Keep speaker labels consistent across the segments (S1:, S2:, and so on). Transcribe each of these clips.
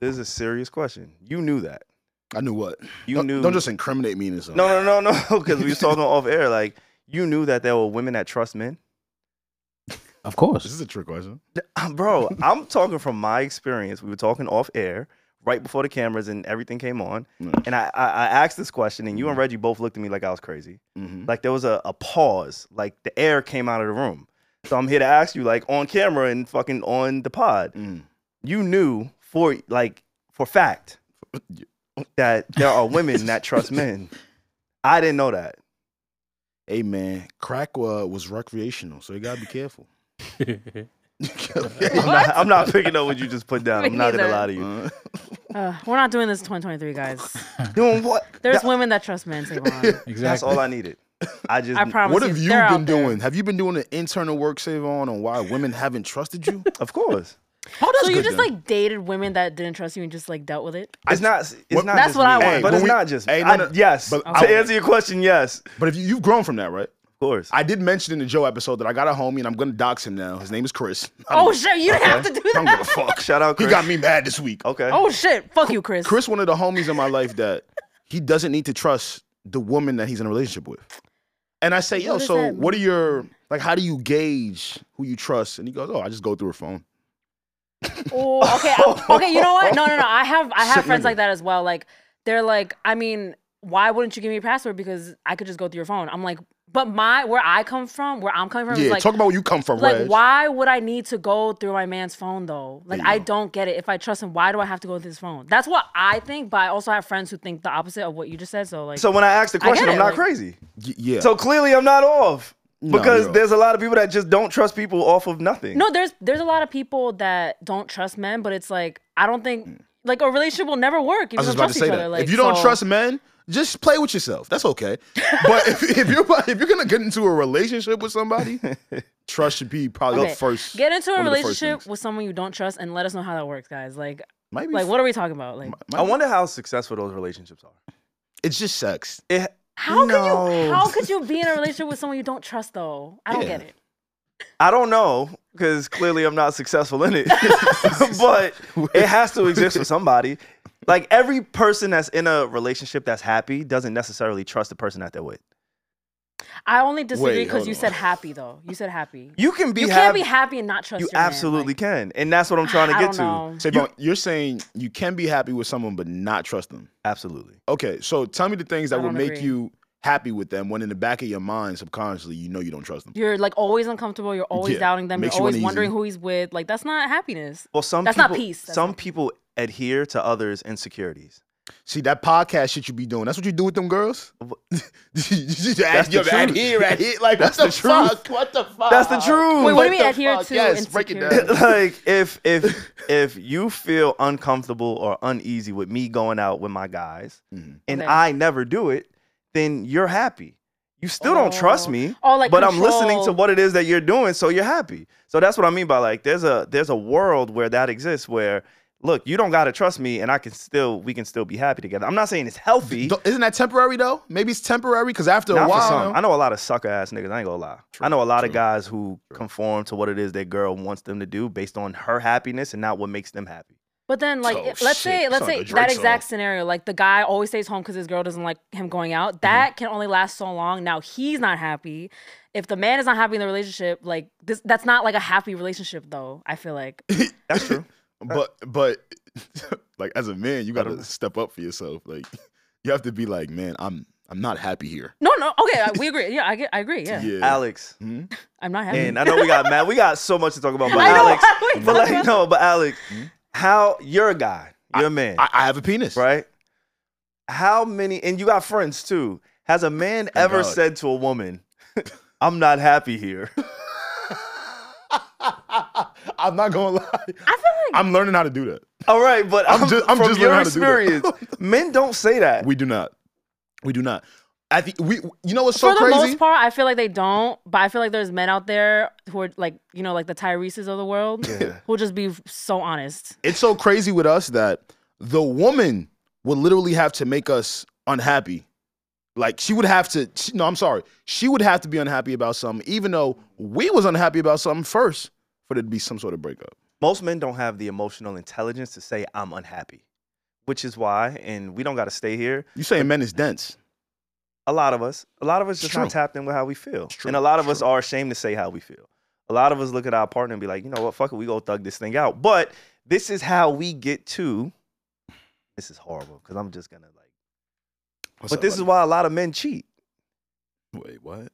S1: This is a serious question. You knew that.
S2: I knew what.
S1: You
S2: don't,
S1: knew.
S2: Don't just incriminate me in this.
S1: No, no, no, no. Because we was talking off air. Like you knew that there were women that trust men.
S3: Of
S2: This
S3: course.
S2: is a trick question.
S1: Uh, Bro, I'm talking from my experience. We were talking off air right before the cameras and everything came on.
S2: Yeah.
S1: And I, I, I asked this question, and you
S2: Mm.
S1: and Reggie both looked at me like I was crazy.
S2: Mm-hmm.
S1: Like there was a, a pause, like the air came out of the room. So I'm here to ask you, like on camera and fucking on the pod,
S2: Mm.
S1: you knew for like for fact that there are women that trust men. I didn't know that.
S2: Hey man, crack uh, was recreational, so you gotta be careful.
S1: I'm not, I'm not picking up what you just put down.
S4: Me
S1: I'm not gonna
S4: neither.
S1: lie to you.
S2: Uh,
S4: Uh, we're not doing this 2023, guys.
S1: Doing what?
S4: There's
S1: That-
S4: women that trust men, Savon.
S3: exactly.
S1: that's all I needed. I just
S4: I promise
S2: what
S4: you,
S2: have you
S4: they're out
S2: been
S4: there.
S2: doing? Have you been doing the internal work save on on why women haven't trusted you?
S1: Of course.
S4: So you
S2: good then.
S4: just like dated women that didn't trust you and just like dealt with it?
S1: It's not. It's
S2: What-
S1: not.
S4: That's
S1: just
S4: what I
S1: me.
S4: want.
S1: But
S2: Hey,
S1: it's
S2: we-
S1: not just.
S2: hey, no,
S1: I-
S2: no.
S1: yes.
S2: But
S1: to
S2: I-
S1: answer your question, yes, of
S2: But if you, you've grown from that, right?
S1: course.
S2: I did mention in the Joe episode that I got a homie and I'm gonna dox him now. His name is Chris. I don't-
S4: Oh shit, you didn't have to do
S2: I don't give a
S4: that.
S2: fuck.
S1: Shout out,
S2: He
S1: Chris.
S2: got me mad this week.
S1: okay.
S4: Oh shit, fuck you, Chris.
S2: Chris, one of the homies in my life that he doesn't need to trust the woman that he's in a relationship with. And I say, yo,
S4: What does
S2: so
S4: that
S2: what are your like? How do you gauge who you trust? And he goes, oh, I just go through her phone.
S4: Oh, okay, I- okay. You know what? No, no, no. I have I have friends like that as well. Like they're like, I mean, why wouldn't you give me a password? Because I could just go through your phone. I'm like, but my where I come from, where I'm coming from,
S2: yeah,
S4: is like
S2: talk about where you come from,
S4: like
S2: Reg.
S4: why would I need to go through my man's phone though? Like
S2: There you
S4: I
S2: go.
S4: don't get it. If I trust him, why do I have to go through his phone? That's what I think. But I also have friends who think the opposite of what you just said. So like,
S1: So when I asked the
S4: I get
S1: question, I'm
S4: it,
S1: not
S4: like-
S1: crazy.
S2: Y- yeah.
S1: So clearly, I'm not off
S2: No,
S1: because
S2: you're off.
S1: there's a lot of people that just don't trust people off of nothing.
S4: no, there's there's a lot of people that don't trust men, but it's like I don't think like a relationship will never work
S2: Mm.
S4: if
S2: I was
S4: you don't
S2: just about
S4: trust
S2: to
S4: each
S2: say
S4: other.
S2: that.
S4: Like
S2: if you don't
S4: so-
S2: trust men, just play with yourself. That's okay. But if, if you're if you're gonna get into a relationship with somebody, trust should be probably
S4: Okay.
S2: the first.
S4: Get into a
S2: one of the first
S4: relationship
S2: things.
S4: with someone you don't trust and let us know how that works, guys. Like,
S2: Might be
S4: like what are we talking about? Like,
S1: I wonder how successful those relationships are.
S2: It's just sex.
S1: It,
S4: how could you
S1: No.
S4: how could you be in a relationship with someone you don't trust though? I don't
S2: Yeah.
S4: get it.
S1: I don't know because clearly I'm not successful in it, but it has to exist for somebody. Like every person that's in a relationship that's happy doesn't necessarily trust the person that they're with.
S4: I only disagree
S2: Wait,
S4: because
S2: hold
S4: you
S2: on.
S4: said happy though. You said happy.
S1: You can be
S4: You
S1: happy.
S4: can't be happy and not trust.
S1: you
S4: your man,
S1: absolutely
S4: like,
S1: can, and that's what I'm trying to
S4: I
S1: get
S4: don't
S1: to.
S4: know.
S2: So you, you're saying you can be happy with someone but not trust them.
S1: Absolutely.
S2: Okay, so tell me the things that
S4: I
S2: will
S4: don't
S2: make
S4: agree.
S2: you happy with them when in the back of your mind, subconsciously, you know you don't trust them.
S4: You're like always uncomfortable. You're always
S2: Yeah,
S4: doubting them. You're
S2: makes you
S4: always
S2: uneasy.
S4: wondering who he's with. Like that's not happiness.
S1: Well, some
S4: That's not
S1: people,
S4: peace. That's
S1: some
S4: not-
S1: people adhere to others' insecurities.
S2: See that podcast shit you be doing. That's what you do with them girls. That's
S1: That's the
S2: Right
S1: truth.
S2: here, right here. Like
S1: That's
S2: what the,
S1: the truth.
S2: fuck? What the fuck?
S1: That's the truth.
S4: Wait, what do you mean
S2: the
S4: adhere
S2: fuck?
S4: to
S2: Yes, break it
S4: insecurity?
S2: down.
S1: like if if if you feel uncomfortable or uneasy with me going out with my guys,
S2: Mhm.
S1: and
S4: Okay.
S1: I never do it, then you're happy. You still don't trust
S4: Oh.
S1: me,
S4: Oh, like
S1: but I'm listening to
S4: control.
S1: what it is that you're doing, so you're happy. So that's what I mean by like there's a there's a world where that exists where look, you don't gotta trust me, and I can still we can still be happy together. I'm not saying it's healthy.
S2: Don't- Isn't that temporary though? Maybe it's temporary because after
S1: Not
S2: a
S1: for
S2: while,
S1: some. I know a lot of sucker ass niggas. I ain't gonna lie. I know a lot of
S2: true,
S1: guys who conform to what it is their girl wants them to do based on her happiness and not what makes them happy.
S4: But then, like,
S2: Oh,
S4: if- let's
S2: shit.
S4: say, let's
S2: Sound
S4: say
S2: like a
S4: that
S2: Drake
S4: exact
S2: song.
S4: scenario, like the guy always stays home because his girl doesn't like him going
S1: Mm-hmm.
S4: out. That can only last so long. Now he's not happy. If the man is not happy in the relationship, like this, that's not like a happy relationship, though. I feel like
S1: That's true.
S2: but but like as a man, you gotta step up for yourself. Like you have to be like, man, I'm I'm not happy here.
S4: no, no, okay, I- we agree. Yeah, I get, I agree. Yeah,
S1: Alex.
S2: Hmm?
S4: I'm not happy.
S1: And I know we got mad. We got so much to talk about, but
S4: I know,
S1: Alex.
S4: why are we
S1: But
S4: talking
S1: like
S4: about-
S1: no, but Alex, how you're a guy, you're a man,
S2: Hmm? I, I have a penis.
S1: right? How many and you got friends too. Has a man ever
S2: God.
S1: said to a woman, I'm not happy here?
S2: I'm not gonna lie.
S4: I feel like
S2: I'm learning how to do that.
S1: All right, but I'm,
S2: I'm just- I'm
S1: from
S2: just
S1: your
S2: learning how to do
S1: experience,
S2: that.
S1: men don't say that.
S2: We do not. We do not. I think we. You know what's
S4: for
S2: so
S4: the
S2: crazy?
S4: most part, I feel like they don't. But I feel like there's men out there who are like, you know, like the Tyrese's of the world, who'll just be so honest.
S2: it's so crazy with us that the woman would literally have to make us unhappy. Like she would have to. She, no, I'm sorry. She would have to be unhappy about something, even though we was unhappy about something first for there to be some sort of breakup.
S1: most men don't have the emotional intelligence to say I'm unhappy, which is why, and we don't got to stay here.
S2: You saying men is dense?
S1: A lot of us, a lot of us
S2: It's
S1: just
S2: true.
S1: not tapped in with how we feel,
S2: It's true,
S1: and a lot of
S2: it's
S1: us
S2: true.
S1: are ashamed to say how we feel. A lot of us look at our partner and be like, you know what, fuck it, we go thug this thing out. But this is how we get to. This is horrible because I'm just gonna like. but this is why a lot of men cheat,
S2: Wait, what?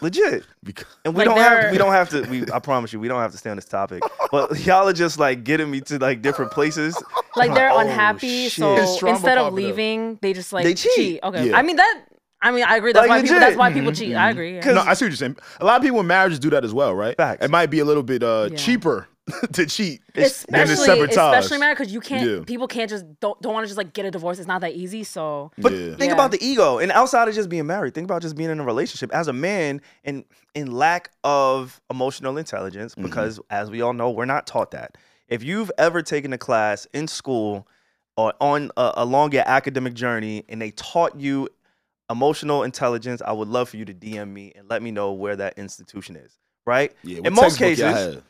S1: legit.
S2: Because
S1: And we
S4: Like,
S1: don't have
S4: there-
S1: we don't have to. We, I promise you, we don't have to stay on this topic. But y'all are just like getting me to like different places.
S4: Like they're
S1: Oh,
S4: unhappy,
S1: shit.
S4: so
S2: It's trauma
S4: instead of
S2: popping up.
S4: leaving, they just like
S1: They cheat.
S4: Okay,
S2: Yeah. Mm-hmm.
S4: I mean that. I mean, I agree. That's
S1: Like,
S4: why people. That's
S1: legit.
S4: why people cheat. I agree. yeah.
S2: no, I see what you're saying. A lot of people in marriages do that as well, right?
S1: Facts.
S2: It might be a little bit uh,
S4: Yeah.
S2: cheaper to cheat. then it's
S4: especially
S2: separate ties.
S4: especially married because you can't.
S2: Yeah.
S4: People can't just don't, don't want to just like get a divorce. It's not that easy. So
S1: But
S2: yeah.
S1: think
S4: Yeah.
S1: about the ego, and outside of just being married, think about just being in a relationship as a man, and in lack of emotional intelligence,
S2: Mm-hmm.
S1: because as we all know, we're not taught that. If you've ever taken a class in school or on a, along your academic journey, and they taught you emotional intelligence, I would love for you to DM me and let me know where that institution is. Right?
S2: Yeah,
S1: In
S2: what
S1: most
S2: textbook y'all
S1: cases,
S2: had?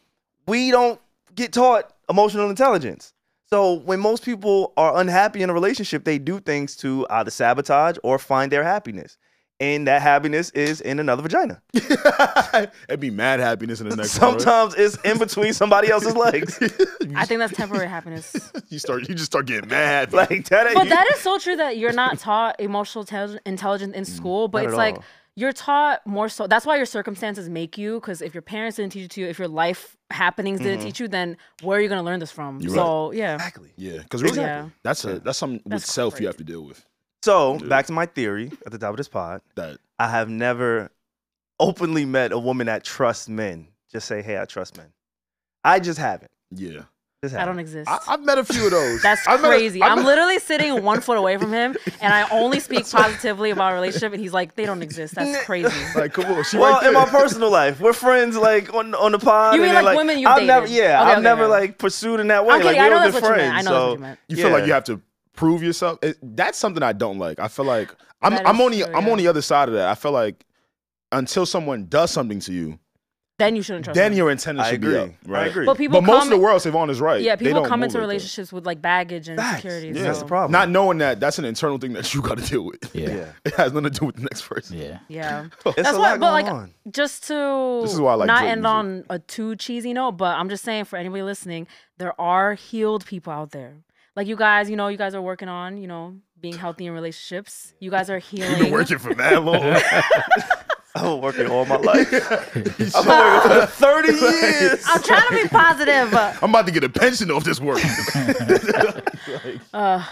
S1: we don't get taught emotional intelligence. So when most people are unhappy in a relationship, they do things to either sabotage or find their happiness. And that happiness is in another vagina.
S2: it'd be mad happiness in the next. one, right?
S1: Sometimes it's in between somebody else's legs.
S4: I think that's temporary happiness.
S2: you start, you just start getting mad. happy.
S1: Like that
S4: But
S1: ain't
S4: that is so true that you're not taught emotional intelli- intelligence
S2: Mm,
S4: in school, but
S1: not
S4: it's
S1: at
S4: like
S1: all.
S4: you're taught more so. That's why your circumstances make you. Because if your parents didn't teach it to you, if your life happenings didn't teach you, then where are you gonna learn this from?
S2: Mm-hmm. You're right.
S4: so yeah,
S1: exactly.
S2: yeah, because really,
S4: Exactly. Yeah.
S2: that's a that's something with
S4: That's
S2: self you have to
S4: crazy.
S2: deal with.
S1: So back to my theory at the top of this pod.
S2: That
S1: I have never openly met a woman that trusts men. Just say, hey, I trust men. I just haven't.
S2: yeah,
S1: Just
S4: I
S1: haven't.
S4: don't exist.
S2: I, I've met a few of those.
S4: that's
S2: I've met a-
S4: crazy.
S2: I've
S4: I'm
S2: met-
S4: literally sitting one foot away from him, and I only speak positively about a relationship, and he's like, "They don't exist." That's crazy.
S2: like, come on, she
S1: well,
S2: right
S1: in my
S2: there.
S1: personal life, we're friends like on on the pod.
S4: You mean,
S1: and then,
S4: like, women you've
S1: I've
S4: dated?
S1: never, yeah,
S4: Okay,
S1: I've
S4: okay,
S1: never
S4: okay.
S1: like pursued in that way.
S4: Okay,
S1: like
S4: I
S1: we're
S4: know
S1: good
S4: that's what you meant.
S1: friends.
S4: I know
S1: so,
S4: that's what you meant.
S2: You feel like
S1: yeah.
S2: you have to prove yourself. It- that's something I don't like. I feel like I'm
S4: That
S2: I'm
S4: is
S2: on the
S4: true,
S2: I'm
S4: yeah.
S2: on the other side of that. I feel like until someone does something to you,
S4: Then you shouldn't trust.
S2: then
S4: them.
S2: your antenna
S1: I
S2: should
S1: agree.
S2: be up.
S1: I
S2: Right?
S1: agree.
S4: But people
S2: but most
S4: come-
S2: of the world, Savon is right.
S4: yeah,
S2: They
S4: people
S2: don't
S4: come
S2: move
S4: into
S2: like that.
S4: relationships with like baggage and
S1: Facts.
S4: insecurities.
S1: Yeah, that's
S4: so-
S1: the problem.
S2: Not knowing that that's an internal thing that you got to deal with.
S3: Yeah.
S1: yeah,
S2: It has nothing to do with the next person.
S3: Yeah.
S4: Yeah.
S2: Oh,
S1: it's
S4: That's
S1: a
S4: why-
S1: lot
S4: but,
S1: going
S4: like,
S1: on.
S4: just to
S2: This is why I like
S4: not
S2: drill
S4: end
S2: music.
S4: on a too cheesy note, but I'm just saying for anybody listening, there are healed people out there. Like you guys, you know, you guys are working on, you know, being healthy in relationships. You guys are healing.
S2: You've been working for that long.
S1: I've been working all my life. I've been working for thirty years.
S4: I'm trying to be positive. Uh,
S2: I'm about to get a pension off this work.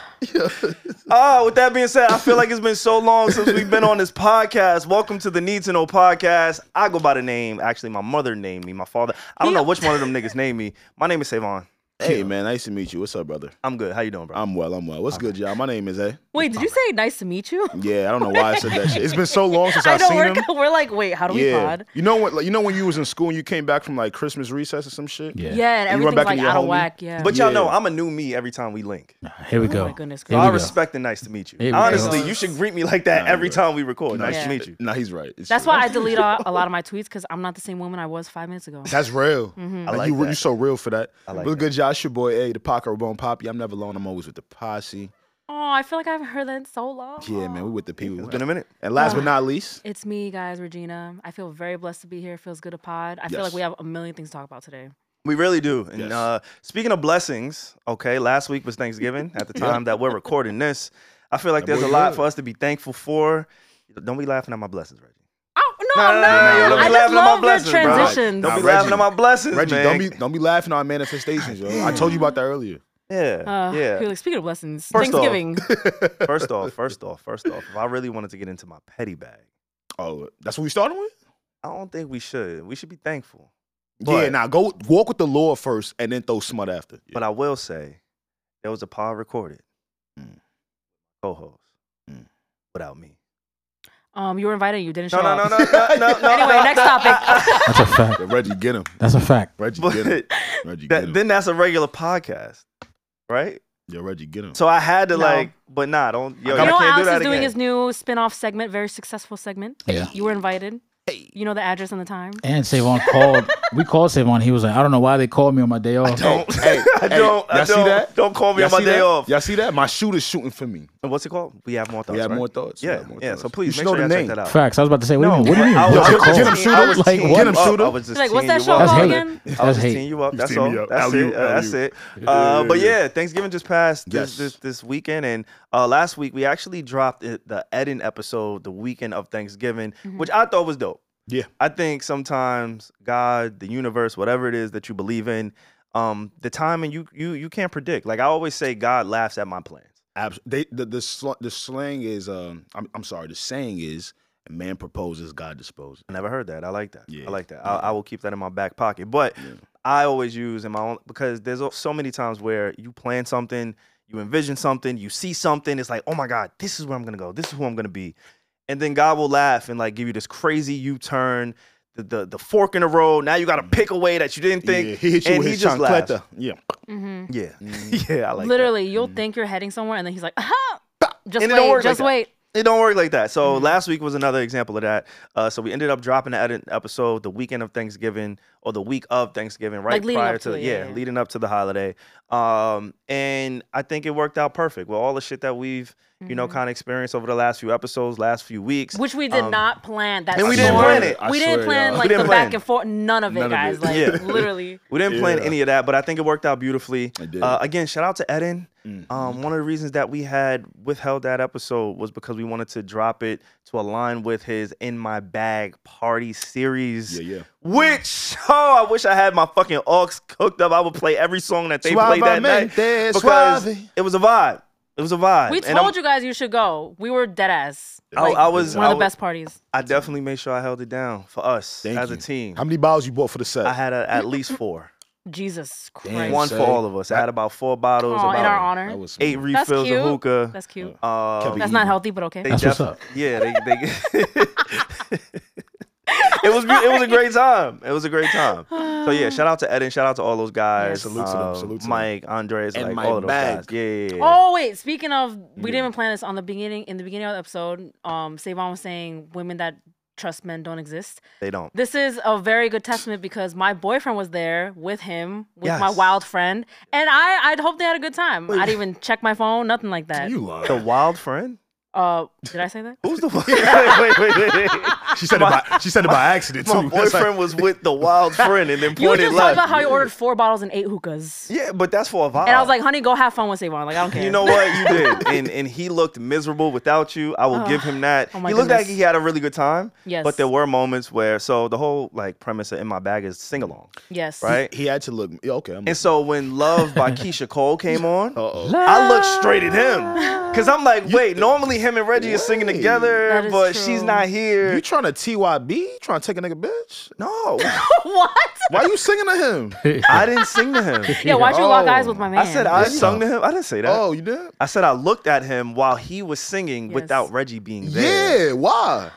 S1: Ah, with that being said, I feel like it's been so long since we've been on this podcast. Welcome to the Need to Know podcast. I go by the name. Actually, my mother named me. My father. I don't know which one of them niggas named me. My name is Savon.
S2: hey man, nice to meet you. What's up, brother?
S1: I'm good. How you doing, bro?
S2: I'm well. I'm well. What's good, y'all? My name is A.
S4: wait, did you say nice to meet you?
S2: Yeah, I don't know why I said that shit. It's been so long since
S4: I
S2: I've
S4: know
S2: seen
S4: we're,
S2: him.
S4: we're like, wait, how do we
S2: yeah.
S4: pod?
S2: You know what? Like, you know when you was in school and you came back from like Christmas recess or some shit.
S3: Yeah.
S4: Yeah, and
S2: You run
S4: everything's
S2: back
S4: like
S2: into your
S4: out of
S2: homie?
S4: whack. Yeah.
S1: But y'all
S2: Yeah.
S1: know I'm a new me every time we link.
S3: Here we go.
S4: Oh my goodness
S3: Here
S4: gracious.
S1: I
S3: we go.
S1: respect the nice to meet you.
S3: Here we go.
S1: Honestly, you should greet me like that
S2: Nah,
S1: every
S2: bro.
S1: time we record. Nice
S4: Yeah.
S1: to meet you.
S2: No, he's right. It's
S4: That's
S2: true.
S4: why I delete a, a lot of my tweets because I'm not the same woman I was five minutes ago.
S2: That's real.
S4: Mm-hmm.
S2: Like,
S1: I like
S2: you,
S1: that.
S2: you so real for that.
S1: I like
S2: What's
S1: that.
S2: good, y'all? It's your boy A, the Paco Bone Poppy. I'm never alone. I'm always with the posse.
S4: Oh, I feel like I haven't heard that in so long.
S2: Yeah, man, we with the people.
S1: It's been a minute.
S2: And last but not least,
S4: It's me, guys, Regina. I feel very blessed to be here. Feels good to pod. I feel
S2: Yes.
S4: like we have a million things to talk about today.
S1: We really do. And
S2: Yes.
S1: uh, speaking of blessings, okay, last week was Thanksgiving. At the time that we're recording this, I feel like
S2: That
S1: there's a
S2: boy
S1: lot
S2: good.
S1: for us to be thankful for. Don't be laughing at my blessings, Reggie.
S4: Oh no,
S1: No, no, no, no,
S4: no!
S1: no.
S4: I
S1: Don't be
S4: just
S1: laughing at my
S4: love your
S1: blessings, bro.
S4: transitions.
S1: Don't
S2: Nah,
S1: be
S2: Reggie.
S1: laughing at my blessings,
S2: Reggie,
S1: man.
S2: don't be don't be laughing at our manifestations, yo. I told you about that earlier.
S1: yeah,
S4: Uh,
S1: yeah.
S4: he was like, speaking of blessings,
S1: First off-
S4: Thanksgiving.
S1: First off, first off, first off, if I really wanted to get into my petty bag,
S2: Oh, that's what we started with.
S1: I don't think we should. We should be thankful.
S2: yeah,
S1: But-
S2: now go walk with the Lord first, and then throw smut after.
S1: But I will say, there was a pod recorded,
S2: Mm.
S1: co-host,
S2: Mm.
S1: without me.
S4: um, you were invited, you didn't show
S1: No, no, no, no,
S4: up.
S1: no, no, no.
S4: Anyway,
S1: no,
S4: next
S1: no,
S4: topic.
S1: I-
S3: That's a fact.
S2: Yeah, Reggie, get him.
S3: That's a fact.
S2: Reggie,
S1: But
S2: get him. Reggie, get Mm.
S1: that,
S2: him.
S1: then that's a regular podcast, right?
S2: yeah, Reggie, get him.
S1: So I had to
S4: No.
S1: like, but nah, don't. Yo,
S4: you
S1: y'all
S4: know,
S1: can't
S4: Alex
S1: do that
S4: is doing
S1: again.
S4: his new spin-off segment, very successful segment.
S3: Yeah.
S4: You were invited. You know the address and the time.
S3: And Savon called. we called Savon. He was like, I don't know why they called me on my day off.
S2: Don't. Hey,
S1: I
S2: hey,
S1: don't. I
S2: y'all see
S1: don't.
S2: that?
S1: Don't call me
S2: Y'all
S1: on my
S2: see
S1: day
S2: that?
S1: off.
S2: Y'all see that? My shooter's shooting for me.
S1: And What's it called? We have more thoughts.
S2: We have
S1: right?
S2: more thoughts. We
S1: Yeah,
S2: have more
S1: yeah. So
S2: thoughts.
S1: please
S2: You
S1: make
S2: know
S1: sure
S2: the
S1: you check
S2: name.
S1: that out.
S3: Facts. I was about to say, what
S1: No,
S3: do you mean? What do you mean?
S1: I
S3: What
S1: was- I
S3: you
S1: was
S2: Get
S3: call?
S2: him,
S1: teeing- I was
S2: shooter.
S3: Like,
S1: teeing
S3: what?
S1: you
S2: Get him,
S1: up.
S2: shooter.
S1: Oh, I was just
S4: Like,
S1: teeing
S4: what's that
S1: you
S4: show
S1: up.
S3: That's
S4: called
S3: hate.
S4: again?
S1: I was
S3: That's
S1: just
S3: hate.
S1: teeing you up.
S2: You
S1: That's
S2: teeing
S1: all.
S2: me up.
S1: That's
S2: Alley-oop,
S1: it. Uh, that's
S2: alley-oop.
S1: it. Uh, but
S2: Yeah.
S1: yeah, Thanksgiving just passed this,
S2: Yes.
S1: this this weekend, and uh, last week we actually dropped it- the Eden episode the weekend of Thanksgiving,
S4: Mhm.
S1: which I thought was dope.
S2: Yeah.
S1: I think sometimes God, the universe, whatever it is that you believe in, um, the timing you you you can't predict. Like I always say, God laughs at my plans.
S2: Abs- they, the, the, sl- the slang is, um, I'm, I'm sorry, the saying is, a man proposes, God disposes.
S1: I never heard that. I like that.
S2: Yeah.
S1: I like that. I, I will keep that in my back pocket. But
S2: Yeah.
S1: I always use in my own because there's al- so many times where you plan something, you envision something, you see something. It's like, oh my God, this is where I'm gonna go. This is who I'm gonna be. And then God will laugh and like give you this crazy U turn, the, the the fork in the road. Now you got to pick a way that you didn't
S2: Mm. yeah,
S1: think.
S2: he hit you
S1: and
S2: with
S1: he
S2: his
S1: just laughs.
S2: chancleta. Mm. Yeah.
S4: hmm
S1: Yeah, yeah. I like that.
S4: Literally, you'll think you're heading somewhere, and then he's like, "Aha!" Just
S1: And it don't
S4: wait,
S1: work like
S4: just
S1: that.
S4: wait.
S1: It don't work like that.
S4: Mm-hmm.
S1: So last week was another example of that. Uh, so we ended up dropping the edit episode the weekend of Thanksgiving or the week of Thanksgiving, right
S4: Like leading
S1: prior
S4: up to it,
S1: yeah,
S4: yeah, yeah.
S1: leading up to the holiday. Um, and I think it worked out perfect with all the shit that we've you know kind of experienced over the last few episodes, last few weeks.
S4: Mm-hmm. Which we did
S1: Um,
S4: not plan. That
S1: and we
S4: storm.
S1: didn't plan it.
S2: I
S4: we
S2: swear,
S4: didn't plan
S2: y'all.
S4: like
S1: didn't
S4: the
S1: plan.
S4: back and forth. None of it,
S2: None of
S4: guys.
S2: it.
S4: Like
S1: Yeah.
S4: literally.
S1: we didn't plan
S2: Yeah.
S1: any of that, but I think it worked out beautifully.
S2: It did.
S1: Uh, again, shout out to Eden.
S2: Mm.
S1: Um, one of the reasons that we had withheld that episode was because we wanted to drop it to align with his "In My Bag" party series.
S2: yeah, yeah.
S1: Which oh, I wish I had my fucking aux cooked up. I would play every song that they played that night
S2: Suavemente,
S1: because
S2: suave.
S1: it was a vibe. It was a vibe.
S4: We
S1: And I'm-
S4: told you guys you should go. We were dead ass.
S1: I, I was.
S4: One
S1: I,
S4: of the
S1: was-
S4: best parties.
S1: I definitely made sure I held it down for us
S2: Thank
S1: as a
S2: you.
S1: team.
S2: How many bottles you bought for the set?
S1: I had a, at least four,
S4: Jesus
S2: Damn,
S4: Christ.
S1: one
S2: say.
S1: for all of us. I had about four bottles,
S4: Aw, in our
S1: about
S4: honor.
S2: That was
S1: eight
S2: smooth.
S4: That's
S1: refills
S4: cute.
S1: of hookah.
S4: That's cute.
S1: Um,
S4: That's not healthy, but okay.
S1: They
S3: That's what's
S1: defi-
S3: up.
S1: Yeah, they. they it was be- it was a great time. It was a great time. So yeah, shout out to Eden. Shout out to all those guys. um,
S2: Salute
S4: Yes.
S2: to them, salute to them.
S1: Mike, Andres,
S2: And
S1: like
S2: my
S1: all of those
S2: bag.
S1: guys. Yeah, yeah, yeah.
S4: Oh wait, speaking of, we didn't even plan this on the beginning. In the beginning of the episode, um, Savon was saying women that trust men don't exist.
S1: they don't.
S4: This is a very good testament because my boyfriend was there with him, with my
S1: Yes.
S4: wild friend, and I I'd hope they had a good time. I didn't even check my phone, nothing like that.
S2: You
S1: The
S2: lying.
S1: wild friend?
S4: Uh, did I say that?
S1: Who's the wild? wait, wait, wait, wait.
S2: She said it by, she said it by accident
S1: My
S2: too. That's like-
S1: boyfriend was with the wild friend and then
S4: You
S1: pointed
S4: just talked
S1: left.
S4: about how you ordered four bottles and eight hookahs,
S1: yeah, but that's for a vibe.
S4: and I was like, honey, go have fun with Savon. Like I don't care.
S1: Oh. You know what? You did. And and he looked miserable without you. I will give him that.
S4: oh my
S1: he looked like
S4: goodness.
S1: he had a really good time.
S4: Yes.
S1: But there were moments where so the whole like premise of in my bag is sing along.
S4: Yes.
S1: Right?
S2: He had to look. yeah, Okay. I'm
S1: And so when Love by Keisha Cole came on,
S4: Oh.
S2: Uh-oh.
S1: I looked straight at him. Cause I'm like, wait, normally him and Reggie are singing
S2: Wait.
S1: together,
S4: That is
S1: but
S4: true.
S1: she's not
S2: You
S1: here.
S2: trying to TYB? Trying to take a nigga bitch?
S1: No.
S4: what?
S2: Why you singing to him?
S1: I didn't sing to him.
S4: Yeah. Why'd you lock
S2: Oh.
S4: eyes with my man?
S1: I said I
S2: That's
S1: sung to him. I didn't say that.
S2: Oh, you did?
S1: I said I looked at him while he was singing
S4: Yes.
S1: without Reggie being there.
S2: Yeah. Why?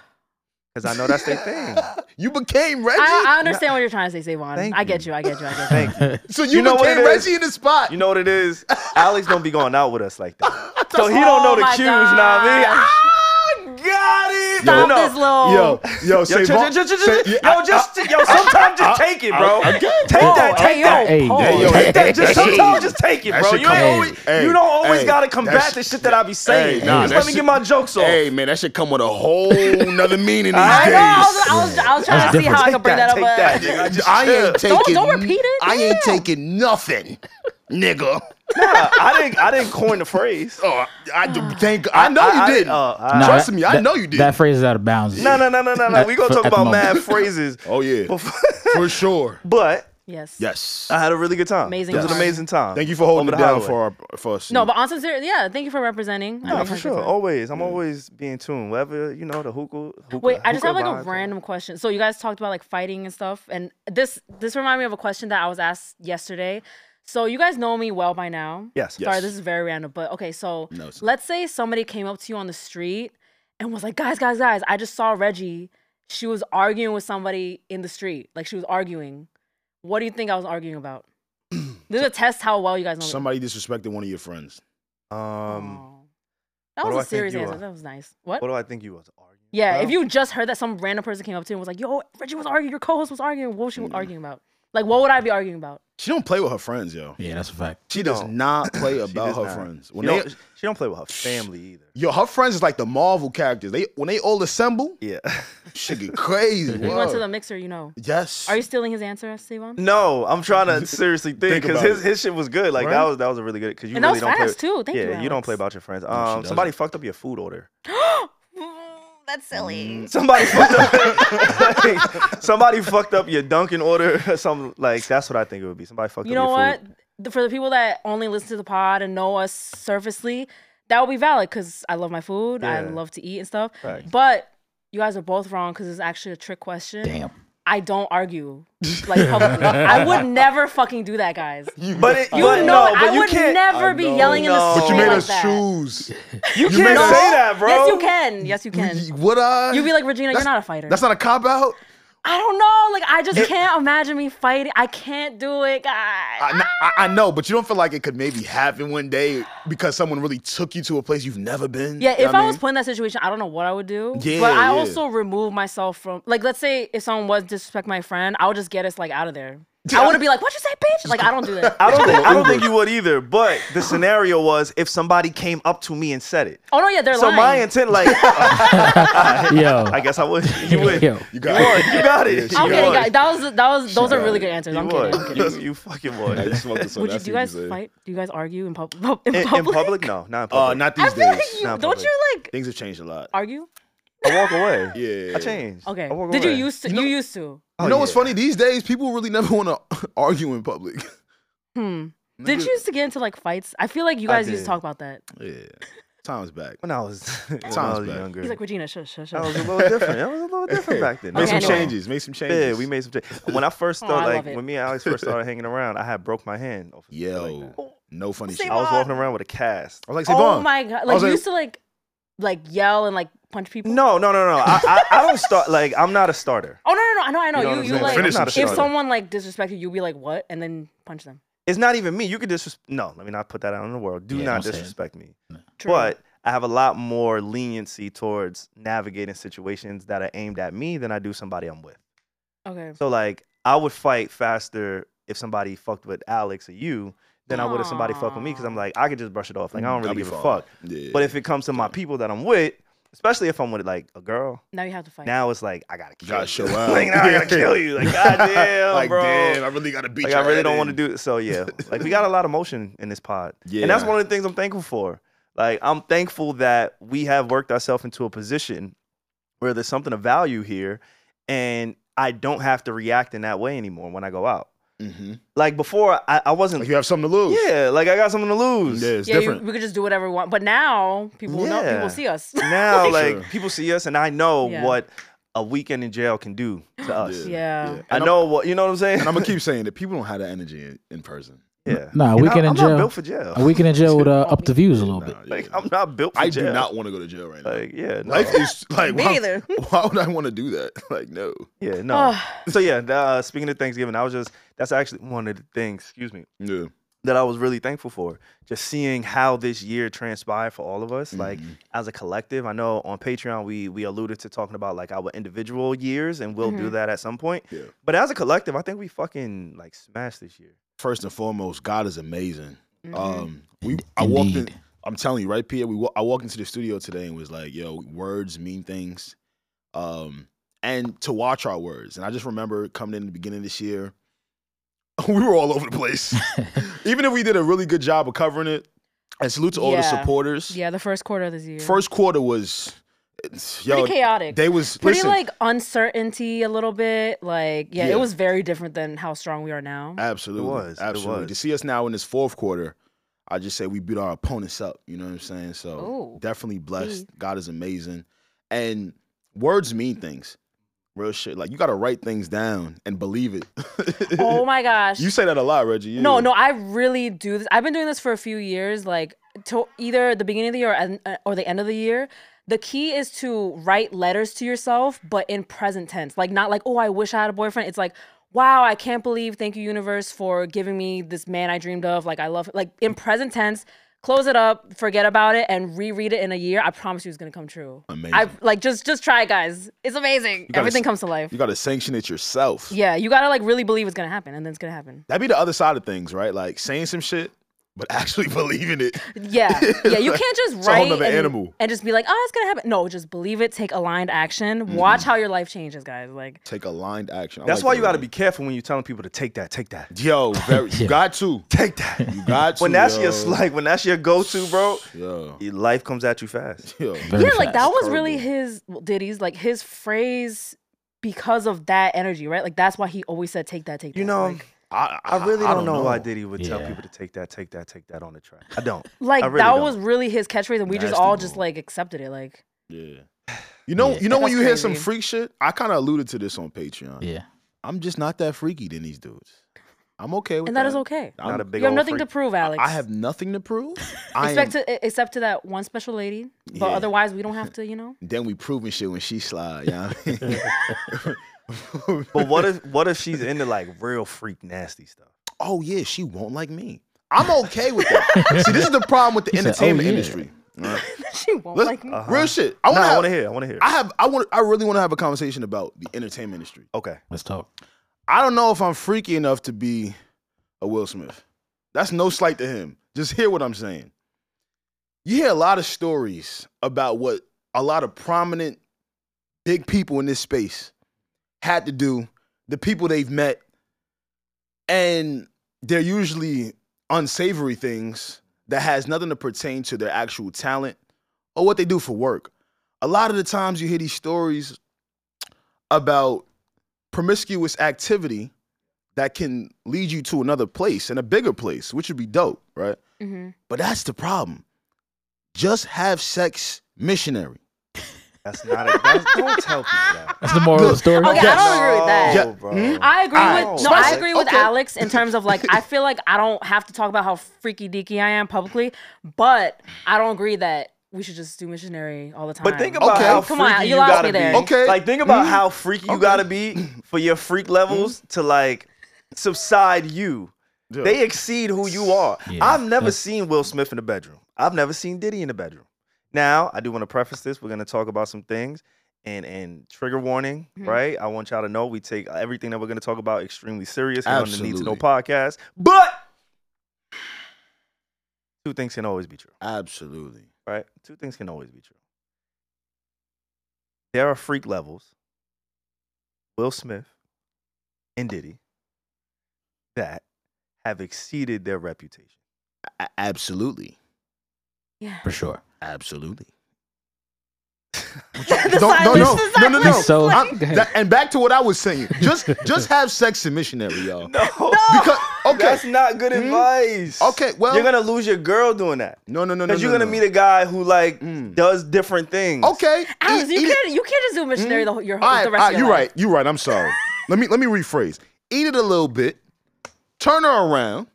S1: Because I know that's their thing.
S2: You became Reggie.
S4: I, I understand what you're trying to say, Savon.
S1: Thank
S4: I get you. I get you. I get you.
S1: Thank you.
S2: so you,
S1: you know what
S2: became
S1: it is?
S2: Reggie in the spot.
S1: You know what it is? Alex don't be going out with us like that. So he don't know
S4: Oh
S1: the
S4: my
S1: cues, know what I
S4: gosh.
S1: mean? I got it.
S4: Stop
S1: No.
S4: this little.
S2: yo, yo,
S1: Yo,
S2: say
S1: ch- ch- ch- ch- yo, just yo. Sometimes just take it, bro.
S2: I- okay.
S1: Take that,
S4: hey,
S1: take
S4: yo,
S1: that,
S3: Hey,
S4: pause.
S2: hey, yo,
S1: take that. Just
S2: Hey.
S1: sometimes just take it,
S2: That
S1: bro.
S2: shit
S1: You ain't
S2: come-
S1: always
S2: hey,
S1: you don't always
S2: hey,
S1: gotta
S2: that's-
S1: combat the shit that I be saying.
S2: Hey, nah,
S1: just
S2: that
S1: let me
S2: shit-
S1: get my jokes off.
S2: Hey man, that should come with a whole nother meaning these
S1: I
S4: I
S2: days.
S4: know. I was, I was, I was trying to see
S3: different.
S4: how I
S1: Take
S4: could bring
S1: that,
S4: that,
S1: take
S4: up.
S1: that,
S4: But
S1: nigga. I just-
S2: I ain't taking.
S4: Don't- don't repeat it.
S2: I ain't
S4: Damn.
S2: taking nothing, nigga.
S1: Nah, I didn't I didn't coin the phrase.
S2: Oh, I d- thank. I know
S1: I- I-
S2: you did.
S1: uh, I-
S2: not Trust me, I know you did.
S3: That phrase is out of bounds.
S1: No, no, no, no, no, no. We gonna
S3: For-
S1: talk
S3: at the
S1: about mad
S3: moment.
S1: phrases.
S2: oh yeah,
S1: Before-
S2: for sure.
S1: but
S4: yes.
S2: Yes.
S1: I had a really good time.
S4: Amazing
S1: It was an
S4: time.
S1: amazing time.
S2: Thank you for holding
S1: Over
S2: it
S1: the
S2: down
S1: highway.
S2: for our, for us.
S4: No, but on sincere, yeah. Thank you for representing. I
S1: Yeah,
S4: really
S1: for
S4: had a good
S1: sure. Oh,
S4: time.
S1: Always. I'm always being tuned. Whatever, you know, the hookah. hookah
S4: Wait, I just
S1: hookah
S4: have like a
S1: vibes.
S4: random question. So you guys talked about like fighting and stuff, and this this reminded me of a question that I was asked yesterday. So you guys know me well by now.
S1: Yes.
S4: Sorry, this is very random, but okay. So
S2: No, it's-
S4: let's say somebody came up to you on the street and was like, "Guys, guys, guys! I just saw Reggie. She was arguing with somebody in the street. Like she was arguing. What do you think I was arguing about? this is a test how well you guys know. me.
S2: Somebody disrespected one of your friends.
S1: Um,
S4: Oh. that
S1: what do I
S4: was a
S1: think
S4: serious
S1: you
S4: answer.
S1: are?
S4: That was nice. What?
S1: what do I think you was arguing
S4: Yeah, if you just heard that some random person came up to you and was like, "Yo, Reggie was arguing. Your co-host was arguing. What was she arguing about? Like, what would I be arguing about?"
S2: She don't play with her friends, yo.
S3: Yeah, that's a fact.
S2: She does
S1: don't.
S2: not play
S1: She
S2: about
S1: does
S2: her
S1: not.
S2: friends.
S1: She
S2: When they,
S1: don't, she don't play with her family either.
S2: yo, her friends is like the Marvel characters. They when they all assemble,
S1: Yeah.
S2: shit get crazy.
S4: You went to
S2: word.
S4: the mixer, you know.
S2: yes.
S4: Are you stealing his answer, Savon?
S1: No, I'm trying to seriously think
S2: Think
S1: because
S2: about
S1: his,
S2: it.
S1: his shit was good. Like
S2: Right?
S1: that was that was a really good because you
S4: And that
S1: really
S4: was
S1: don't play.
S4: fast, too. Thank you,
S1: yeah, you don't play
S4: Alex.
S1: about your friends. Um, somebody fucked up your food order.
S4: Mm, That's silly.
S1: Somebody fucked up. like, somebody fucked up your Dunkin' order. or Something like that's what I think it would be. Somebody fucked
S4: You
S1: up
S4: know
S1: your
S4: what?
S1: food.
S4: The- For the people that only listen to the pod and know us surfacely, that would be valid because I love my food. I
S1: Yeah.
S4: love to eat and stuff.
S1: Facts.
S4: But you guys are both wrong because it's actually a trick question.
S3: Damn.
S4: I don't argue like publicly. I would never fucking do that, guys. You
S1: But it,
S4: know,
S1: but no,
S4: I
S1: but you
S4: would
S1: can't.
S4: never be
S2: know.
S4: yelling in
S1: No. But
S4: the street
S2: but you made
S4: like
S2: us
S4: that.
S2: choose.
S1: you
S2: you
S1: can't
S2: made us-
S1: say that, bro.
S4: Yes, you can. Yes, you can.
S2: Y- Would I?
S4: You'd be like Regina, you're not a fighter.
S2: That's not a cop out.
S4: I don't know. Like I just can't imagine me fighting. I can't do it, guys.
S2: I, kn- I, I know, but you don't feel like it could maybe happen one day because someone really took you to a place you've never been.
S4: Yeah, if
S2: You know what
S4: I,
S2: mean?
S4: was put in that situation, I don't know what I would do.
S2: Yeah,
S4: but I
S2: yeah.
S4: also remove myself from like let's say if someone was disrespect my friend, I would just get us like out of there. I wouldn't be like, What you say, bitch? Like I don't do that.
S1: I don't think I don't think you would either. But the scenario was if somebody came up to me and said it.
S4: Oh no, yeah, they're
S1: So
S4: lying.
S1: my intent, like, uh,
S3: Yo.
S1: I guess I would. You would.
S3: Yo.
S1: You got it. You got it.
S4: I'm
S1: You
S4: kidding,
S1: would.
S4: guys. That was that was those are really good answers.
S1: You
S4: I'm
S1: would.
S4: kidding. I'm kidding.
S1: You, you fucking would.
S4: Would you do you guys fight? Do you guys argue in, pub- pub- in
S1: in,
S4: public?
S1: in public? No, not in public.
S2: Uh, not
S4: I
S2: these
S4: feel like
S2: days.
S4: you
S1: Not in
S4: don't
S1: public.
S4: you like
S2: Things have changed a lot.
S4: argue?
S1: I walk away.
S2: Yeah.
S1: I changed.
S4: Okay.
S1: I walk
S4: Did you
S1: away.
S4: used to you, used to?
S1: Oh,
S2: you know what's
S1: yeah.
S2: funny? These days, people really never want to argue in public.
S4: Hmm. Did you used to get into like fights? I feel like you
S1: I
S4: guys used
S1: did.
S4: to talk about that.
S2: Yeah. Time's back.
S1: When I was, when I
S2: Sounds
S1: was
S2: bad.
S1: younger,
S4: He's like Regina, shush, shush,
S1: I
S4: shush.
S1: was a little different. I was a little different back then.
S2: Make
S4: Okay,
S2: some
S4: anyway.
S2: changes. Make some changes.
S1: Yeah, we made some changes. When I first
S4: Oh,
S1: started,
S4: I
S1: like
S4: love it.
S1: when me and Alex first started hanging around, I had broke my hand. off of something like
S2: Yo,
S1: that.
S2: no funny
S4: Say
S2: shit.
S1: I was
S4: Devon.
S1: walking around with a cast.
S2: I was like,
S4: Oh
S2: Savon.
S4: my god!
S2: I
S4: Like
S2: was
S4: you
S2: like-
S4: used to like, like yell and like punch people.
S1: No, no, no, no. I, I, I don't start. Like I'm not a starter.
S4: Oh no no no! I know I
S1: You know
S4: know
S1: what I'm
S4: you you,
S1: saying?
S4: like
S2: Finish the
S4: if
S2: starter.
S4: someone like disrespected you, be like what, and then punch them.
S1: It's not even me. You could disrespect. No, let me not put that out in the world. Do
S3: Yeah,
S1: not
S3: don't say it.
S1: disrespect me.
S4: True.
S1: But I have a lot more leniency towards navigating situations that are aimed at me than I do somebody I'm with.
S4: Okay.
S1: So like I would fight faster if somebody fucked with Alex or you than I would if somebody fucked with me because I'm like I could just brush it off. Like I don't
S2: Mm, I'll
S1: really
S2: be
S1: give a
S2: fine.
S1: fuck.
S2: Yeah.
S1: But if it comes to my people that I'm with, especially if I'm with like a girl,
S4: Now you have to fight.
S1: now it's like I gotta kill
S2: Gotta
S1: you.
S2: show out.
S1: like now I gotta kill you. Like goddamn,
S2: like,
S1: bro.
S2: damn, I really gotta beat.
S1: like I
S2: your
S1: really
S2: head
S1: don't
S2: in.
S1: want to do it. So yeah, like we got a lot of motion in this pod, and that's
S2: Yeah.
S1: one of the things I'm thankful for. Like I'm thankful that we have worked ourselves into a position where there's something of value here, and I don't have to react in that way anymore when I go out.
S2: Mhm.
S1: Like before, I, I
S2: Like
S1: wasn't.
S2: you have something to lose.
S1: Yeah, like I got something to lose.
S2: Yeah, it's
S4: yeah, you,
S2: different.
S4: we could just do whatever we want. But now people will know.
S1: Yeah.
S4: People see us.
S1: Now, like
S2: Sure.
S1: people see us, and I know
S4: Yeah.
S1: what a weekend in jail can do to us.
S4: Yeah.
S2: And
S1: I
S2: I'm-
S1: know what you know what I'm saying.
S2: And I'm gonna keep saying that people don't have that energy in, in person.
S1: yeah.
S3: Nah, a
S1: And I-
S3: weekend in
S1: I'm
S3: jail.
S1: Not built for jail.
S3: A weekend in jail would uh, up the views a little bit.
S2: Nah, yeah.
S1: like I'm not built for
S2: I
S1: jail.
S2: do not want to go to jail right now.
S1: Like yeah, no.
S2: Life is like
S4: Me
S2: why,
S4: either.
S2: why would I want to do that? Like no.
S1: Yeah,
S4: Ah.
S1: no. so yeah, the, uh, speaking of Thanksgiving, I was just that's actually one of the things, excuse me,
S2: Yeah.
S1: that I was really thankful for. Just seeing how this year transpired for all of us, like
S2: Mm-hmm.
S1: as a collective. I know on Patreon we we alluded to talking about like our individual years, and we'll do that at some point.
S2: Yeah.
S1: But as a collective, I think we fucking like smashed this year.
S2: First and foremost, God is amazing.
S4: Mm-hmm.
S2: Um, we I walked in.
S3: Indeed.
S2: I'm telling you, right, Pierre. We wa- I walked into the studio today and was like, "Yo, words mean things," um, and to watch our words. And I just remember coming in the beginning of this year, we were all over the place. Even if we did a really good job of covering it, and salute to all the
S4: Yeah.
S2: supporters.
S4: Yeah. The first quarter of this year.
S2: First quarter was, yo,
S4: pretty chaotic.
S2: They was
S4: pretty
S2: listen,
S4: like uncertainty a little bit. Like yeah,
S2: Yeah.
S4: it was very different than how strong we are now.
S2: Absolutely.
S1: was, it
S2: Absolutely.
S1: was.
S2: To see us now in this fourth quarter, I just say we beat our opponents up. You know what I'm saying? So
S4: Ooh.
S2: definitely blessed. God is amazing. And words mean things. Real shit. Like you gotta write things down and believe it.
S4: oh my gosh.
S2: you say that a lot, Reggie.
S4: No,
S2: Yeah.
S4: no, I really do this. I've been doing this for a few years, like to either the beginning of the year or, en- uh, or the end of the year. The key is to write letters to yourself, but in present tense, like not like, oh, I wish I had a boyfriend. It's like, wow, I can't believe, thank you, universe, for giving me this man I dreamed of. Like, I love, like in present tense, close it up, forget about it, and reread it in a year. I promise you, it's gonna come true.
S2: Amazing.
S4: I like just just try, it, guys. It's amazing.
S2: gotta
S4: Everything
S2: s-
S4: comes to life.
S2: you got to sanction it yourself.
S4: Yeah, you gotta like really believe it's gonna happen, and then it's gonna happen.
S2: That'd be the other side of things, right? Like saying some shit, but actually believing it.
S4: Yeah, yeah. You can't just
S2: It's a
S4: write
S2: whole nother
S4: and,
S2: animal.
S4: and just be like, oh, it's gonna happen. No, just believe it. Take aligned action.
S2: Mm-hmm.
S4: Watch how your life changes, guys. Like,
S2: Take aligned action. I
S1: That's
S2: like
S1: why
S2: that
S1: you got to
S2: word.
S1: be careful when you're telling people to take that, take that,
S2: Yo, very, you got to.
S1: take that.
S2: You got to.
S1: when that's your
S2: yo.
S1: like, when that's your go-to, bro,
S2: Yo.
S1: your life comes at you fast.
S2: Yo.
S3: Very
S4: yeah, like that
S3: fast.
S4: was really
S2: Curveball.
S4: his well, Diddy's like his phrase because of that energy, right? Like that's why he always said, take that, take that.
S1: You know,
S4: like,
S2: I,
S1: I really don't, know, why Diddy would tell
S3: Yeah.
S1: people to take that, take that, take that on the track. I don't.
S4: like
S1: I really
S4: that
S1: don't.
S4: was really his catchphrase, and we just
S2: Nasty
S4: all just
S2: boy.
S4: like accepted it. Like,
S2: Yeah. You know,
S3: Yeah.
S2: you know when
S4: That's
S2: you hear some
S4: crazy.
S2: freak shit. I kind of alluded to this on Patreon.
S3: Yeah.
S2: I'm just not that freaky than these dudes. I'm okay with
S4: and
S2: that.
S4: that is okay.
S2: I'm-
S1: Not a big.
S4: you have
S1: old
S4: nothing
S1: freak.
S4: to prove, Alex.
S2: I have nothing to prove. I am,
S4: Expect to, except to that one special lady, but
S2: Yeah.
S4: otherwise we don't have to, you know.
S2: then we proving shit when she slide. You know what I mean?
S1: But what if what if she's into like real freak nasty stuff?
S2: oh yeah, she won't like me. I'm okay with that. See, this is the problem with the
S3: He said, "Oh,
S2: entertainment
S3: yeah."
S2: industry. Alright.
S4: she won't
S2: Let's-
S4: like me.
S1: Uh-huh.
S2: Real shit. I
S1: No,
S2: want
S1: I
S2: to.
S1: want to hear. I want to hear.
S2: I have. I want. I really want to have a conversation about the entertainment industry.
S1: okay.
S3: Let's talk.
S2: I don't know if I'm freaky enough to be a Will Smith. That's no slight to him. Just hear what I'm saying. You hear a lot of stories about what a lot of prominent big people in this space had to do, the people they've met, and they're usually unsavory things that has nothing to pertain to their actual talent or what they do for work. A lot of the times you hear these stories about promiscuous activity that can lead you to another place and a bigger place, which would be dope, right?
S4: hmm
S2: But that's the problem. Just have sex missionary.
S1: That's not. A, that's, don't tell people that.
S3: That's the moral of the story.
S4: Okay, I don't agree with that. hmm?
S1: No,
S2: Yeah.
S1: bro.
S2: Mhm.
S4: I agree
S2: Alright,
S4: with no,
S2: spice
S4: I
S2: it.
S4: agree with
S2: Okay.
S4: Alex in terms of like I feel like I don't have to talk about how freaky deaky I am publicly, but I don't agree that we should just do missionary all the time.
S1: But think about
S2: Okay.
S1: how
S4: Come
S1: freaky
S4: on, you
S1: you
S4: lost
S1: gotta
S4: me there.
S1: be.
S2: Okay.
S1: Like think about
S2: Mhm.
S1: how freaky you
S2: Okay.
S1: gotta be for your freak levels to like subside you.
S2: Yeah.
S1: They exceed who you are.
S3: Yeah,
S1: I've never
S3: that's-
S1: seen Will Smith in the bedroom. I've never seen Diddy in the bedroom. Now, I do want to preface this. We're gonna talk about some things and and trigger warning,
S4: Mhm.
S1: right? I want y'all to know we take everything that we're gonna talk about extremely serious here on the Need to Know
S2: Absolutely.
S1: podcast. But two things can always be true
S2: Absolutely.
S1: right? Two things can always be true. There are freak levels, Will Smith and Diddy, that have exceeded their reputation.
S2: A- absolutely.
S4: yeah.
S3: For sure.
S2: Absolutely.
S4: The
S2: Don't- don't-
S4: silence, the
S2: no, no, no,
S4: silence.
S3: So
S2: I'm- that- and back to what I was saying. Just just have sex and missionary, y'all.
S1: No,
S2: Because okay.
S1: that's not good
S2: Mhm.
S1: advice.
S2: Okay, well
S1: you're gonna lose your girl doing that
S2: No, no, no, no.
S1: because
S2: no,
S1: you're gonna
S2: no.
S1: meet a guy who like
S2: Mm.
S1: does different things.
S2: Okay.
S4: Alex,
S2: eat-
S4: you
S2: eat it.
S4: can't you can't just do missionary
S2: Mhm.
S4: the whole your
S2: E- All
S4: whole
S2: right,
S4: the rest
S2: all
S4: of
S2: right,
S4: your
S2: you're
S4: life.
S2: right. You're right. I'm sorry. let me let me rephrase. Eat it a little bit, turn her around,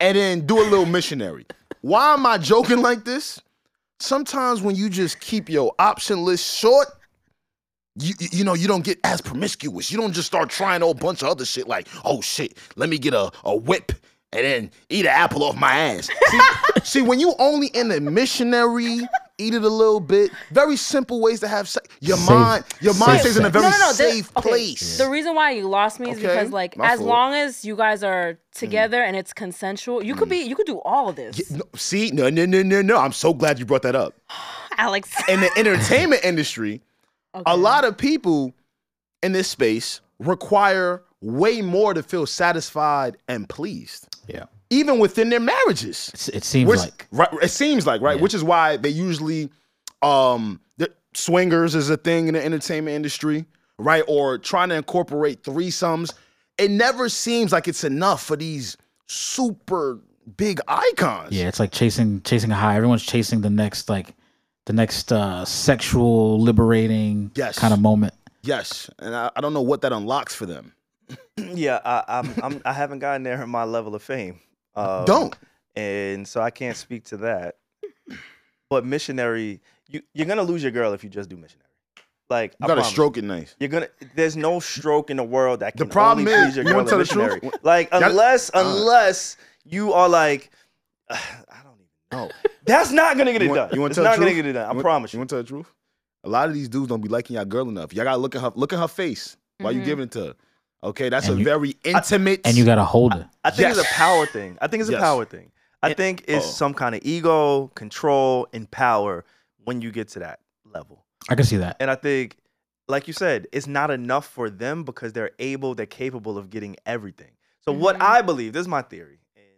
S2: and then do a little missionary. Why am I joking like this? Sometimes when you just keep your option list short, you you- you know you don't get as promiscuous. You don't just start trying a whole bunch of other shit like, oh shit, let me get a, a whip and then eat an apple off my ass. See, see, when you only in the missionary, eat it a little bit. Very simple ways to have sex. Your
S3: Safe.
S2: mind, your mind
S3: Safe
S2: stays in a
S3: sex.
S2: very
S4: No, no, no, the-
S2: safe
S4: okay.
S2: place.
S4: The reason why you lost me is
S2: Okay,
S4: because like
S2: my
S4: as
S2: fault.
S4: long as you guys are together and it's consensual, you could be you could do all of this.
S2: Yeah, no, see, no, no, no, no, no. I'm so glad you brought that up.
S4: Alex.
S2: In the entertainment industry, a lot of people in this space require way more to feel satisfied and pleased,
S3: Yeah.
S2: even within their marriages.
S3: It's, it seems
S2: Which,
S3: like
S2: right, it seems like right,
S3: Yeah.
S2: which is why they usually um the swingers is a thing in the entertainment industry, right? Or trying to incorporate threesomes. It never seems like it's enough for these super big icons.
S3: yeah, it's like chasing chasing a high. Everyone's chasing the next like the next uh sexual liberating
S2: Yes.
S3: kind of moment.
S2: Yes, and I, I don't know what that unlocks for them.
S1: Yeah, I, I'm, I'm. I haven't gotten there in my level of fame.
S3: Uh,
S1: Um,
S2: don't.
S1: and so I can't speak to that. But missionary, you you're gonna lose your girl if you just do missionary. Like
S2: You
S1: I
S2: gotta
S1: promise.
S2: stroke it nice.
S1: You're gonna. There's no stroke in the world that
S2: The
S1: can
S2: problem
S1: only
S2: is,
S1: please your
S2: you
S1: girl
S2: wanna
S1: in
S2: tell the truth? Uh.
S1: missionary. Like
S2: Y'all-
S1: unless
S2: Uh.
S1: unless you are like, "Ugh, I don't even
S2: No.
S1: That's not gonna get it
S2: You
S1: done.
S2: want- you wanna
S1: it's
S2: tell the
S1: not gonna
S2: truth?
S1: get it done. I
S2: You want-
S1: promise
S2: You
S1: you.
S2: want to tell the truth? A lot of these dudes don't be liking y'all girl enough. Y'all gotta look at her, look at her face. Why you
S1: Mm-hmm.
S4: Mhm.
S2: giving it to her? Okay, that's
S3: And
S2: a
S3: you-
S2: very intimate.
S3: and you gotta hold it.
S1: I think it's a
S2: Yes.
S1: power thing. I think it's a
S2: Yes.
S1: power thing. I
S2: And-
S1: think it's
S2: oh.
S1: some kind of ego, control, and power when you get to that level.
S3: I can see that.
S1: And I think, like you said, it's not enough for them because they're able, they're capable of getting everything. So what
S4: Mhm.
S1: I believe, this is my theory, and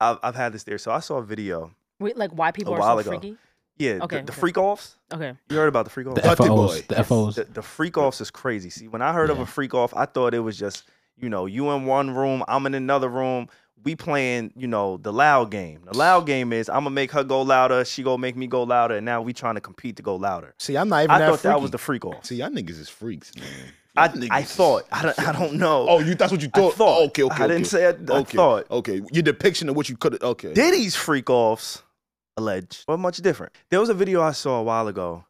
S1: I've, I've had this theory. So I saw a video.
S4: Wait, like why people
S1: A
S4: are so
S1: while ago.
S4: freaky?
S1: Yeah, the-
S4: Okay,
S1: the,
S4: okay.
S1: freak offs.
S4: Okay.
S1: You heard about the freak offs?
S3: The
S2: Dirty
S3: FOs,
S2: boy.
S3: the
S4: Yes.
S3: FOs.
S1: The, the freak offs is crazy. See, when I heard of
S3: Yeah.
S1: a freak off, I thought it was just, you know, you in one room, I'm in another room. We playing, you know, the loud game. The loud game is I'm gonna make her go louder, she gonna make me go louder, and now we trying to compete to go louder.
S2: See, I'm not even.
S1: I
S2: that
S1: thought that
S2: freaky.
S1: was the freak off.
S2: See, y'all niggas is freaks, man.
S1: I,
S2: Y'all niggas
S1: I
S2: is-
S1: thought I don't, I don't know.
S2: Oh, you? That's what you thought?
S1: thought.
S2: Oh, okay, okay.
S1: I didn't say
S2: okay.
S1: I- I
S2: okay.
S1: thought.
S2: Okay, your depiction of what you could. Okay.
S1: Diddy's freak offs, alleged, were much different. There was a video I saw a while ago,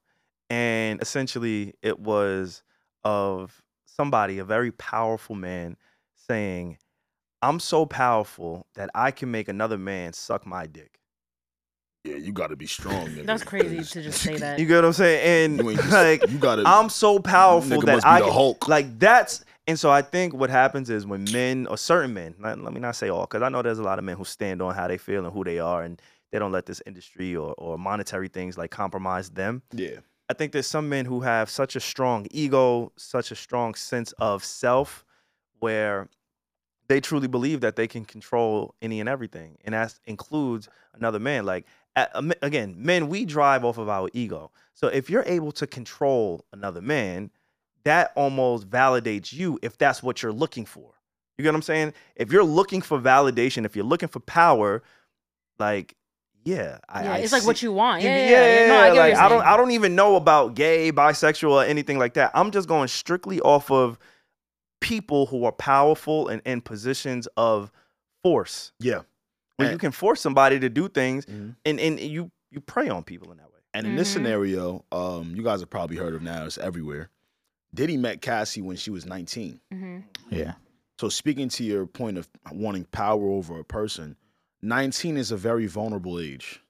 S1: and essentially it was of somebody, a very powerful man, saying, I'm so powerful that I can make another man suck my dick.
S2: yeah, you gotta be strong. Nigga.
S4: That's crazy to just say that.
S1: You get what I'm saying?
S2: You, ain't
S1: And
S2: just,
S1: like,
S2: you gotta.
S1: I'm so powerful
S2: Nigga
S1: that
S2: must be
S1: I
S2: the
S1: can,
S2: Hulk.
S1: like that's and so I think what happens is when men or certain men, not, let me not say all, because I know there's a lot of men who stand on how they feel and who they are, and they don't let this industry or, or monetary things like compromise them.
S2: yeah.
S1: I think there's some men who have such a strong ego, such a strong sense of self, where they truly believe that they can control any and everything, and that includes another man. Like a- a- again, men we drive off of our ego. So if you're able to control another man, that almost validates you if that's what you're looking for. You get what I'm saying? If you're looking for validation, if you're looking for power, like yeah, I,
S4: yeah,
S1: I
S4: it's like
S1: see-
S4: what you want.
S1: you-
S4: Yeah, yeah, yeah. No, I get what
S1: like,
S4: you're
S1: I don't,
S4: saying.
S1: I don't even know about gay, bisexual, or anything like that. I'm just going strictly off of people who are powerful and in positions of force.
S2: Yeah.
S1: where
S2: And-
S1: you can force somebody to do things,
S2: Mhm.
S1: and and you you prey on people in that way.
S2: And in this
S4: Mhm.
S2: scenario, um, you guys have probably heard of now. It's everywhere. Diddy met Cassie when she was 19.
S4: Mhm.
S3: Yeah.
S2: So speaking to your point of wanting power over a person, 19 is a very vulnerable age.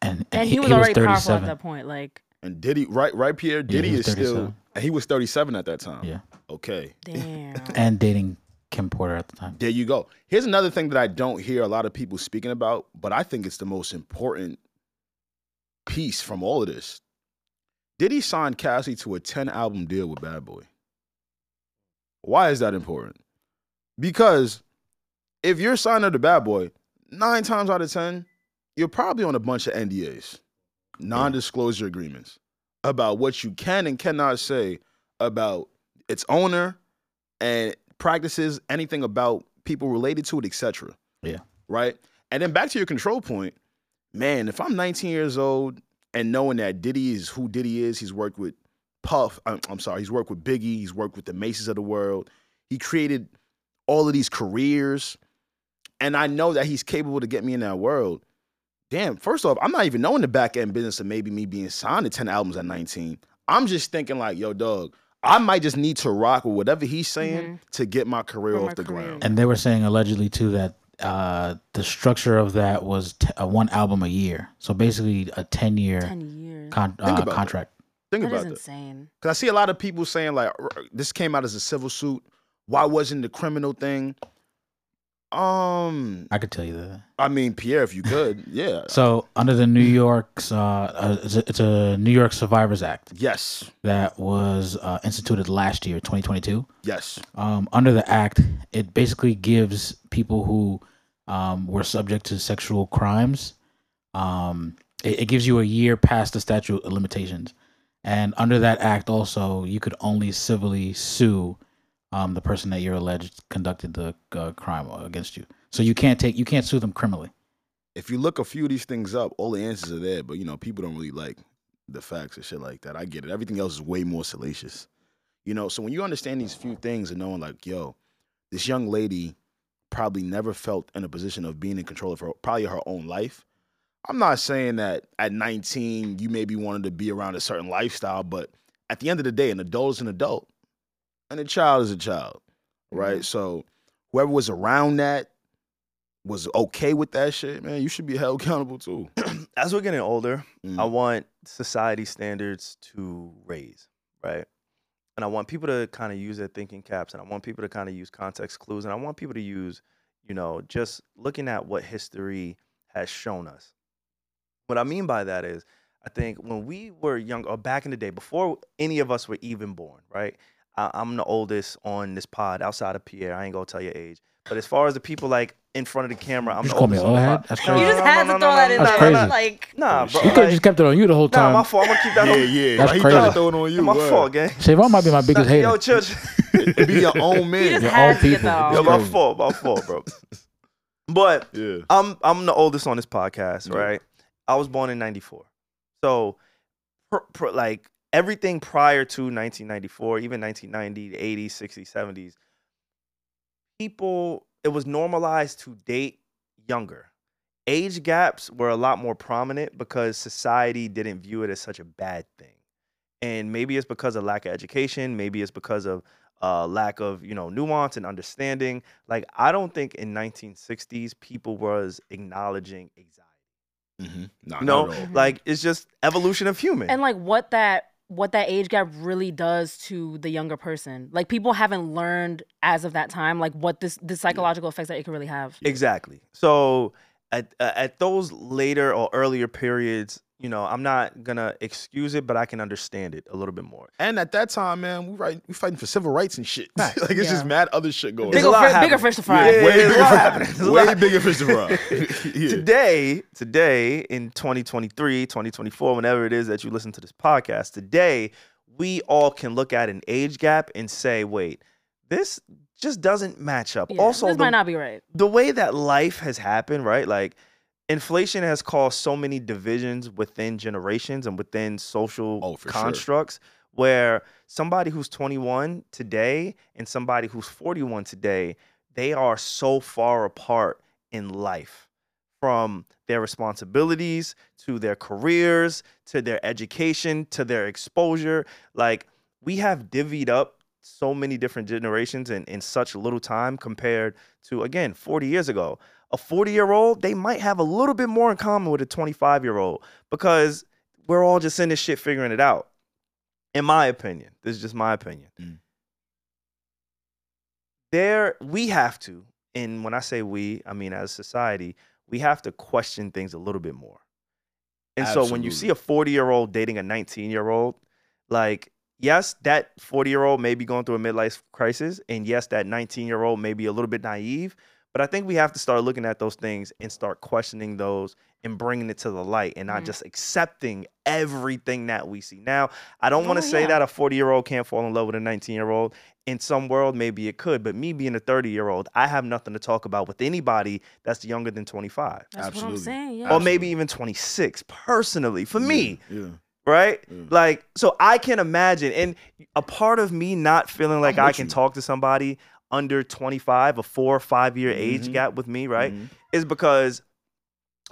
S3: And, and,
S4: And
S3: he,
S4: he was
S3: he
S4: already powerful at
S3: 37.
S4: that point. Like,
S2: And Diddy, right, right, Pierre, Diddy
S3: he
S2: is
S3: was
S2: still
S3: 37.
S2: and he was 37 at that time.
S3: Yeah.
S2: Okay.
S4: damn.
S3: And dating Kim Porter at the time.
S2: There you go. Here's another thing that I don't hear a lot of people speaking about, but I think it's the most important piece from all of this. Diddy signed Cassie to a 10 album deal with Bad Boy. Why is that important? Because if you're signed up to Bad Boy, nine times out of 10, you're probably on a bunch of NDAs, non disclosure agreements, about what you can and cannot say about its owner and practices, anything about people related to it, etc.
S3: Yeah.
S2: Right? And then back to your control point, man, if I'm 19 years old and knowing that Diddy is who Diddy is, he's worked with Puff, I'm, I'm sorry, he's worked with Biggie, he's worked with the Maces of the world, he created all of these careers, and I know that he's capable to get me in that world. Damn, first off, I'm not even knowing the back end business of maybe me being signed to 10 albums at 19. I'm just thinking, like, yo, dog, I might just need to rock with whatever he's saying to get my career
S4: Mm-hmm. For my
S2: off the
S4: career.
S2: ground.
S3: And they were saying allegedly too that uh, the structure of that was t- uh, one album a year. So basically a 10 year
S4: Ten years.
S3: con-
S2: about
S3: uh,
S2: that.
S3: contract.
S2: Think
S4: That is
S2: about that.
S4: insane.
S2: Because I see a lot of people saying, like, "R- this came out as a civil suit. Why wasn't the criminal thing? Um,
S3: I could tell you that.
S2: I mean, Pierre, if you could, yeah.
S3: So under the New York's, uh, uh, it's, a, it's a New York Survivors Act
S2: Yes,
S3: that was uh, instituted last year, 2022.
S2: yes.
S3: um, under the act, it basically gives people who um, were subject to sexual crimes, um, it, it gives you a year past the statute of limitations. And under that act, also, you could only civilly sue um, the person that you're alleged conducted the uh, crime against you. So you can't take, you can't sue them criminally.
S2: If you look a few of these things up, all the answers are there, but you know, people don't really like the facts and shit like that. I get it. Everything else is way more salacious. You know, so when you understand these few things and knowing, like, yo, this young lady probably never felt in a position of being in control of her probably her own life. I'm not saying that at 19 you maybe wanted to be around a certain lifestyle, but at the end of the day, an adult is an adult,
S3: Mm-hmm.
S2: and a child is a child, right? So whoever was around that was okay with that shit, man, you should be held accountable too.
S1: As we're getting older,
S2: Mm.
S1: I want society standards to raise, right? And I want people to kind of use their thinking caps and I want people to kind of use context clues and I want people to use, you know, just looking at what history has shown us. What I mean by that is, I think when we were young or back in the day, before any of us were even born, right? I, I'm the oldest on this pod outside of Pierre. I ain't gonna tell your age. But as far as the people like in front of the camera, I'm
S3: You
S1: the
S3: call me
S1: oldest. on the
S3: old head?
S1: pod.
S3: That's
S1: No,
S3: crazy.
S4: you
S1: no,
S4: just
S1: no,
S4: had
S1: no, no,
S4: to throw
S1: no,
S4: that in
S1: no,
S3: That's
S4: there.
S3: crazy.
S4: Like,
S1: Nah, bro.
S3: You could have just kept it on you the whole
S1: Nah,
S3: time.
S1: my fault. I'm gonna keep that.
S2: yeah, yeah.
S3: That's
S2: Like, he
S3: crazy.
S2: tried to throw it on you.
S1: my
S2: word.
S1: fault, gang.
S3: Siobhan might be my biggest hater.
S1: Yo, church.
S2: Be your own
S4: you
S2: man.
S4: just
S3: Your
S4: had
S3: own
S4: to get
S3: people.
S4: that
S1: Yo,
S4: off.
S3: Yo,
S1: my
S3: crazy.
S1: fault, my fault, bro. But
S2: Yeah.
S1: I'm I'm the oldest on this podcast,
S2: Yeah.
S1: right? I was born in '94, so pr- pr- like everything prior to 1994, even 1990, the 80s, 60s, 70s, people it was normalized to date younger. Age gaps were a lot more prominent because society didn't view it as such a bad thing, and maybe it's because of lack of education, maybe it's because of uh, lack of you know nuance and understanding like I don't think in 1960s people was acknowledging anxiety.
S2: Mm-hmm. Nah,
S1: No.
S2: not at all.
S1: Like it's just evolution of human.
S4: and like what that what that age gap really does to the younger person like people haven't learned as of that time like what this the psychological effects that it could really have
S1: exactly. So at uh, at those later or earlier periods, you know, I'm not gonna excuse it, but I can understand it a little bit more.
S2: And at that time, man, we right, we fighting for civil rights and shit. like it's
S4: Yeah.
S2: just mad other shit going.
S1: There's
S4: bigger,
S1: a
S2: on.
S1: lot
S4: fri- bigger
S1: happening.
S4: fish to fry
S1: Yeah,
S2: way
S1: there's a
S2: bigger,
S1: lot
S2: fry-
S1: happening. There's a
S2: way
S1: lot.
S2: bigger fish to fry. yeah.
S1: Today, today in 2023, 2024, whenever it is that you listen to this podcast, today we all can look at an age gap and say, wait, this just doesn't match up.
S4: Yeah,
S1: also,
S4: this
S1: the
S4: might not be right
S1: the way that life has happened, right? Like inflation has caused so many divisions within generations and within social
S2: Oh, for sure.
S1: constructs where somebody who's 21 today and somebody who's 41 today, they are so far apart in life from their responsibilities to their careers to their education to their exposure like we have divvied up so many different generations in, in such little time compared to again 40 years ago a 40 year old they might have a little bit more in common with a 25 year old because we're all just in this shit figuring it out in my opinion this is just my opinion
S2: Mm.
S1: there we have to and when i say we i mean as a society we have to question things a little bit more and so when you
S2: Absolutely.
S1: see a 40 year old dating a 19 year old like yes, that 40 year old may be going through a midlife crisis, and yes, that 19 year old may be a little bit naive, but I think we have to start looking at those things and start questioning those and bringing it to the light and not
S2: Mm.
S4: Mhm.
S1: just accepting everything that we see. Now, I don't want
S4: Oh,
S1: to say
S4: yeah.
S1: that a 40 year old can't fall in love with a 19 year old. In some world, maybe it could, but me being a 30 year old, I have nothing to talk about with anybody that's younger than 25
S4: that's what i'm
S2: Absolutely.
S4: saying yeah
S1: or maybe
S2: Absolutely.
S1: even 26 personally for
S2: Yeah, Mm.
S1: me
S2: yeah,
S1: right?
S2: Yeah.
S1: Like, so I can imagine, and a part of me not feeling like I
S2: I'm with
S1: can
S2: you.
S1: talk to somebody under 25, a four or five year age
S2: Mhm.
S1: gap with me, right?
S2: Mhm.
S1: Is because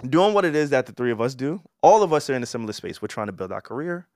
S1: doing what it is that the three of us do, all of us are in a similar space. We're trying to build our career,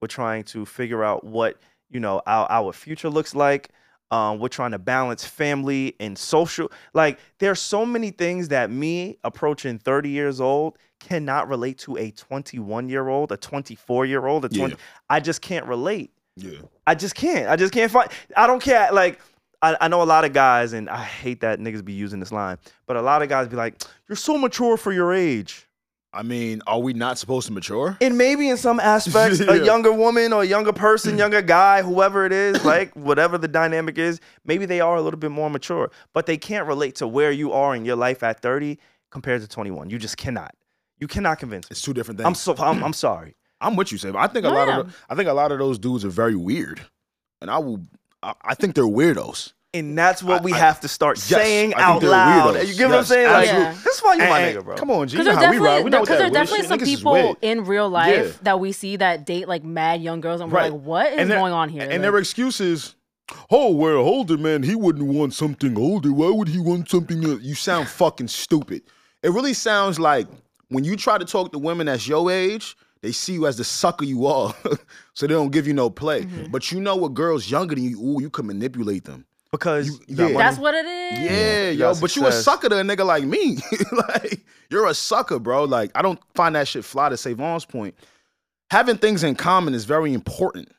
S1: we're trying to figure out what, you know, our, our future looks like. Um, we're trying to balance family and social. Like, there are so many things that me approaching 30 years old cannot relate to a 21 year old, a 24 year old, a 20.
S2: Yeah.
S1: I just can't relate.
S2: yeah.
S1: I just can't. I just can't find. I don't care. Like, I, I know a lot of guys, and I hate that niggas be using this line, but a lot of guys be like, you're so mature for your age.
S2: I mean, are we not supposed to mature?
S1: And maybe in some aspects,
S2: Yeah.
S1: a younger woman or a younger person, younger guy, whoever it is, like whatever the dynamic is, maybe they are a little bit more mature, but they can't relate to where you are in your life at 30 compared to 21. You just cannot. You cannot convince me.
S2: It's two different things.
S1: I'm so I'm, I'm sorry.
S2: I'm with you, Sam. I think a
S4: No,
S2: lot
S4: yeah.
S2: of the- I think a lot of those dudes are very weird, and I will. I, I think they're weirdos.
S1: And that's what
S2: I-
S1: we
S2: I-
S1: have to start
S2: yes,
S1: saying
S2: I think
S1: out
S2: they're
S1: loud.
S2: weirdos.
S1: You get what I'm
S2: Yes,
S1: saying? Like,
S4: absolutely.
S1: this is why you my
S2: And-
S1: nigga, bro.
S2: Come on, G. You know
S4: because there's
S2: how we
S4: definitely,
S2: ride. We know
S4: there-
S2: what that
S4: 'cause there's
S2: weird
S4: definitely
S2: shit-
S4: some
S2: niggas is
S4: people
S2: weird.
S4: in real life
S2: Yeah.
S4: that we see that date like mad young girls and we're
S2: Right.
S4: like what is
S2: And they're-
S4: going on here
S2: And
S4: Like,
S2: their excuse is, oh, well, older man, he wouldn't want something older. Why would he want something else? You sound fucking stupid. It really sounds like when you try to talk to women that's your age, they see you as the sucker you
S4: Mm-hmm.
S2: are. so they don't give you no play. But you know what girls younger than you, ooh, you can manipulate them.
S1: because
S2: You-
S1: you got
S2: yeah.
S1: money.
S4: That's what it is.
S2: Yeah,
S1: You
S2: yo,
S1: got
S2: but you a
S1: success.
S2: sucker to a nigga like me. like you're a sucker, bro. Like I don't find that shit fly to Savon's point. Having things in common is very important.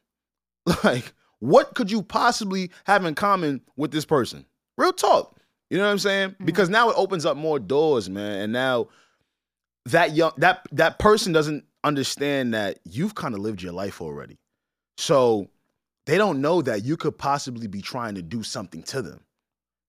S2: Like, what could you possibly have in common with this person? Real talk. You know what I'm saying?
S4: Mm-hmm.
S2: Because now it opens up more doors, man. And now that young that that person doesn't understand that you've kind of lived your life already. So they don't know that you could possibly be trying to do something to them.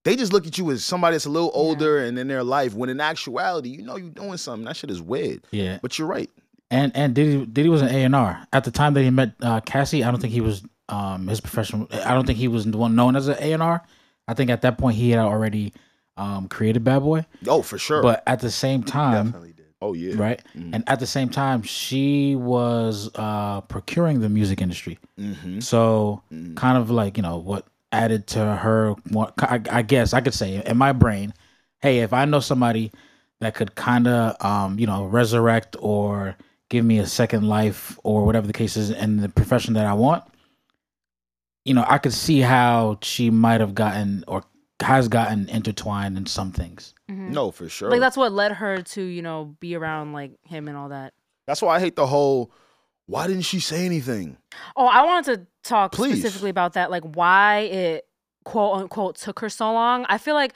S2: They just look at you as somebody that's a little older and in their life, when in actuality, you know you're doing something. That shit is weird.
S3: Yeah,
S2: But you're right.
S3: and and Diddy Diddy was an A and R at the time that he met uh, Cassie. I don't think he was um his professional. I don't think he was the one known as an A and R. I think at that point he had already um created Bad Boy.
S2: Oh, for sure.
S3: But at the same time,
S1: definitely did.
S2: oh yeah.
S3: right?
S2: Mhm.
S3: And at the same time, she was uh procuring the music industry.
S2: Mm-hmm.
S3: So
S2: Mhm.
S3: kind of like you know what added to her. What I, I guess I could say in my brain, hey, if I know somebody that could kind of um, you know resurrect or give me a second life or whatever the case is in the profession that I want, you know, I could see how she might have gotten or has gotten intertwined in some things.
S4: Mhm.
S2: No, for sure.
S4: Like that's what led her to, you know, be around like him and all that.
S2: That's why I hate the whole. Why didn't she say anything?
S4: Oh, I wanted to talk
S2: Please.
S4: specifically about that, like why it quote unquote took her so long. I feel like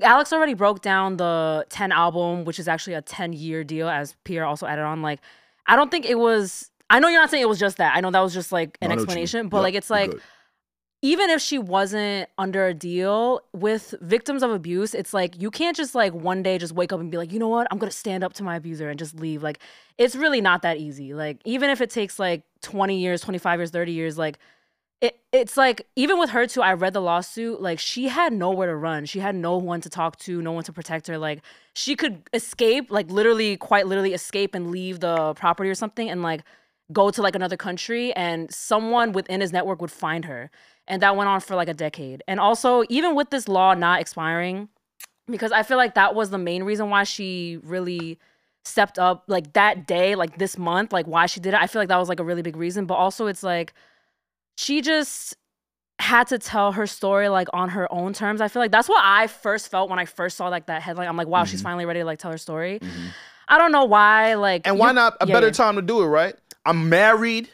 S4: Alex already broke down the 10 album, which is actually a 10 year deal, as Pierre also added on. Like, I don't think it was, I know you're not saying it was just that. I know that was just like an
S2: No, I know what you mean.
S4: explanation, but
S2: Yep,
S4: like it's
S2: you're
S4: like,
S2: good.
S4: even if she wasn't under a deal with victims of abuse, it's like you can't just like one day just wake up and be like, you know what, I'm gonna stand up to my abuser and just leave. Like, it's really not that easy. Like, even if it takes like 20 years, 25 years, 30 years, like it, it's like even with her too, I read the lawsuit, like she had nowhere to run. She had no one to talk to, no one to protect her. Like she could escape, like literally, quite literally escape and leave the property or something and like go to like another country and someone within his network would find her. And that went on for like a decade. And also, even with this law not expiring, because I feel like that was the main reason why she really stepped up like that day, like this month, like why she did it. I feel like that was like a really big reason. But also, it's like she just had to tell her story like on her own terms. I feel like that's what I first felt when I first saw like that headline. I'm like, wow,
S2: Mm-hmm.
S4: she's finally ready to like tell her story. I don't know why, like,
S2: And why
S4: you-
S2: not a
S4: yeah,
S2: better
S4: yeah.
S2: time to do it, right? I'm married.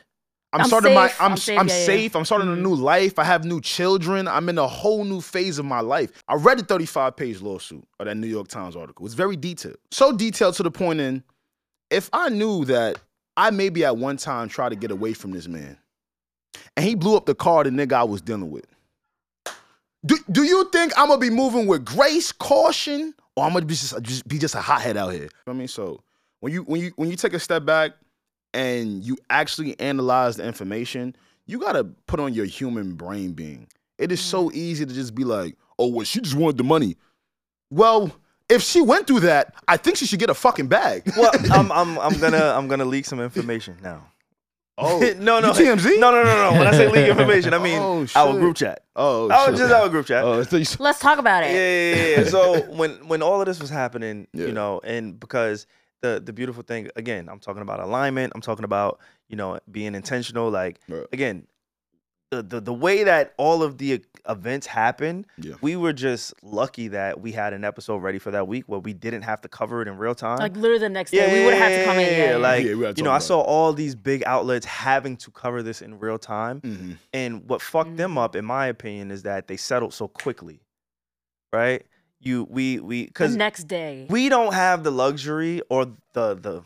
S2: I'm,
S4: I'm
S2: starting my
S4: safe.
S2: I'm
S4: I'm
S2: s-
S4: safe,
S2: I'm
S4: yeah, yeah.
S2: safe. I'm starting a new life. I have new children. I'm in a whole new phase of my life. I read the 35 page lawsuit or that New York Times article. It's very detailed. So detailed to the point in if I knew that I maybe at one time tried to get away from this man and he blew up the car the nigga I was dealing with. Do, do you think I'm gonna be moving with grace, caution, or I'm gonna be just, just be just a hothead out here? You know what I mean, so when you when you when you take a step back and you actually analyze the information, you gotta put on your human brain being. It is so easy to just be like, oh, well, she just wanted the money. Well, if she went through that, I think she should get a fucking bag.
S1: Well, I'm, I'm, I'm gonna I'm gonna leak some information now.
S2: oh,
S1: no, no,
S2: you TMZ?
S1: No, no, no, no. When I say leak information, I mean
S2: Oh,
S1: our
S2: shit.
S1: group chat.
S2: Oh,
S1: Oh,
S2: shit.
S1: just our group chat.
S2: Oh, I thought you said-
S4: Let's talk about it.
S1: yeah, yeah, yeah, yeah. So when when all of this was happening,
S2: Yeah.
S1: you know, and because the the beautiful thing again, I'm talking about alignment. I'm talking about you know being intentional. Like
S2: Right.
S1: again, the the, the way that all of the e, events happened,
S2: Yeah.
S1: we were just lucky that we had an episode ready for that week where we didn't have to cover it in real time.
S4: Like literally the next day, we would have had to come in.
S1: yeah,
S4: Yeah, yeah.
S1: Like
S2: Yeah, we gotta
S1: you
S2: talk
S1: know, I
S2: about
S1: saw all these big outlets having to cover this in real time,
S2: Mhm.
S1: and what fucked them
S4: Mm.
S1: up, in my opinion, is that they settled so quickly, right? You, we, we,
S4: the
S1: because
S4: next day.
S1: we don't have the luxury or the the the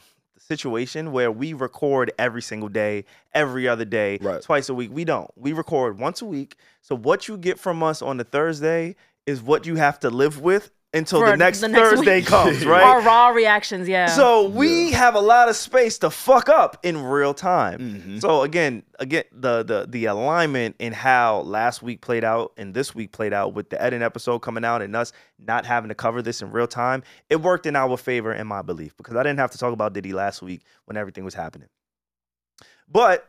S1: situation where we record every single day, every other day,
S2: Right.
S1: twice a week. We don't. We record once a week. So what you get from us on the Thursday is what you have to live with until
S4: For
S1: the next
S4: the next
S1: Thursday
S4: week.
S1: comes, right?
S4: Our raw reactions, yeah.
S1: So we have a lot of space to fuck up in real time.
S2: Mhm.
S1: So again, again, the the the alignment in how last week played out and this week played out with the Eden episode coming out and us not having to cover this in real time, it worked in our favor in my belief because I didn't have to talk about Diddy last week when everything was happening. But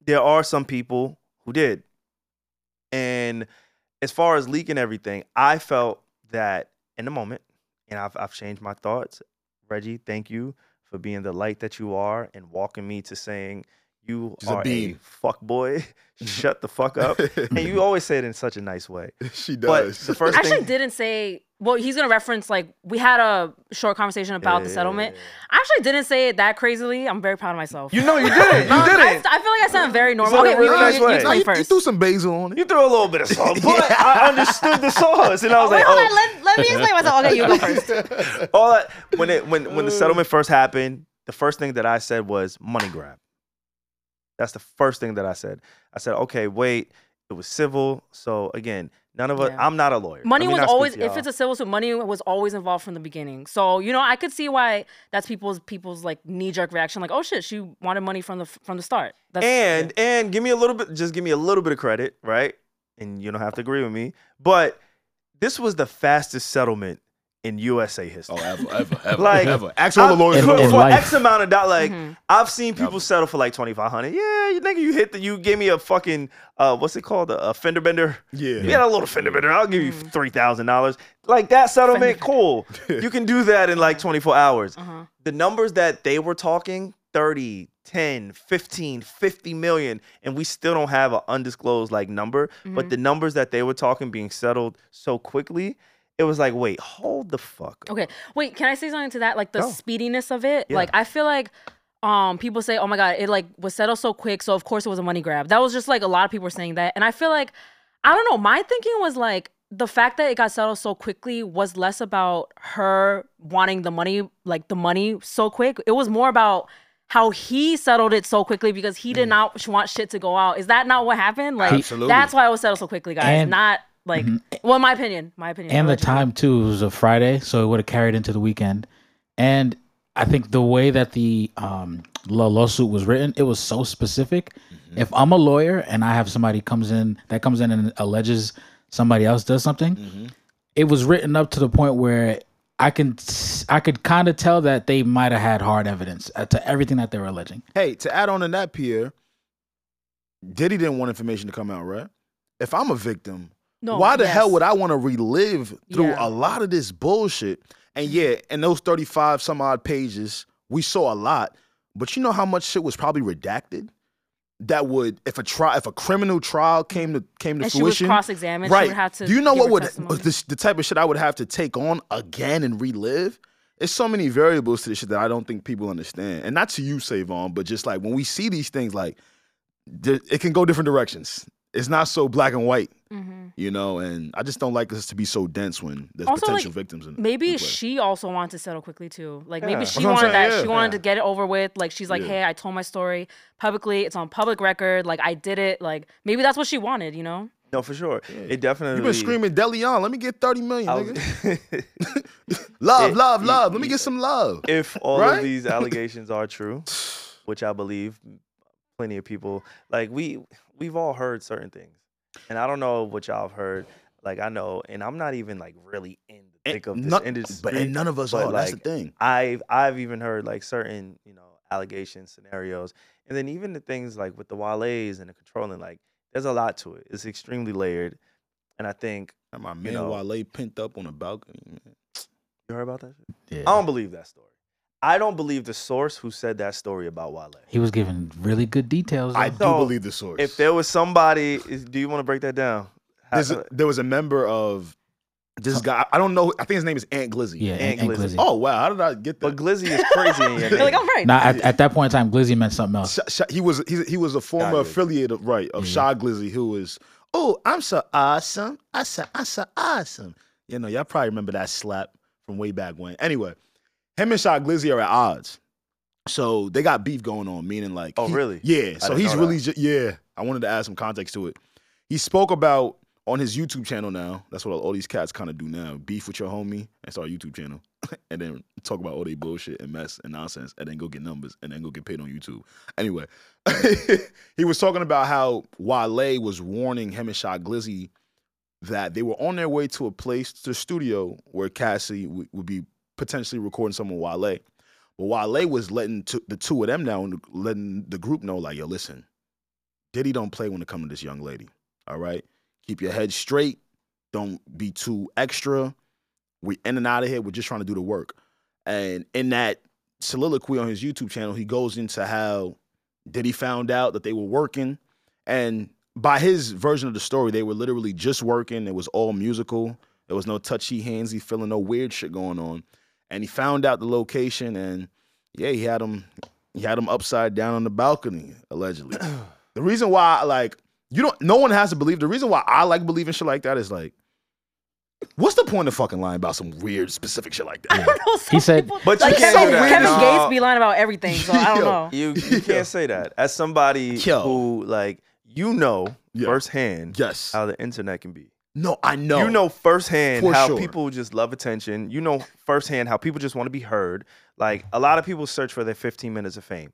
S1: there are some people who did. And as far as leaking everything, I felt that in the moment, and I've, I've changed my thoughts. Reggie, thank you for being the light that you are and walking me to saying, you
S2: She's a
S1: are a,
S2: bean.
S1: fuck boy. Shut the fuck up. and you always say it in such a nice way.
S2: she
S1: But
S2: does.
S1: the first
S4: actually
S1: thing
S4: didn't say. Well, he's gonna reference like we had a short conversation about the settlement. I actually didn't say it that crazily. I'm very proud of myself.
S1: You know you didn't. You
S4: Um, I,
S1: didn't.
S4: I feel like I sound very normal.
S1: said it
S4: Okay,
S1: really
S4: you,
S1: nice
S4: you,
S1: way.
S4: you
S1: No,
S4: tell
S2: you,
S4: me
S2: you
S4: first.
S2: threw some basil on it.
S1: You threw a little bit of salt, but I understood the sauce, and I was
S4: Wait,
S1: like,
S4: hold
S1: "Oh,
S4: on. Let, let me explain myself. Okay, you go first.
S1: all that when it when
S4: Uh.
S1: when the settlement first happened, the first thing that I said was money grab. That's the first thing that I said. I said, okay, wait, it was civil, so again, none of us.
S4: Yeah.
S1: I'm not a lawyer.
S4: Money
S1: Let me
S4: was
S1: not speak
S4: always,
S1: to
S4: if
S1: y'all.
S4: it's a civil suit, money was always involved from the beginning. So you know, I could see why that's people's people's like knee jerk reaction, like, oh shit, she wanted money from the from the start. That's,
S1: and and give me a little bit, just give me a little bit of credit, right? And you don't have to agree with me, but this was the fastest settlement in USA history.
S2: Oh, ever, ever, ever,
S1: Like,
S2: ever. Ask
S4: uh,
S2: all the
S1: I-
S2: lawyers. in the
S1: for,
S2: world.
S1: for
S3: life.
S1: X amount of dollars. Like
S4: Mhm.
S1: I've seen people
S2: Never.
S1: settle for like twenty five hundred. Yeah, you nigga, you hit the, you gave me a fucking uh, what's it called, a, a fender bender.
S2: Yeah.
S1: You got a little fender bender. I'll give you three thousand dollars. Like that settlement, cool. you can do that in like twenty four hours.
S4: Uh-huh.
S1: The numbers that they were talking 30, 10, 15, 50 million, and we still don't have an undisclosed like number. But the numbers that they were talking being settled so quickly, it was like, wait, hold the fuck. up.
S4: Okay. Wait, can I say something to that? Like the
S1: Go.
S4: speediness of it.
S1: Yeah.
S4: Like I feel like um people say, "Oh my god, it like was settled so quick, so of course it was a money grab." That was just like a lot of people were saying that. And I feel like I don't know, my thinking was like the fact that it got settled so quickly was less about her wanting the money, like the money so quick. It was more about how he settled it so quickly because he did not sh- want shit to go out. Is that not what happened? Like
S2: Mm. Absolutely. Mm-hmm.
S4: that's why it was settled so quickly, guys.
S3: And-
S4: not like well, my opinion, my opinion.
S3: and the
S4: I'll let you-
S3: time too was a Friday, so it would have carried into the weekend. And I think the way that the um, law- lawsuit was written, it was so specific. If I'm a lawyer and I have somebody comes in that comes in and alleges somebody else does something, it was written up to the point where I can I could kind of tell that they might have had hard evidence uh, to everything that they were alleging.
S2: Hey, to add on to that, Pierre, Diddy didn't want information to come out, right? If I'm a victim,
S4: No,
S2: why the hell
S4: yes.
S2: would I want to relive through
S4: Yeah.
S2: a lot of this bullshit? And yeah, in those 35 some odd pages, we saw a lot, but you know how much shit was probably redacted? That would, if a trial, if a criminal trial came to came to
S4: and she was
S2: fruition,
S4: cross examined.
S2: right?
S4: She would have to
S2: Do you know
S4: give
S2: what
S4: her
S2: would Oh, uh,
S4: testimony.
S2: the, the type of shit I would have to take on again and relive? It's so many variables to this shit that I don't think people understand. And not to you, Savon, but just like when we see these things, like th- it can go different directions. It's not so black and white,
S4: Mhm.
S2: you know. And I just don't like this to be so dense when there's
S4: Also,
S2: potential
S4: like,
S2: victims. In,
S4: Maybe
S2: in play.
S4: she also wanted to settle quickly too. Like
S1: Yeah.
S4: maybe
S1: That's
S4: she
S2: what I'm
S4: wanted
S2: saying,
S4: that.
S2: yeah.
S4: she wanted
S1: Yeah.
S4: to get it over with. Like she's like,
S2: Yeah.
S4: hey, I told my story publicly. It's on public record. Like I did it. Like maybe that's what she wanted. You know.
S1: No, for sure. It definitely.
S2: You've been screaming, Deleon. Let me get thirty million,
S1: I
S2: nigga.
S1: was-
S2: Love,
S1: Oh, It-
S2: love, love. Let me
S1: it-
S2: get some love.
S1: if all
S2: Right?
S1: of these allegations are true, which I believe plenty of people like we we've all heard certain things. And I don't know what y'all have heard. Like I know, and I'm not even like really in the thick of this
S2: None-
S1: industry.
S2: but and none of us
S1: but,
S2: are. that's the
S1: like,
S2: thing.
S1: I've I've even heard like certain you know allegation scenarios, and then even the things like with the Wale's and the controlling, like there's a lot to it. It's extremely layered, and I think
S2: And my man
S1: know.
S2: Wale pent up on a balcony. man.
S1: you heard about that. shit?
S3: Yeah.
S2: Um,
S1: I don't believe that story. I don't believe the source who said that story about Wale.
S3: He was giving really good details.
S2: I
S3: though.
S2: do
S1: So,
S2: believe the source.
S1: If there Uh, was somebody, is, do you want to break that down? How-
S2: There's a, there was a member of this guy. I don't know. I think his name is Aunt Glizzy.
S3: yeah,
S1: and
S3: and, and
S1: Glizzy.
S3: Glizzy.
S2: Oh wow! How did I get
S1: but
S2: that?
S1: Glizzy is crazy in your
S4: You're like
S1: name.
S4: I'm right.
S3: Now at, at that point in time, Glizzy meant something else.
S2: Sh- Sh- he was he, he was a former
S1: Glizzy.
S2: affiliate of right of
S3: Yeah.
S2: Shy Glizzy, who was oh I'm so awesome, I so I so awesome. You know, y'all probably remember that slap from way back when. Anyway, him and Shy Glizzy are at odds, so they got beef going on. Meaning like,
S1: Oh,
S2: he-
S1: really?
S2: Yeah. So
S1: didn't
S2: he's
S1: know
S2: really ju- yeah. I wanted to add some context to it. He spoke about on his YouTube channel now. That's what all these cats kind of do now: beef with your homie and start a YouTube channel, and then talk about all they bullshit and mess and nonsense, and then go get numbers, and then go get paid on YouTube. Anyway, he was talking about how Wale was warning him and Shot Glizzy that they were on their way to a place, to the studio where Cassie would would be potentially recording some of Wale. But Wale was letting t- the two of them now, letting the group know, like, yo, listen, Diddy don't play when it comes to this young lady. All right, keep your head straight. Don't be too extra. We in and out of here. We're just trying to do the work. And in that soliloquy on his YouTube channel, he goes into how Diddy found out that they were working, and by his version of the story, they were literally just working. It was all musical. There was no touchy handsy feeling, no weird shit going on. And he found out the location, and yeah, he had him. He had him upside down on the balcony, allegedly. the reason why, like, you don't. No one has to believe. The reason why I like believing shit like that is like, what's the point of fucking lying about some weird specific shit like that?
S4: I don't know, some
S3: said-
S4: people-
S1: But you
S4: like
S1: can't
S4: Kevin,
S1: do that.
S4: Kevin
S1: No.
S4: Gates be lying about everything, so
S2: Yo.
S4: I don't know.
S1: You, you
S2: Yo.
S1: can't say that. As somebody
S2: Yo.
S1: who like you know
S2: Yeah.
S1: firsthand
S2: yes.
S1: how the internet can be.
S2: No, I Uh, know.
S1: You know firsthand
S2: For
S1: how
S2: sure.
S1: people just love attention. You know firsthand how people just want to be heard. Like a lot of people search for their 15 minutes of fame.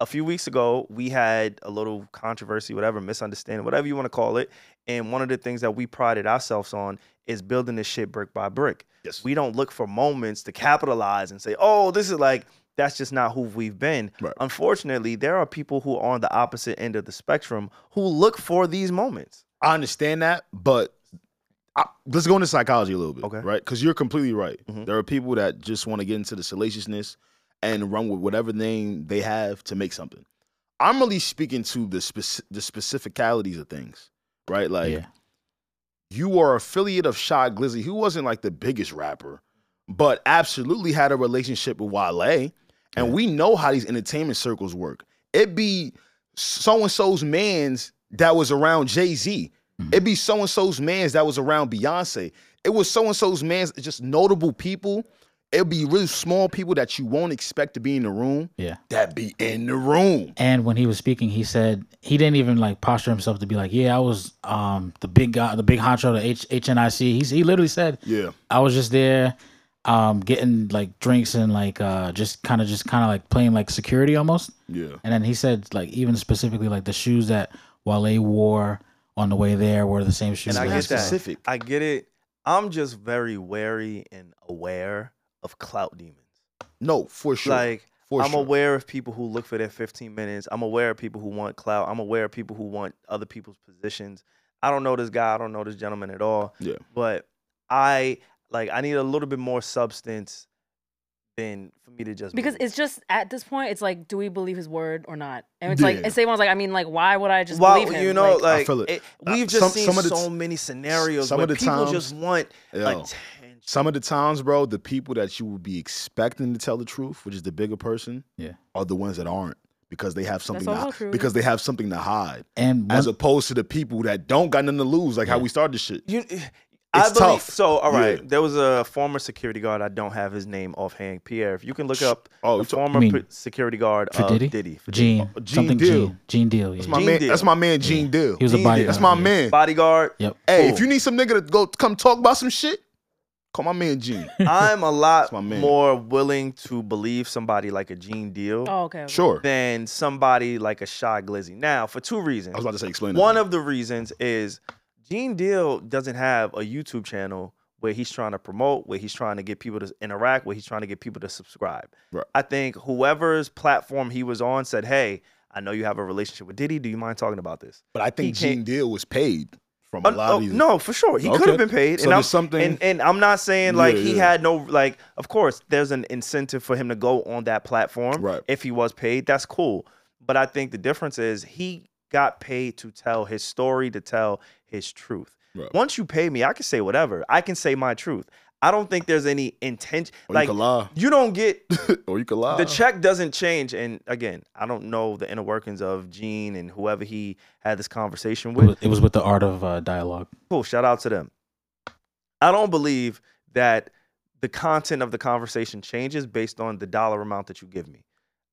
S1: A few weeks ago, we had a little controversy, whatever, misunderstanding, whatever you want to call it. And one of the things that we prided ourselves on is building this shit brick by brick.
S2: Yes.
S1: We don't look for moments to capitalize and say, oh, this is like, that's just not who we've been.
S2: Right.
S1: Unfortunately, there are people who are on the opposite end of the spectrum who look for these moments.
S2: I understand that, but I, let's go into psychology a little bit,
S1: Okay.
S2: right? Because you're completely right.
S1: Mhm.
S2: There are people that just want to get into the salaciousness and run with whatever name they have to make something. I'm really speaking to the speci- the specificalities of things, right? Like
S3: yeah.
S2: you are affiliate of Shy Glizzy, who wasn't like the biggest rapper, but absolutely had a relationship with Wale. And we know how these entertainment circles work. It be so and so's man's that was around Jay Z. It be so and so's man's that was around Beyonce. It was so and so's man's just notable people. It'd be really small people that you won't expect to be in the room
S3: Yeah.
S2: that be in the room.
S3: And when he was speaking, he said he didn't even like posture himself to be like, "Yeah, I was um the big guy, the big honcho, the H HNIC." He's, he literally said,
S2: Yeah.
S3: I was just there, um, getting like drinks and like uh, just kind of just kind of like playing like security almost.
S2: Yeah.
S3: And then he said like even specifically like the shoes that Wale wore on the way there were the same shoes.
S1: And I
S3: that
S1: get that.
S2: specific.
S1: I get it. I'm just very wary and aware of clout demons.
S2: No, for sure.
S1: Like
S2: for
S1: I'm
S2: sure.
S1: aware of people who look for their 15 minutes. I'm aware of people who want clout. I'm aware of people who want other people's positions. I don't know this guy. I don't know this gentleman at all.
S2: Yeah.
S1: But I like I need a little bit more substance than for me to just
S4: Because
S1: believe.
S4: it's just at this point, it's like, do we believe his word or not? And it's
S2: Yeah.
S4: like, and Saquon's like, I mean, like, why would I just
S1: well,
S4: believe him?
S1: you know, like,
S2: feel it.
S1: it-
S2: Uh,
S1: we've just
S2: some-
S1: seen
S2: some of the
S1: so
S2: t-
S1: many scenarios
S2: some
S1: where
S2: of the
S1: people just
S2: times-
S1: want
S2: Yo.
S1: attention.
S2: Some of the times, bro, the people that you would be expecting to tell the truth, which is the bigger person,
S3: Yeah.
S2: are the ones that aren't because they have something
S4: also
S2: to,
S4: true.
S2: because they have something to hide,
S3: and one,
S2: as uh, opposed to the people that don't got nothing to lose, like how we started this shit.
S1: You, I believe,
S2: tough.
S1: So, all right,
S2: Yeah.
S1: there was a former security guard. I don't have his name offhand. Pierre, if you can look up
S2: Oh,
S1: the
S2: you talk-
S1: former
S3: mean-
S1: pr- security guard
S3: for
S1: of
S3: Diddy,
S1: Diddy.
S3: for Gene,
S2: Oh, Gene
S3: something
S2: Deal.
S3: Gene, Gene Deal. Yeah.
S2: That's my
S1: Gene
S2: man.
S1: Deal.
S2: That's my man, Gene Dill.
S3: he was a
S1: Gene
S3: body.
S1: Deal.
S2: that's my man.
S1: bodyguard.
S3: Yep.
S2: Hey, if
S1: Cool.
S2: you need some nigga to go come talk about some shit, call my man Gene.
S1: I'm a lot
S2: my man.
S1: more willing to believe somebody like a Gene Deal
S4: oh, okay. okay.
S2: sure.
S1: than somebody like a Shy Glizzy. Now, for two reasons.
S2: I was about to say explain
S1: One
S2: that.
S1: of the reasons is Gene Deal doesn't have a YouTube channel where he's trying to promote, where he's trying to get people to interact, where he's trying to get people to subscribe.
S2: Right.
S1: I think whoever's platform he was on said, "Hey, I know you have a relationship with Diddy. Do you mind talking about this?"
S2: but I think
S1: he can't-
S2: Gene Dill was paid from
S1: Oh,
S2: a lot
S1: oh,
S2: of these.
S1: no, for sure, he could
S2: Okay.
S1: have been paid.
S2: So
S1: and
S2: there's
S1: I'm,
S2: something-
S1: and, and I'm not saying like
S2: Yeah,
S1: he
S2: yeah.
S1: had no like. Of course, there's an incentive for him to go on that platform.
S2: Right.
S1: If he was paid, that's cool. But I think the difference is he got paid to tell his story, to tell his truth.
S2: Right.
S1: Once you pay me, I can say whatever. I can say my truth. I don't think there's any intention.
S2: Or
S1: Like
S2: Oh, you could lie.
S1: you don't get
S2: or you could lie.
S1: the check doesn't change. And again, I don't know the inner workings of Gene and whoever he had this conversation
S3: It
S1: with
S3: was, it was with the art of uh, dialogue.
S1: cool. Shout out to them. I don't believe that the content of the conversation changes based on the dollar amount that you give me.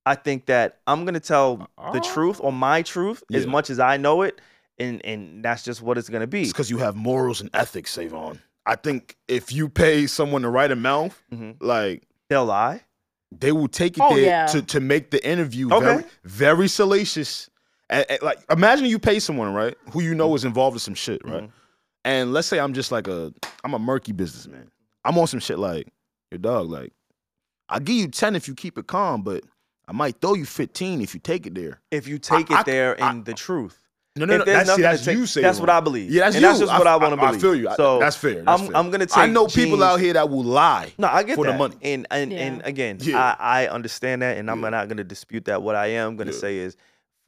S1: I think that I'm gonna tell the truth or my truth as
S2: Uh-uh. Yeah.
S1: much as I know it, and and that's just what it's gonna be.
S2: It's because you have morals and ethics, Savon. I think if you pay someone the right amount,
S1: Mhm.
S2: like
S1: They'll lie.
S2: they will take it
S4: Oh,
S2: there
S4: yeah.
S2: to, to make the interview
S1: Okay.
S2: very very salacious. And, and, like imagine you pay someone, right? Who you
S1: Mm-hmm.
S2: know is involved in some shit, right? And let's say I'm just like a I'm a murky businessman. I'm on some shit like, your dog, like, I'll give you 10 if you keep it calm, but I might throw you 15 if you take it there.
S1: If you take
S2: I-
S1: it there in
S2: I-
S1: the truth.
S2: No, no,
S1: If
S2: no.
S1: there's
S2: That's, see,
S1: nothing
S2: that's
S1: to take-
S2: you saying.
S1: that's what I believe.
S2: Yeah, that's
S1: And
S2: you.
S1: that's just what I wanna
S2: I
S1: believe.
S2: feel you. I-
S1: So,
S2: that's fair. that's
S1: I'm-
S2: fair.
S1: I'm gonna
S2: I
S1: take
S2: know people
S1: Gene's-
S2: out here that will lie.
S1: No, I get
S2: for the
S1: that.
S2: money.
S1: And and,
S4: Yeah.
S1: and again,
S2: Yeah.
S1: I, I understand that, and I'm
S2: Yeah.
S1: not going to dispute that. What I am going to
S2: Yeah.
S1: say is,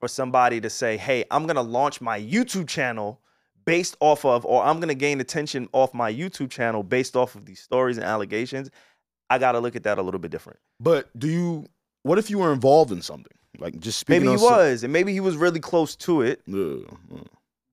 S1: for somebody to say, hey, I'm gonna launch my YouTube channel based off of, or I'm gonna gain attention off my YouTube channel based off of these stories and allegations, I gotta look at that a little bit different.
S2: But do you? What if you were involved in something? Like just speaking.
S1: maybe he
S2: on some-
S1: was, and maybe he was really close to it,
S2: Yeah, yeah.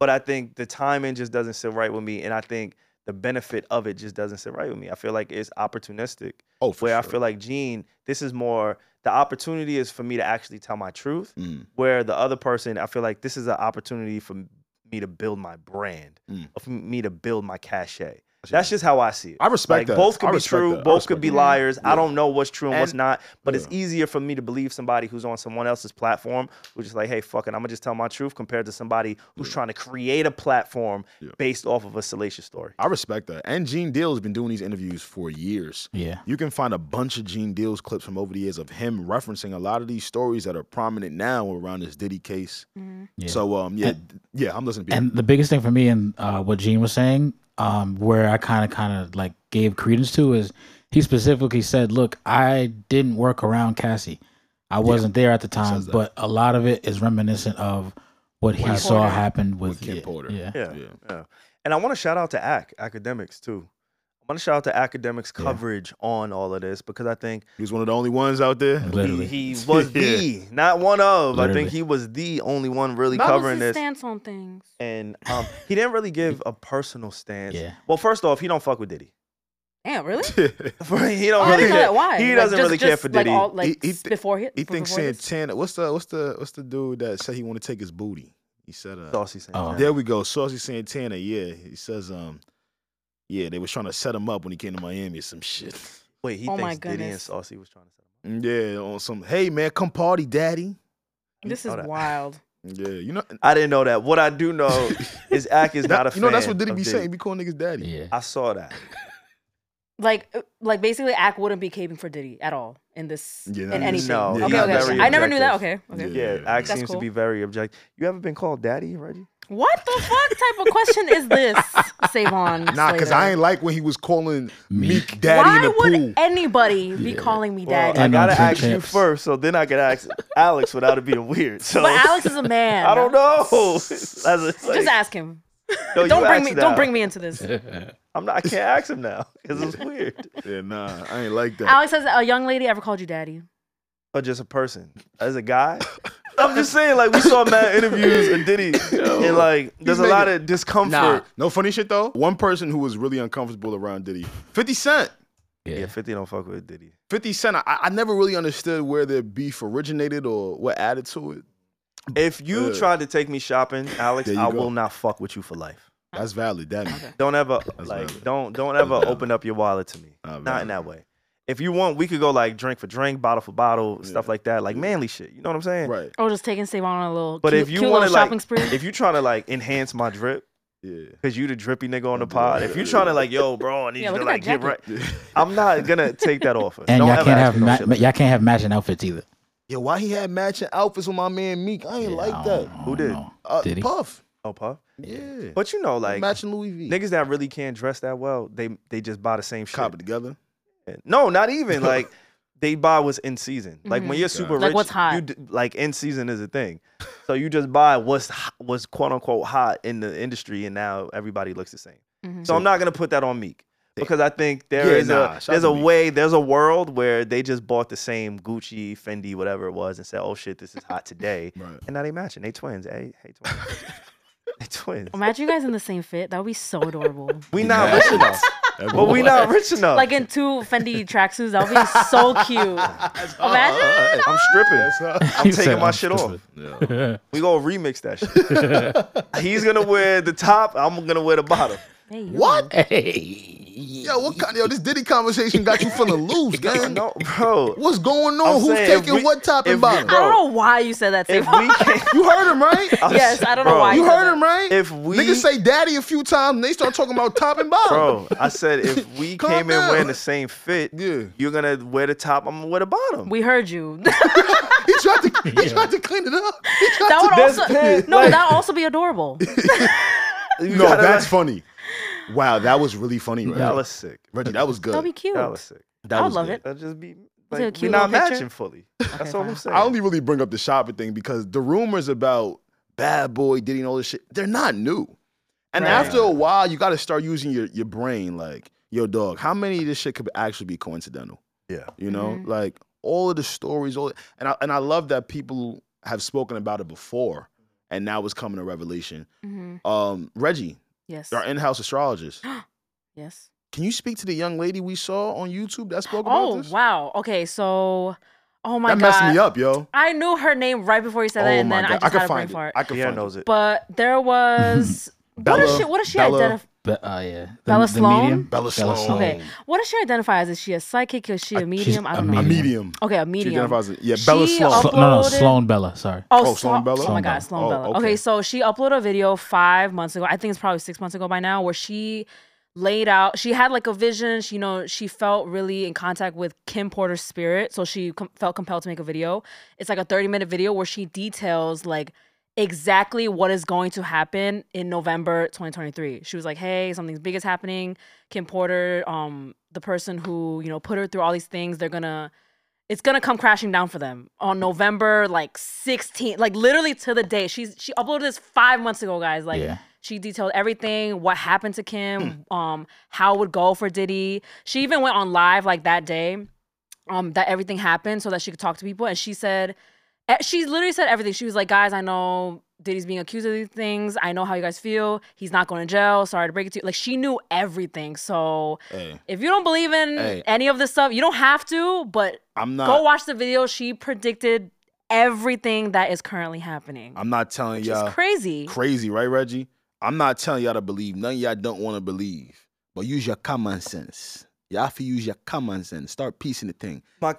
S1: but I think the timing just doesn't sit right with me, and I think the benefit of it just doesn't sit right with me. I feel like it's opportunistic.
S2: Oh, for
S1: Where I
S2: sure.
S1: feel like Gene, this is more the opportunity is for me to actually tell my truth.
S2: Mm.
S1: Where the other person, I feel like this is an opportunity for me to build my brand,
S2: Mm.
S1: for me to build my cachet.
S2: see
S1: That's just how I see it.
S2: I respect
S1: Like
S2: that.
S1: both
S2: I
S1: could be
S2: respect
S1: true,
S2: that. I
S1: both could
S2: respect
S1: be
S2: that.
S1: liars. I
S2: Yeah.
S1: don't know what's true and, what's
S2: Mm-hmm. And-
S1: not, but it's
S2: yeah.
S1: easier for me to believe somebody who's on someone else's platform who's just like, hey, fucking, I'm gonna just tell my truth compared to somebody who's trying to create a platform
S2: Yeah.
S1: based off of a salacious story.
S2: I respect that. And Gene Deal has been doing these interviews for years.
S3: Yeah.
S2: You can find a bunch of Gene Deals clips from over the years of him referencing a lot of these stories that are prominent now around this Diddy case.
S3: Yeah.
S2: So um, yeah, yeah, I'm listening. To you.
S3: And the biggest thing for me and uh, what Gene was saying, um, where I kind of, kind of like gave credence to is he specifically said, "Look, I didn't work around Cassie. I wasn't there at the time,
S2: that.
S3: but a lot of it is reminiscent of what he
S4: happened.
S3: saw
S4: Porter.
S3: happen with,
S2: With Kim
S3: yeah,
S2: Porter.
S3: Yeah,
S1: Yeah.
S2: Yeah.
S1: Yeah. And I want to shout out to AC academics too. I want to shout out to academics
S3: Yeah.
S1: coverage on all of this because I think
S2: He was one of the only ones out there.
S3: literally.
S1: he, he was the not one of. I
S3: Literally.
S1: think he was the only one really
S4: That was
S1: covering
S4: his
S1: this.
S4: stance on things.
S1: And um, he didn't really give a personal stance.
S3: Yeah.
S1: Well, first off, he don't fuck with Diddy.
S4: Damn, really?
S1: he
S4: Oh,
S1: don't
S4: I
S1: really
S4: didn't know
S1: care.
S4: that. Why?
S1: He
S4: Like,
S1: doesn't
S4: just-
S1: really care
S4: just
S1: for
S4: like
S1: Diddy.
S4: all- like,
S2: He- he
S4: s-
S2: thi-
S4: before he,
S2: He thinks
S4: before this?
S2: Santana. What's the what's the what's the dude that said he want to take his booty? He said, uh,
S1: Saucy Santana.
S3: Oh.
S2: "There we go, Saucy Santana." Yeah, he says, um, yeah, they was trying to set him up when he came to Miami or some shit.
S1: Wait, he
S4: Oh my
S1: thinks Diddy and
S4: goodness.
S1: Saucy was trying to set him
S2: Yeah, on some. Hey man, come party, daddy.
S4: This is
S1: Hold on.
S4: wild.
S2: Yeah, you know.
S1: up. I didn't know that. What I do know is Ack is not a
S2: you know that's
S1: fan
S2: what Diddy
S1: of
S2: be saying. Be calling niggas daddy.
S3: yeah.
S1: I saw that.
S4: Like, uh, like basically, Ack wouldn't be caping for Diddy at all in this
S2: Yeah,
S4: in
S2: no,
S4: anything.
S1: no,
S4: okay,
S2: he's
S4: okay.
S2: not very
S4: I never knew that. Okay,
S1: objective.
S4: okay.
S2: Yeah,
S1: Yeah, Ack
S4: that's
S1: seems to
S4: cool.
S1: be very objective. You ever been called daddy, Reggie?
S4: What the fuck type of question is this, Savon?
S2: Nah, because I ain't
S4: Slater?
S2: like when he was calling Meek daddy
S4: Why
S2: in the
S4: would
S2: pool.
S4: anybody be calling me
S1: Well,
S4: daddy?
S1: I
S3: And on
S1: gotta
S3: Tim
S1: ask you
S3: Chips.
S1: first, so then I can ask Alex without it being weird. So
S4: but Alex is a man.
S1: I don't know. That's just like-
S4: Just ask him.
S1: no, you
S4: don't bring
S1: ask
S4: me.
S1: now.
S4: Don't bring me into this.
S1: I'm not. I can't ask him now because it's weird.
S2: yeah, nah, I ain't like that.
S4: Alex says a young lady ever called you daddy?
S1: Or just a person as a guy. I'm just saying, like we saw mad interviews and Diddy, and like there's a
S2: making-
S1: lot of discomfort.
S2: Nah, no funny shit though. One person who was really uncomfortable around Diddy, Fifty Cent.
S1: Yeah.
S3: Yeah.
S1: Fifty don't fuck with Diddy.
S2: Fifty Cent. I, I never really understood where their beef originated or what added to it.
S1: If you
S2: Ugh.
S1: tried to take me shopping, Alex,
S2: There you
S1: I
S2: go.
S1: will not fuck with you for life.
S2: That's valid. That
S1: Don't ever like
S2: valid.
S1: don't don't ever
S2: valid.
S1: open up your wallet to me. Not
S2: Ah,
S1: in
S2: valid.
S1: that way. If you want, we could go like drink for drink, bottle for bottle, stuff like that, like manly shit. You know what I'm saying?
S2: right.
S4: Or just taking Savon on a little.
S1: But
S4: cute,
S1: if you
S4: cute
S1: want to
S4: little
S1: like,
S4: shopping spree,
S1: if you trying to like enhance my drip,
S2: Yeah.
S1: cause you the drippy nigga on the pod. If you trying to like, yo, bro, I need you
S4: Yeah, look
S1: to
S4: at
S1: like
S4: that
S1: get right. I'm not gonna take that offer.
S3: And
S1: Don't
S3: y'all
S1: ever
S3: can't
S1: ask
S3: have
S1: me no
S3: ma-
S1: shit
S3: ma-
S1: like
S3: y'all can't have matching outfits either.
S2: Yeah. Why he had matching outfits with my man Meek? I ain't
S3: Yeah, I
S2: like
S3: don't-
S2: that.
S3: I
S1: Who
S3: don't
S1: did?
S3: know.
S2: Uh,
S3: Did he?
S2: Puff.
S1: that. Oh, puff.
S2: Yeah.
S1: But you know, like
S2: matching Louis V.
S1: niggas that really can't dress that well, they they just buy the same shit.
S2: cop it together.
S1: No, not even like they buy what's in season. Like when you're super rich,
S4: Mm-hmm. Like what's hot.
S1: You d- like in season is a thing, so you just buy what's h- what's quote unquote hot in the industry, and now everybody looks the same.
S4: Mm-hmm.
S1: So I'm not gonna put that on Meek because I think there
S2: Yeah,
S1: is
S2: nah,
S1: a
S2: shout
S1: there's
S2: to
S1: a
S2: Meek.
S1: way there's a world where they just bought the same Gucci, Fendi, whatever it was, and said, "Oh shit, this is hot today,"
S2: Right.
S1: and now they matching. They twins. Hey, hey twins. they twins.
S4: imagine you guys in the same fit. That would be so adorable.
S1: We not rich enough. But we not rich
S2: Oh,
S1: enough.
S4: like in two Fendi tracksuits. That would be so cute. Imagine.
S1: I'm stripping. I'm
S3: He
S1: taking
S3: said,
S1: my
S3: "I'm
S1: shit
S3: stupid."
S1: off. We gonna remix that shit. He's gonna wear the top. I'm gonna wear the bottom.
S4: Hey, yo.
S2: What?
S3: Hey.
S2: Yo, what kind? Yo, this Diddy conversation got you feeling loose, gang.
S1: No, bro.
S2: What's going on?
S1: I'm
S2: Who's
S1: saying if
S2: taking
S1: we-
S2: what top
S1: if
S2: and
S1: we-
S2: bottom?
S4: I don't know why you said that.
S1: If
S4: Savon.
S1: we can't,
S2: you heard him, right?
S4: Yes, I don't know
S1: Bro.
S4: why.
S2: you
S4: said
S2: heard
S4: that.
S2: him, right?
S1: if we
S2: niggas say daddy a few times, and they start talking about top and bottom.
S1: bro, I said if we
S2: Calm
S1: came in
S2: down.
S1: wearing the same fit,
S2: Yeah.
S1: you're gonna wear the top. I'm gonna wear the bottom.
S4: We heard you.
S2: He tried to, he tried to clean it up. He tried
S4: that
S2: to-
S4: would
S1: That's
S4: also
S1: bad.
S4: no.
S1: Like-
S4: that also be adorable.
S1: You
S2: no,
S1: gotta,
S2: that's
S1: like-
S2: funny. Wow, that was really funny, Reggie.
S1: That was sick.
S2: Reggie, that was good.
S4: That'd be cute.
S1: That was sick.
S2: That
S4: I would
S2: was
S4: love
S2: good.
S4: it.
S1: That just be
S4: Is it a
S1: Like, we're
S4: cute
S1: not
S4: little picture?
S1: matching fully. That's all
S4: fine.
S1: I'm saying.
S2: I only really bring up the shopping thing because the rumors about bad boy Diddy and all this shit, they're not new. And
S4: Right.
S2: after a while, you got to start using your, your brain like, yo, dog, how many of this shit could actually be coincidental?
S1: Yeah.
S2: You know,
S4: Mhm.
S2: like all of the stories, all and I, and I love that people have spoken about it before, and now it's coming a revelation.
S4: Mhm.
S2: Um, Reggie,
S4: Yes.
S2: our in-house astrologist,
S4: Yes.
S2: can you speak to the young lady we saw on YouTube that spoke about
S4: Oh
S2: this?
S4: wow. Okay. So, oh my
S2: that
S4: god.
S2: messed me up, yo.
S4: I knew her name right before you said that,
S2: oh
S4: and
S2: my god,
S4: then I just
S2: I could
S4: had a brain
S2: find it.
S4: fart.
S2: I could
S1: Pierre
S2: find
S1: knows it.
S4: but there was what does
S2: Bella-
S4: she what does she
S2: Bella-
S4: identify?
S3: But uh, yeah, the,
S4: Bella
S3: the
S4: Sloan?
S3: medium?
S2: it. Bella Sloan.
S4: Okay. What does she identify as? Is she a psychic? Is she a
S3: Uh,
S4: medium?
S3: she's
S4: I
S3: a
S4: don't know.
S2: A
S3: Medium.
S2: medium.
S4: Okay, a
S2: She
S4: medium.
S2: identifies as yeah, Bella
S4: She
S2: Sloan.
S4: up-
S3: Slo- no, no,
S4: uploaded-
S3: Sloan Bella. Sorry.
S4: Oh,
S2: Oh, Sloan
S4: Sloan
S2: Bella?
S4: Oh my
S3: Sloan
S4: God,
S3: Bella.
S4: Sloan
S2: Oh,
S4: Bella.
S2: okay.
S4: Okay. so she uploaded a video five months ago. I think it's probably six months ago by now, where she laid out. She had like a vision. She, you know, she felt really in contact with Kim Porter's spirit, so she com- felt compelled to make a video. It's like a thirty-minute video where she details like exactly what is going to happen in November 2023. She was like, "Hey, something big is happening. Kim Porter, um, the person who you know put her through all these things, they're gonna." it's gonna come crashing down for them on November like 16th, like literally to the day. She's she uploaded this five months ago, guys. Like
S3: Yeah.
S4: she detailed everything, what happened to Kim, um, how it would go for Diddy. She even went on live like that day, um, that everything happened so that she could talk to people. And she said, eh, she literally said everything. She was like, guys, I know Diddy's being accused of these things. I know how you guys feel. He's not going to jail. Sorry to break it to you. Like she knew everything. So
S2: Hey,
S4: if you don't believe in
S2: Hey.
S4: any of this stuff, you don't have to, but
S2: I'm not.
S4: Go watch the video. She predicted everything that is currently happening.
S2: I'm not telling
S4: which
S2: y'all
S4: is crazy.
S2: crazy, right, Reggie? I'm not telling y'all to believe none of y'all don't want to believe, but use your common sense. Y'all have to use your common sense. Start piecing the thing.
S1: My,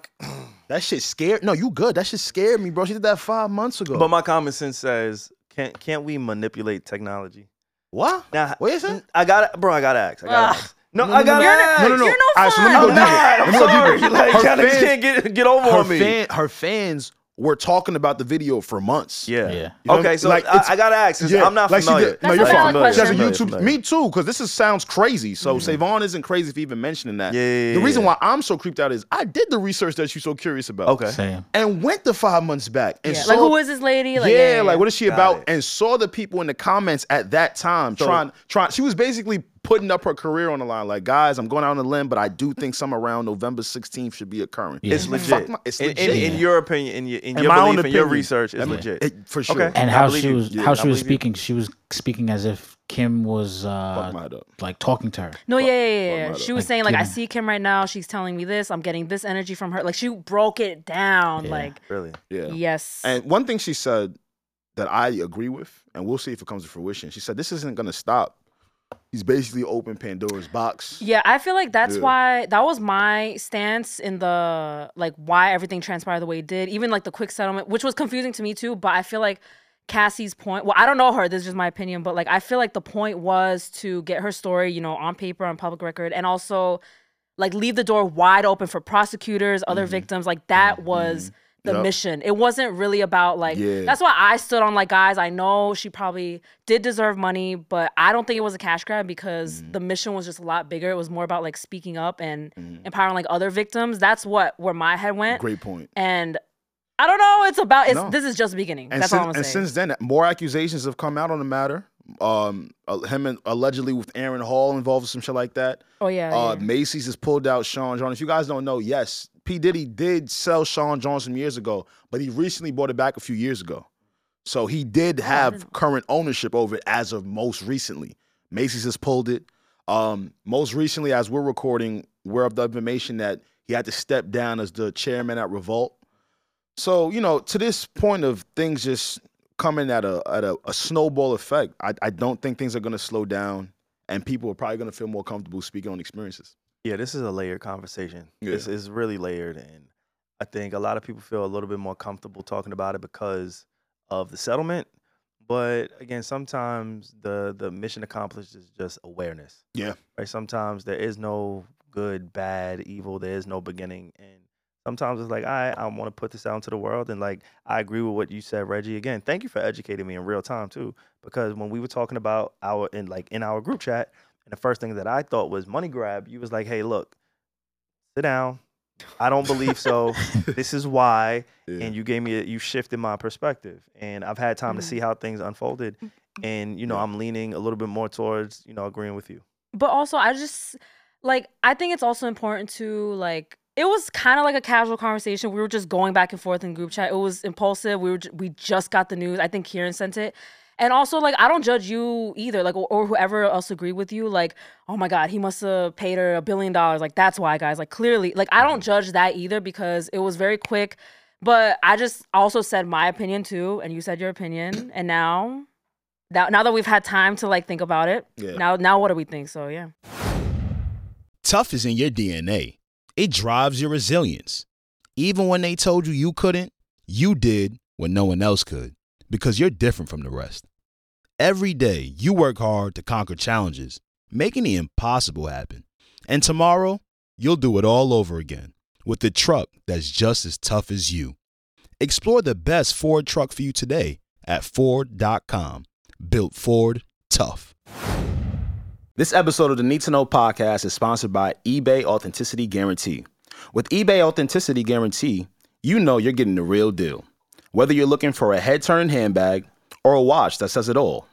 S2: That shit scared. No, you good. That shit scared me, bro. She did that five months ago.
S1: but my common sense says, can't can't we manipulate technology?
S2: what?
S1: Now,
S2: What is it?
S1: I got to bro. I gotta ask. I gotta
S4: Ugh.
S1: ask. No,
S2: No,
S1: I
S2: no, no,
S1: gotta
S4: You're
S1: ask.
S4: no- you're no
S2: All right, so let me
S4: fun.
S2: go
S1: I'm
S2: deeper.
S1: not. I'm
S2: Let me go
S1: sorry.
S2: deeper.
S1: Like,
S2: Her
S1: y'all niggas can't
S2: fans-
S1: get get over
S2: her
S1: on me.
S2: fan, her fans were talking about the video for months.
S1: Yeah.
S3: Yeah.
S2: You know,
S1: okay, so
S2: like,
S1: I,
S2: it's-
S1: I gotta ask. 'cause
S2: Yeah,
S1: I'm not
S2: like she
S1: familiar.
S2: did- no,
S4: That's
S2: you're
S4: a valid
S2: fine.
S4: question.
S2: She has a
S1: Familiar,
S2: YouTube.
S1: familiar.
S2: Me too, because this is, sounds crazy. So Savon isn't crazy for even mentioning that.
S1: Mm-hmm. Yeah, yeah,
S2: the
S1: yeah,
S2: reason
S1: yeah.
S2: why I'm so creeped out is I did the research that you're so curious about.
S1: Okay.
S3: Same.
S2: and went the five months back and
S4: Yeah.
S2: saw,
S4: like who is this lady? Like,
S2: yeah, like what is she
S1: Got
S2: about?
S1: it.
S2: And saw the people in the comments at that time
S1: So-
S2: trying, trying. She was basically putting up her career on the line. Like, guys, I'm going out on a limb, but I do think some around November 16th should be occurring.
S3: Yeah.
S1: It's
S3: Fuck
S1: legit.
S2: my- it's
S1: In- in,
S2: legit.
S1: in your opinion, in your, in
S2: In
S1: your
S2: my own
S1: belief, in your
S2: opinion.
S1: research, it's
S2: Yeah.
S1: legit.
S2: It- for sure.
S1: Okay.
S3: And
S1: I
S3: how
S1: believe
S3: she
S1: you.
S3: was
S1: Yeah,
S3: how
S1: I
S3: she
S1: believe
S3: was
S1: you.
S3: speaking, she was speaking as if Kim was
S2: Fuck my
S3: uh,
S2: head up.
S3: like talking to her.
S4: No, yeah, yeah, yeah. yeah.
S2: matter.
S4: She was
S3: Like,
S4: saying like, I
S3: yeah.
S4: see Kim right now. She's telling me this. I'm getting this energy from her. Like she broke it down.
S3: Yeah.
S4: Like
S1: Really?
S2: Yeah.
S4: yes,
S2: And one thing she said that I agree with, and we'll see if it comes to fruition. She said this isn't going to stop. He's basically opened Pandora's box.
S4: yeah. I feel like that's
S2: Yeah.
S4: why that was my stance in the like why everything transpired the way it did. Even like the quick settlement, which was confusing to me too. But I feel like Cassie's point. Well, I don't know her. This is just my opinion, but like I feel like the point was to get her story, you know, on paper, on public record, and also like leave the door wide open for prosecutors, other
S2: Mm-hmm.
S4: victims. Like that was the
S2: Yep.
S4: mission. It wasn't really about like
S2: Yeah.
S4: that's why I stood on like guys, I know she probably did deserve money, but I don't think it was a cash grab because
S2: Mm-hmm.
S4: the mission was just a lot bigger. It was more about like speaking up and empowering like other victims. That's what where my head went.
S2: Mm-hmm. Great point.
S4: And I don't know, it's about it's
S2: No.
S4: this is just the beginning.
S2: And,
S4: that's
S2: since,
S4: all I'm
S2: and
S4: saying.
S2: since then, more accusations have come out on the matter. Um, uh, him and allegedly with Aaron Hall involved with some shit like that.
S4: oh yeah.
S2: Uh,
S4: yeah.
S2: Macy's has pulled out Sean John. If you guys don't know, yes, P. Diddy did sell Sean John some years ago, but he recently bought it back a few years ago. So he did have current ownership over it as of most recently. Macy's has pulled it. Um, most recently, as we're recording, we're of the information that he had to step down as the chairman at Revolt. So, you know, to this point of things just coming at a at a, a snowball effect, I, I don't think things are gonna slow down and people are probably gonna feel more comfortable speaking on experiences.
S1: Yeah, this is a layered conversation.
S2: Yeah.
S1: It's, it's really layered. And I think a lot of people feel a little bit more comfortable talking about it because of the settlement. But again, sometimes the, the mission accomplished is just awareness.
S2: Yeah.
S1: Right? Sometimes there is no good, bad, evil. There is no beginning. And sometimes it's like, I, I want to put this out into the world. And like, I agree with what you said, Reggie. Again, thank you for educating me in real time, too. Because when we were talking about our, in like in our group chat, and the first thing that I thought was money grab, you was like, hey, look, sit down, I don't believe so. this is why.
S2: Yeah.
S1: And you gave me, a, you shifted my perspective. And I've had time to see how things unfolded. And, you know, I'm leaning a little bit more towards, you know, agreeing with you.
S4: but also I just like I think it's also important to like it was kind of like a casual conversation. We were just going back and forth in group chat. It was impulsive. We were ju- we just got the news. I think Kieran sent it. And also, like, I don't judge you either, like, or, or whoever else agreed with you. Like, oh my God, he must have paid her a billion dollars. Like, that's why, guys. Like, clearly, like, I don't judge that either because it was very quick. But I just also said my opinion too, and you said your opinion. And now, now, now that we've had time to like think about it,
S2: Yeah.
S4: now, now what do we think? So yeah.
S5: Tough is in your DNA. It drives your resilience. Even when they told you you couldn't, you did when no one else could because you're different from the rest. Every day, you work hard to conquer challenges, making the impossible happen. And tomorrow, you'll do it all over again with the truck that's just as tough as you. Explore the best Ford truck for you today at Ford.com. Built Ford Tough.
S2: This episode of the Need to Know podcast is sponsored by eBay Authenticity Guarantee. With eBay Authenticity Guarantee, you know you're getting the real deal. Whether you're looking for a head turning handbag or a watch that says it all,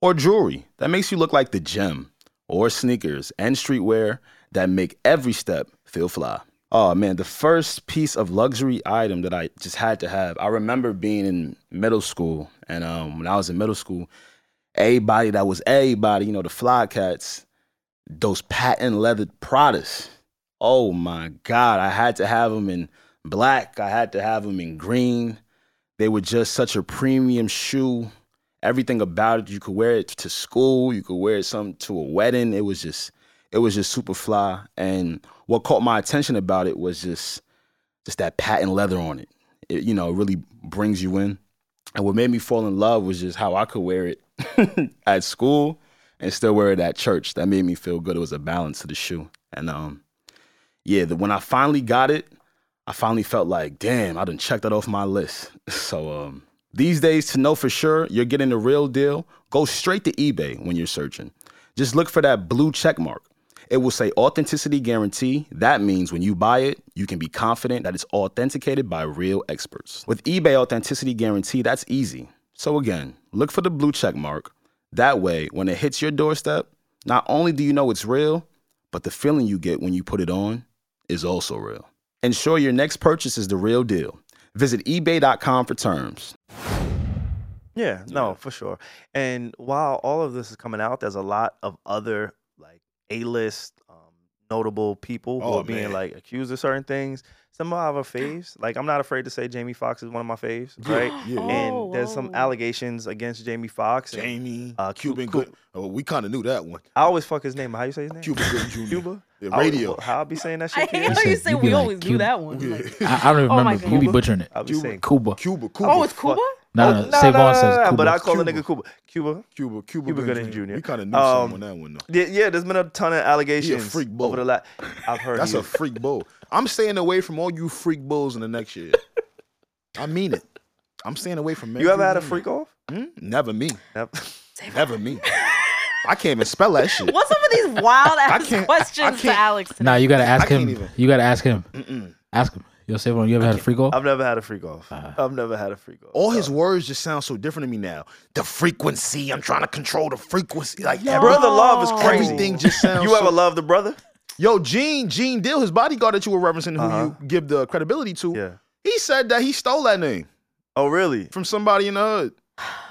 S2: or jewelry that makes you look like the gym, or sneakers and streetwear that make every step feel fly. Oh man, the first piece of luxury item that I just had to have. I remember being in middle school, and um, when I was in middle school, everybody that was everybody, you know, the fly cats, those patent leather Pradas. Oh my God, I had to have them in black. I had to have them in green. They were just such a premium shoe. Everything about it, you could wear it to school, you could wear it some to a wedding. It was just, it was just super fly. And what caught my attention about it was just, just that patent leather on it. It, you know, it really brings you in. And what made me fall in love was just how I could wear it at school and still wear it at church. That made me feel good. It was a balance to the shoe. And um, yeah, the, when I finally got it, I finally felt like, damn, I done checked that off my list. So um, these days, to know for sure you're getting the real deal, go straight to eBay when you're searching. Just look for that blue check mark. It will say authenticity guarantee. That means when you buy it, you can be confident that it's authenticated by real experts. With eBay Authenticity Guarantee, that's easy. So again, look for the blue check mark. That way, when it hits your doorstep, not only do you know it's real, but the feeling you get when you put it on is also real. Ensure your next purchase is the real deal. Visit eBay.com for terms.
S1: Yeah, no, for sure. And while all of this is coming out, there's a lot of other like A-list um, notable people who
S2: Oh,
S1: are being
S2: man.
S1: like accused of certain things. Some of our faves, like I'm not afraid to say Jamie Foxx is one of my faves, right?
S2: yeah.
S1: and
S4: Oh,
S1: there's some
S4: whoa.
S1: allegations against Jamie Foxx. and
S2: Jamie,
S1: Uh, Cu-
S2: Cuban
S1: Cu-
S2: Good. Oh, we kind of knew that one.
S1: I always fuck his name. How you say his name?
S2: Cuban Good Jr.
S1: Cuba.
S2: Yeah,
S1: I always-
S2: radio.
S1: How I be saying that
S4: I
S1: shit?
S4: hate
S1: Kieran?
S4: how you
S3: Listen,
S4: say
S3: you be
S4: we
S3: like
S4: always do
S3: Cuba.
S4: that one. Like-
S3: I, I don't even
S4: Oh my
S3: remember. You be
S1: God.
S3: butchering it.
S1: I be
S2: Cuba.
S1: saying
S3: Cuba.
S2: Cuba, Cuba,
S4: oh, it's Cuba.
S3: No, no,
S1: Oh,
S3: Savon says Cuba.
S1: but I call the
S2: Cuba.
S1: nigga Cuba. Cuba.
S2: Cuba, Cuba,
S1: Cuba Gooding Jr..
S2: We kind of knew
S1: Um,
S2: someone on that one though.
S1: Yeah, yeah, there's been a ton of allegations
S2: freak
S1: over the
S2: bull.
S1: last. I've heard
S2: That's
S1: he
S2: a
S1: was-
S2: freak bull. I'm staying away from all you freak bulls in the next year. I mean it. I'm staying away from
S1: You ever had a
S2: every
S1: freak off?
S2: woman. Hmm? Never me.
S1: Never.
S2: Never me. I can't even spell that shit.
S4: What's up with these wild ass
S2: can't- I
S4: questions to
S2: can't-
S4: Alex? today?
S3: Nah, you gotta ask
S2: can't
S3: him.
S2: even.
S3: You gotta ask him. Ask him. Yo, Savon, you ever had a free goal?
S1: I've never had a freak off. I've never had a freak off.
S2: All his words just sound so different to me now. The frequency. I'm trying to control the frequency. Like every-
S1: brother love is
S4: Oh.
S1: crazy.
S2: everything just sounds.
S1: you ever
S2: so-
S1: loved a brother?
S2: Yo, Gene, Gene Dill, his bodyguard that you were referencing, who you give the credibility to.
S1: Uh-huh. Yeah.
S2: He said that he stole that name
S1: Oh really?
S2: from somebody in the hood.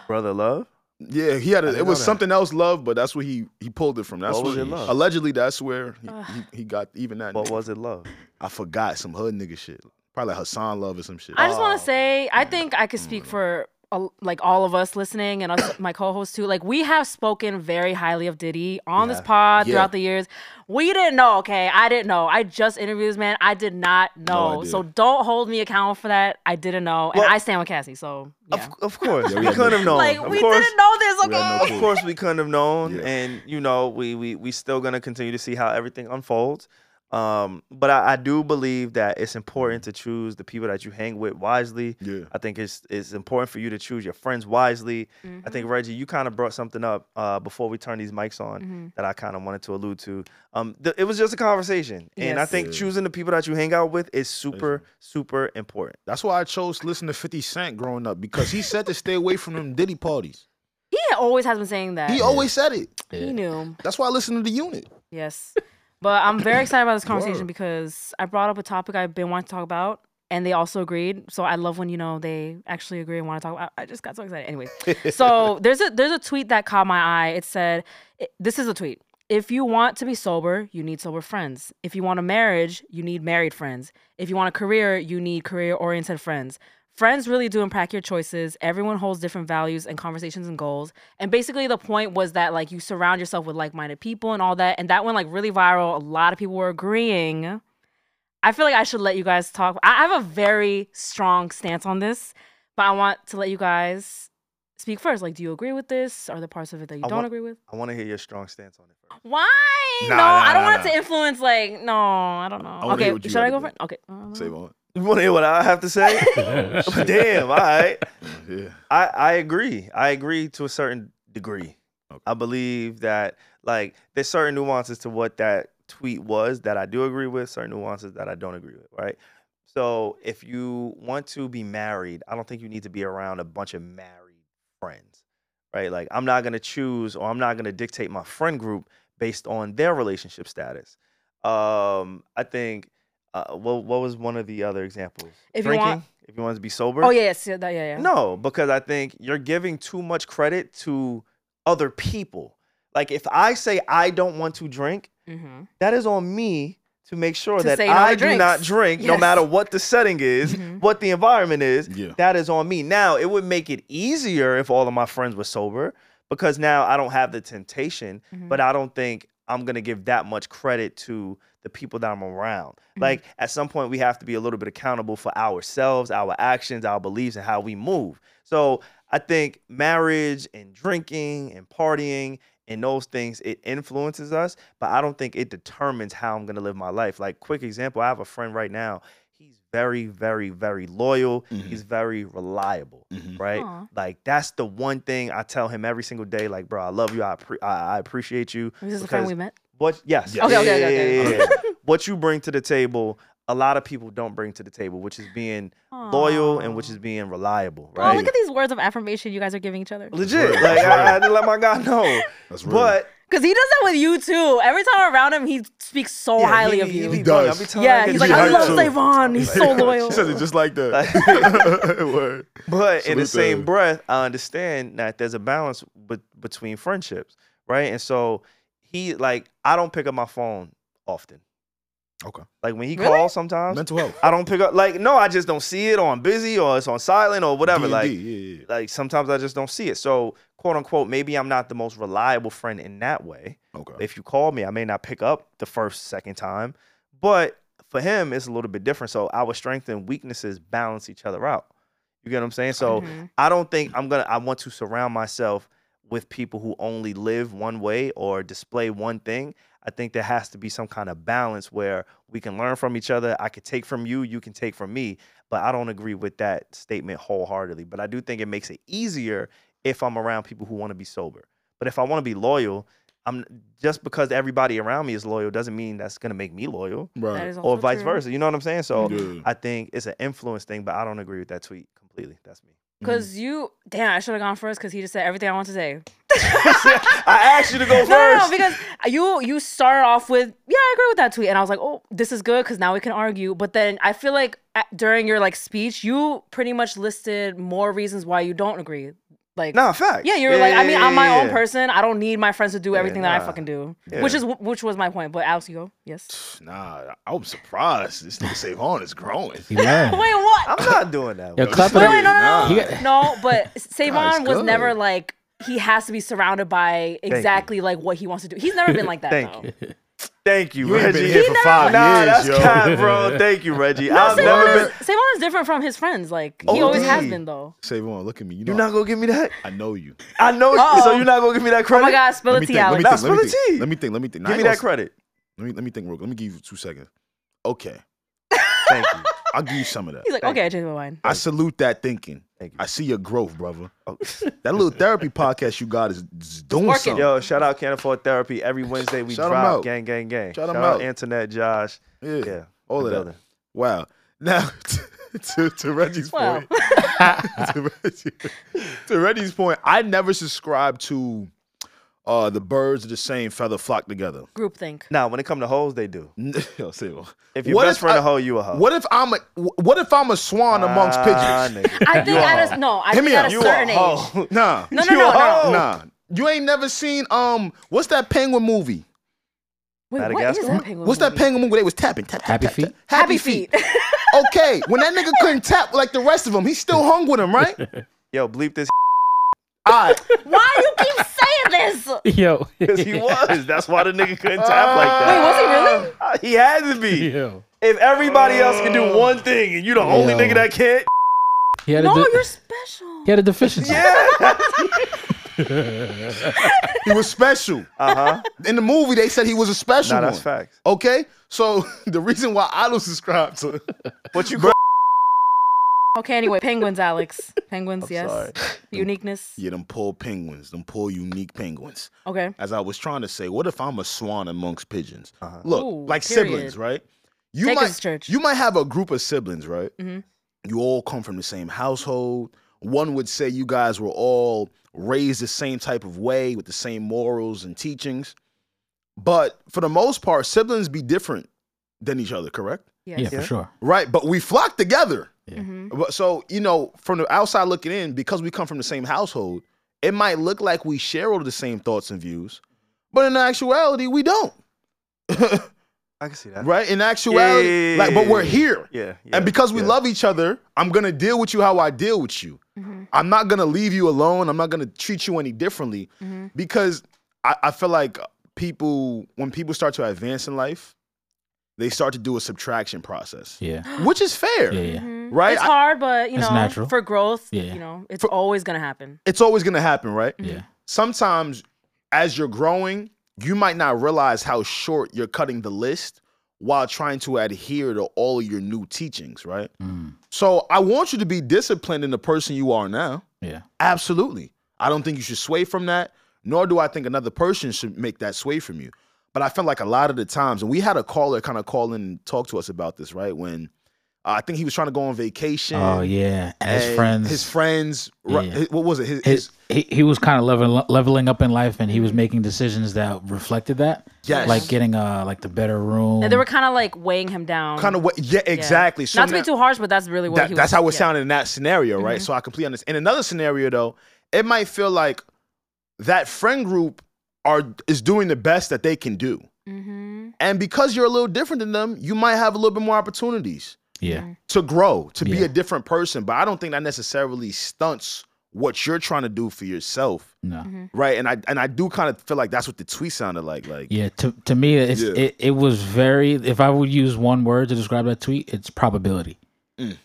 S1: Brother love?
S2: Yeah, he had
S1: I
S2: a,
S1: didn't
S2: it
S1: know
S2: was
S1: that.
S2: something else, love, but that's where he he pulled it from. That's
S1: What was
S2: where
S1: it, love?
S2: allegedly that's where he, he, he got even that.
S1: What
S2: name.
S1: was it love?
S2: I forgot some hood nigga shit, probably like Hassan Love or some shit.
S4: I just want to say, I think I could speak for uh, like all of us listening and us, my co-hosts too. Like we have spoken very highly of Diddy on this pod
S2: Yeah.
S4: throughout the years. We didn't know, okay? I didn't know. I just interviewed this man. I did not know.
S2: idea.
S4: so don't hold me accountable for that. I didn't know, and
S1: Well-
S4: I stand with Cassie. So yeah.
S1: Of, of course.
S2: Yeah, we
S1: we
S2: had no
S1: couldn't have known.
S4: like
S1: of
S4: we
S1: course.
S4: didn't know this,
S2: We had no
S4: okay?
S2: clue.
S1: Of course we couldn't have known.
S2: Yeah.
S1: And you know, we we we still gonna continue to see how everything unfolds. Um, but I, I do believe that it's important to choose the people that you hang with wisely.
S2: Yeah.
S1: I think it's it's important for you to choose your friends wisely.
S4: Mm-hmm.
S1: I think Reggie, you kind of brought something up uh, before we turned these mics on
S4: Mm-hmm.
S1: that I kind of wanted to allude to. Um, th- it was just a conversation, and I
S4: Yes.
S1: think
S2: Yeah.
S1: choosing the people that you hang out with is super super important.
S2: That's why I chose to listen to 50 Cent growing up because he said to stay away from them Diddy parties.
S4: He always has been saying that.
S2: He
S4: He,
S2: always said it.
S4: knew.
S2: That's why I listen to the unit.
S4: Uh-huh. Yes. But I'm very excited about this conversation because I brought up a topic I've been wanting to talk about and they also agreed. So I love when you know they actually agree and want to talk about I just got so excited. Anyway. so there's a there's a tweet that caught my eye. It said it- this is a tweet. If you want to be sober, you need sober friends. If you want a marriage, you need married friends. If you want a career, you need career oriented friends. Friends really do impact your choices. Everyone holds different values and conversations and goals. And basically, the point was that like you surround yourself with like minded people and all that. And that went like really viral. A lot of people were agreeing. I feel like I should let you guys talk. I have a very strong stance on this, but I want to let you guys speak first. Like, do you agree with this? Are there parts of it that you
S1: I
S4: don't
S1: want-
S4: agree with?
S1: I want to hear your strong stance on it. First.
S4: Why?
S2: Nah,
S4: no,
S2: nah,
S4: I don't
S2: nah,
S4: want it
S2: nah.
S4: to influence. Like, no, I don't know.
S2: wanna hear
S4: okay,
S2: what you
S4: should I
S2: gotta
S4: go
S2: do.
S4: for it? Okay.
S2: Save on.
S1: You want to hear what I have to say?
S2: Oh,
S1: Damn. All right.
S2: Yeah.
S1: I, I agree. I agree to a certain degree. I believe that like there's certain nuances to what that tweet was that I do agree with, certain nuances that I don't agree with, right? So if you want to be married, I don't think you need to be around a bunch of married friends, right? Like I'm not gonna choose or I'm not gonna dictate my friend group based on their relationship status. Um, I think uh, what what was one of the other examples?
S4: If you
S1: Drinking,
S4: want-
S1: if you want to be sober.
S4: Oh yeah, yes, yeah, that, yeah, yeah.
S1: No, because I think you're giving too much credit to other people. Like if I say I don't want to drink,
S4: Mm-hmm.
S1: that is on me to make sure
S4: To
S1: that
S4: say no to
S1: I do not
S4: drinks.
S1: drink, no
S4: Yes.
S1: matter what the setting is,
S4: Mhm.
S1: what the environment is.
S2: Yeah.
S1: That is on me. Now it would make it easier if all of my friends were sober because now I don't have the temptation but I don't think I'm gonna give that much credit to the people that I'm around. Like at some point, we have to be a little bit accountable for ourselves, our actions, our beliefs, and how we move. So I think marriage and drinking and partying and those things it influences us, but I don't think it determines how I'm gonna live my life. Like quick example, I have a friend right now. He's very, very, very loyal.
S2: Mhm.
S1: He's very reliable
S2: Mhm.
S1: right?
S4: Aw.
S1: Like that's the one thing I tell him every single day. Like, bro, I love you. I appre- I, I appreciate you.
S4: This is the
S1: because
S4: friend we met.
S1: What? Yes.
S2: Yes.
S4: Okay, okay, okay,
S1: Yeah,
S4: okay.
S1: yeah, yeah. what you bring to the table, a lot of people don't bring to the table, which is being loyal and which
S4: Aw.
S1: is being reliable,
S4: Oh,
S1: right?
S4: look at these words of affirmation you guys are giving each other.
S1: Legit.
S2: That's real.
S1: Like I, I had
S2: That's
S1: to let my guy know.
S2: That's real.
S1: But
S4: Because he does that with you too. Every time I'm around him, he speaks so
S1: yeah,
S4: Oh, highly
S1: he-
S4: of you.
S1: He,
S2: He
S1: be going,
S2: does.
S1: I be telling
S4: yeah,
S1: that
S4: he's
S1: nigga
S4: like,
S1: to
S4: I
S1: be
S4: love
S1: hype.
S4: Savon. He's so loyal.
S2: she says it just like that. Word.
S1: But in the
S2: Salute
S1: same
S2: them.
S1: breath, I understand that there's a balance bet between friendships, right? And so he like I don't pick up my phone often.
S2: Okay.
S1: Like when he
S4: Really?
S1: calls sometimes,
S2: Mental health.
S1: I don't pick up. Like no, I just don't see it, or I'm busy, or it's on silent, or whatever.
S2: D&D,
S1: Like
S2: yeah, yeah.
S1: like sometimes I just don't see it. So quote unquote, maybe I'm not the most reliable friend in that way.
S2: Okay.
S1: If you call me, I may not pick up the first, second time, but for him, it's a little bit different. So our strengths and weaknesses balance each other out. You get what I'm saying? So
S4: Mhm.
S1: I don't think I'm gonna. I want to surround myself with people who only live one way or display one thing. I think there has to be some kind of balance where we can learn from each other. I could take from you, you can take from me. But I don't agree with that statement wholeheartedly. But I do think it makes it easier if I'm around people who want to be sober. But if I want to be loyal, I'm just because everybody around me is loyal doesn't mean that's gonna make me loyal
S4: That
S2: Right.
S4: is
S1: or
S4: also
S1: vice
S4: true.
S1: versa. You know what I'm saying? So
S2: Yeah.
S1: I think it's an influence thing, but I don't agree with that tweet completely. That's me.
S4: Because you, damn, I should have gone first because he just said everything I want to say.
S1: I asked you to go
S4: No, no, no,
S1: first.
S4: because you you started off with yeah, I agree with that tweet, and I was like, oh, this is good because now we can argue. But then I feel like at, during your like speech, you pretty much listed more reasons why you don't agree. Like,
S1: Nah, fact.
S4: yeah, you were like, I mean, I'm my own
S1: yeah.
S4: person. I don't need my friends to do everything that I
S1: nah.
S4: fucking do, which is which was my point. But Alex, you go. Yes.
S2: Nah, I'm surprised this nigga Save On is growing.
S3: He
S4: Wait,
S3: learned.
S4: what?
S1: I'm not doing that.
S3: Yo,
S1: bro.
S3: clap it
S4: Wait,
S3: up.
S4: wait, no, no,
S3: He
S4: no.
S3: got-
S4: No, but Savon
S2: it's
S4: was
S2: good.
S4: never like he has to be surrounded by exactly like what he wants to do. He's never been like that.
S1: Thank
S4: though.
S1: you. Thank you,
S2: You ain't
S1: Reggie.
S2: been here for five
S1: nah,
S2: years,
S1: that's
S2: yo.
S1: cap, bro. Thank you, Reggie. I've never
S4: Savon
S1: been.
S4: is, Savon is different from his friends. Like he
S2: Oh,
S4: always has
S1: D.
S4: been though.
S2: Save On, look at me. You know,
S1: You're not gonna give me that.
S2: I know you.
S1: I know.
S4: Uh-oh.
S1: So you're not gonna give me that
S4: Oh
S1: credit.
S4: my God, spill
S2: Let
S4: the
S2: me
S4: tea,
S2: think. Let me
S1: That's
S4: Alex.
S2: think. Let me
S1: for the
S2: think.
S1: tea.
S2: Let me think. Let me think. Nah,
S1: Give
S2: I
S1: me
S2: ain't
S1: that
S2: gonna-
S1: credit.
S2: Let me let me think real quick. Let me give you two seconds. Okay.
S1: Thank you.
S2: I'll give you some of that.
S4: He's like,
S1: Thank
S4: okay, I changed my mind.
S2: I salute that thinking.
S1: Thank you.
S2: I see your growth, brother.
S1: Oh.
S2: That little therapy podcast you got is, is doing
S4: working.
S2: something.
S1: Yo, shout out Can't Afford Therapy. Every Wednesday we
S2: Shout 'em
S1: drop.
S2: out.
S1: Gang, gang, gang.
S2: Shout 'em out.
S1: Internet, Josh.
S2: yeah,
S1: Yeah.
S2: all of that.
S1: Building.
S2: Wow. Now to, to Reggie's
S4: Wow.
S2: point. to, Reggie, to Reggie's point, I never subscribed to uh, the birds of the same feather flock together.
S4: Group think.
S1: Now, when it comes to hoes, they do.
S2: Yo, say what?
S1: If your
S2: What
S1: best
S2: if
S1: friend
S2: I-
S1: a hoe, you a hoe.
S2: What if I'm a what if I'm a swan amongst
S1: Ah,
S2: pigeons?
S1: nigga.
S4: I think
S1: You a
S4: at
S1: hoe.
S4: a no, I
S2: Hit
S4: think
S2: me
S4: at
S2: up.
S4: a
S2: You
S1: You a
S4: certain age.
S1: hoe.
S2: Nah.
S4: No, no,
S1: You
S4: no,
S1: a
S4: no.
S1: hoe.
S2: Nah. You ain't never seen um what's that penguin movie?
S4: Wait, what
S1: Madagascar?
S4: is that penguin?
S2: What's that
S4: movie?
S2: penguin movie they was tapping? Tap, tap,
S3: Happy
S2: tap,
S3: Feet?
S2: tap.
S4: Happy feet.
S2: okay, when that nigga couldn't tap like the rest of them, he still hung with him, right?
S1: Yo, bleep this
S2: All right.
S4: Why you keep saying this?
S3: Yo.
S1: because he was. Ah. That's why the nigga couldn't tap like
S4: Wait,
S1: that.
S4: was he really?
S1: Uh, He had to be.
S3: Yo.
S1: If everybody else can do one thing and you the only
S3: Yo.
S1: nigga that can't,
S3: He had,
S4: No,
S3: a de-
S4: you're special.
S3: he had a deficiency.
S2: He was special.
S1: uh huh.
S2: In the movie, they said he was a special
S1: Nah, that's
S2: one.
S1: facts.
S2: Okay? So the reason why I don't subscribe to
S1: What you
S2: Bro-
S4: Okay, anyway, penguins, Alex. Penguins, yes.
S1: sorry.
S4: Uniqueness.
S2: Yeah, them poor penguins, them poor unique penguins.
S4: Okay.
S2: As I was trying to say, what if I'm a swan amongst pigeons?
S1: Uh-huh.
S2: Look,
S4: Ooh,
S2: like siblings,
S4: period.
S2: right? You
S4: Take
S2: might
S4: us to church.
S2: you might have a group of siblings, right?
S4: Mhm.
S2: You all come from the same household. One would say you guys were all raised the same type of way with the same morals and teachings. But for the most part, siblings be different than each other, correct?
S4: Yes.
S3: yeah, for
S1: Yeah.
S3: sure.
S2: Right, but we flock together.
S4: Mm-hmm.
S2: But so you know, from the outside looking in, because we come from the same household, it might look like we share all the same thoughts and views, but in actuality, we don't.
S1: I can see that.
S2: Right? In actuality,
S1: Yeah.
S2: like, but we're here,
S1: Yeah. yeah,
S2: and because we
S1: yeah.
S2: love each other, I'm gonna deal with you how I deal with you.
S4: Mhm.
S2: I'm not gonna leave you alone. I'm not gonna treat you any differently
S4: Mhm.
S2: because I, I feel like people, when people start to advance in life, they start to do a subtraction process,
S3: Yeah.
S2: which is fair.
S3: Yeah, yeah.
S2: Right?
S4: mm-hmm. It's
S2: I-
S4: hard, but you
S3: It's
S4: know,
S3: natural.
S4: for growth,
S3: Yeah.
S4: you know, it's
S2: For-
S4: always gonna happen.
S2: It's always gonna happen, right?
S3: Yeah.
S2: sometimes as you're growing, you might not realize how short you're cutting the list while trying to adhere to all of your new teachings, right?
S4: Mm-hmm.
S3: Mm.
S2: So I want you to be disciplined in the person you are now.
S3: Yeah.
S2: Absolutely. I don't think you should sway from that, nor do I think another person should make that sway from you. But I felt like a lot of the times, and we had a caller kind of call in and talk to us about this, right? When uh, I think he was trying to go on vacation.
S3: Oh yeah. And his
S2: and
S3: friends.
S2: His friends. right-
S3: Yeah.
S2: his- what was it? His, his,
S3: his, he, he was kind of level, leveling up in life and he
S4: Mm-hmm.
S3: was making decisions that reflected that
S2: Yes.
S3: like getting uh like the better room
S4: And they were kind of like weighing him down.
S2: kind of what? Yeah, exactly.
S4: Not to
S2: now-
S4: be too harsh, but that's really what
S2: That-
S4: he was.
S2: that's how it
S4: yeah. Mm-hmm.
S2: sounded in that scenario, right? So I completely understand. In another scenario, though, it might feel like that friend group are is doing the best that they can do,
S4: Mm-hmm.
S2: and because you're a little different than them, you might have a little bit more opportunities
S4: Mm-hmm.
S3: yeah
S2: to grow, to be
S3: Yeah.
S2: a different person. But I don't think that necessarily stunts what you're trying to do for yourself,
S3: no
S4: Mm-hmm.
S2: right? And I and I do kind of feel like that's what the tweet sounded like, like
S3: yeah to, to me it's,
S2: Yeah.
S3: it, it was very if i would use one word to describe that tweet it's probability
S2: Mm.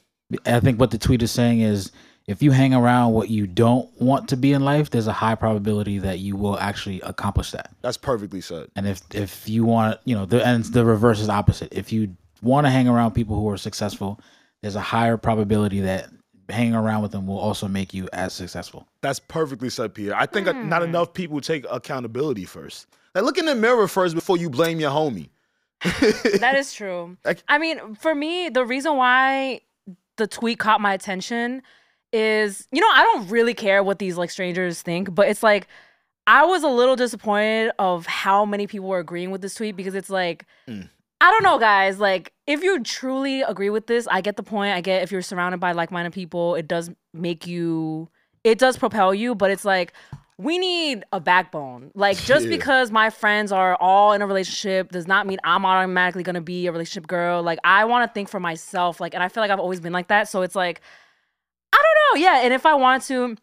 S3: i think what the tweet is saying is if you hang around what you don't want to be in life there's a high probability that you will actually accomplish that
S2: that's perfectly said.
S3: And if if you want, you know, the and the reverse is opposite. If you want to hang around people who are successful, there's a higher probability that hanging around with them will also make you as successful.
S2: That's perfectly said, Pierre. I think
S4: Mm.
S2: not enough people take accountability first. Like, look in the mirror first before you blame your homie.
S4: That is true.
S2: Like-
S4: I mean, for me, the reason why the tweet caught my attention is, you know, I don't really care what these like strangers think, but it's like I was a little disappointed of how many people were agreeing with this tweet because it's like I don't know, guys. Like, if you truly agree with this, I get the point. I get if you're surrounded by like minded people, it does make you, it does propel you, but it's like, we need a backbone. Like, just
S2: Yeah.
S4: because my friends are all in a relationship does not mean I'm automatically gonna be a relationship girl. Like, I wanna think for myself. Like, and I feel like I've always been like that. So it's like, I don't know. Yeah. And if I want to,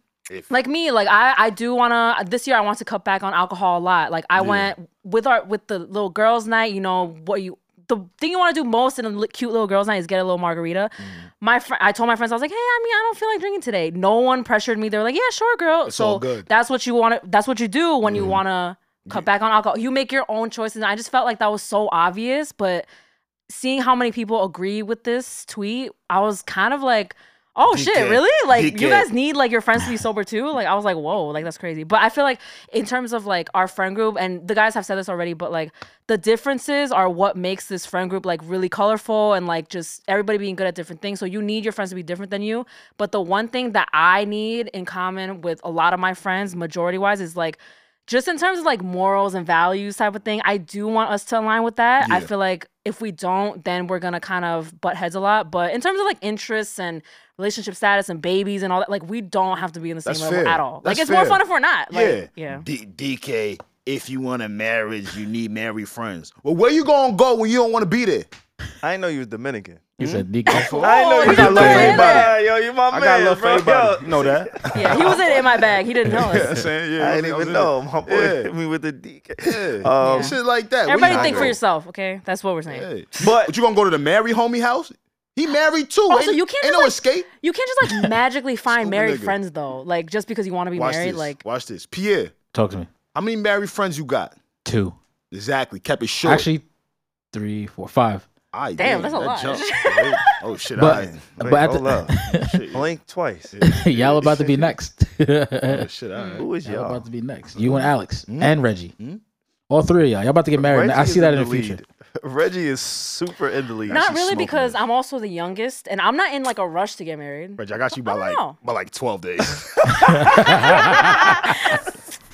S4: like me, like I, I do wanna this year I want to cut back on alcohol a lot. Like I went with our with the little girls' night, you know, what you the thing you want to do most in a li- cute little girls' night is get a little margarita.
S2: Mm-hmm.
S4: My fr- I told my friends I was like, hey, I mean, I don't feel like drinking today. No one pressured me. They were like, yeah, sure, girl.
S2: It's
S4: so
S2: all good.
S4: that's what you want to. That's what you do when you want to cut back on alcohol. You make your own choices. And I just felt like that was so obvious, but seeing how many people agree with this tweet, I was kind of like, oh shit,
S1: Dickhead.
S4: really? Like you
S1: Dickhead.
S4: guys need like your friends to be sober too? Like I was like, whoa, like that's crazy. But I feel like in terms of like our friend group, and the guys have said this already, but like the differences are what makes this friend group like really colorful and like just everybody being good at different things. So you need your friends to be different than you. But the one thing that I need in common with a lot of my friends, majority wise, is like just in terms of like morals and values type of thing, I do want us to align with that. I
S2: Yeah.
S4: feel like if we don't, then we're gonna kind of butt heads a lot. But in terms of like interests and relationship status and babies and all that, like we don't have to be in the same
S2: That's
S4: level
S2: fair.
S4: at all. like
S2: That's
S4: it's more
S2: fair.
S4: fun if we're not. Like,
S2: yeah.
S4: yeah.
S2: D- DK, if you want a marriage, you need married friends. Well, where you gonna go when you don't want to be there?
S1: I didn't know you was Dominican.
S3: You said DK.
S1: Oh, I didn't know
S4: Oh,
S1: you
S4: you
S1: was
S4: got love for
S1: Dominican. Yeah,
S4: everybody.
S1: Yo, you my
S2: I
S1: man,
S2: got love for
S1: bro.
S2: everybody.
S1: Yo,
S2: You know that.
S4: Yeah. He was in, in my bag. He didn't know us.
S2: saying, yeah,
S1: I
S2: was-
S1: didn't
S2: was
S1: even
S2: in
S1: know. My boy
S2: Yeah.
S1: hit me with the DK.
S2: it. Yeah.
S1: Um,
S2: Shit like that. Where
S4: Everybody
S2: you
S4: think for
S2: gonna
S4: yourself, okay? That's what we're saying.
S2: go? Yeah.
S1: But
S2: But you gonna go to the married homie house? He married too.
S4: Also,
S2: ain't
S4: you can't
S2: ain't
S4: just,
S2: no
S4: like-
S2: escape.
S4: You can't just like magically find
S2: Stupid
S4: married
S2: nigga.
S4: friends though. Like just because you want to be
S2: Watch
S4: married,
S2: this.
S4: like
S2: Watch this. Pierre,
S3: Talk to me.
S2: how many married friends you got?
S3: Two.
S2: Exactly. Kept it short.
S3: Actually, three, four, five.
S2: Aye,
S4: Damn, that's a lot.
S2: jumped. oh shit,
S3: But,
S2: I
S1: Wait,
S3: but at
S1: hold up.
S3: the,
S2: shit.
S1: blink twice.
S3: y'all about to be next.
S2: Oh
S3: y'all
S2: shit, I
S1: Who is y'all?
S3: about to be next. You and Alex
S2: Mm.
S3: and Reggie.
S2: Mm.
S3: All three of y'all. Y'all about to get married. I
S1: Mm-hmm. Reggie
S3: see that in
S1: is
S3: the future.
S1: lead. Reggie is super in the lead.
S4: not
S2: she's
S4: really
S2: smoking
S4: because
S2: this.
S4: I'm also the youngest and I'm not in like a rush to get married.
S2: Reggie, I got you by
S4: I
S2: like
S4: don't know.
S2: by like twelve days.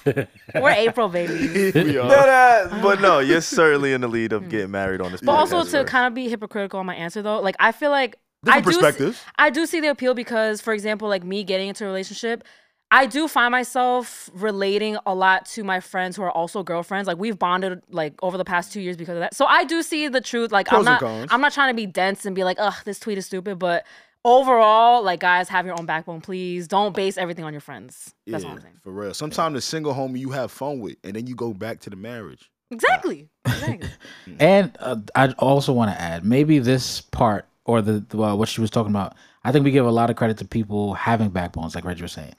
S4: We're April babies.
S2: we uh, are.
S1: Dead ass. but no, you're certainly in the lead of getting married on this.
S4: But also
S1: podcast,
S4: to
S1: right?
S4: kind of be hypocritical on my answer though, like I feel like
S2: Different
S4: I do see-
S2: perspective.
S4: I do see the appeal because, for example, like me getting into a relationship, I do find myself relating a lot to my friends who are also girlfriends. Like we've bonded like over the past two years because of that. So I do see the truth. Like
S2: Pros
S4: I'm
S2: and
S4: not
S2: cons.
S4: I'm not trying to be dense and be like, ugh, this tweet is stupid, but overall, like guys, have your own backbone, please. Don't base everything on your friends. That's all I'm saying.
S2: For real. Sometimes the single homie you have fun with, and then you go back to the marriage.
S4: Exactly. Exactly.
S3: And uh, I also want to add, maybe this part or the the, uh, what she was talking about. I think we give a lot of credit to people having backbones, like Reggie was saying.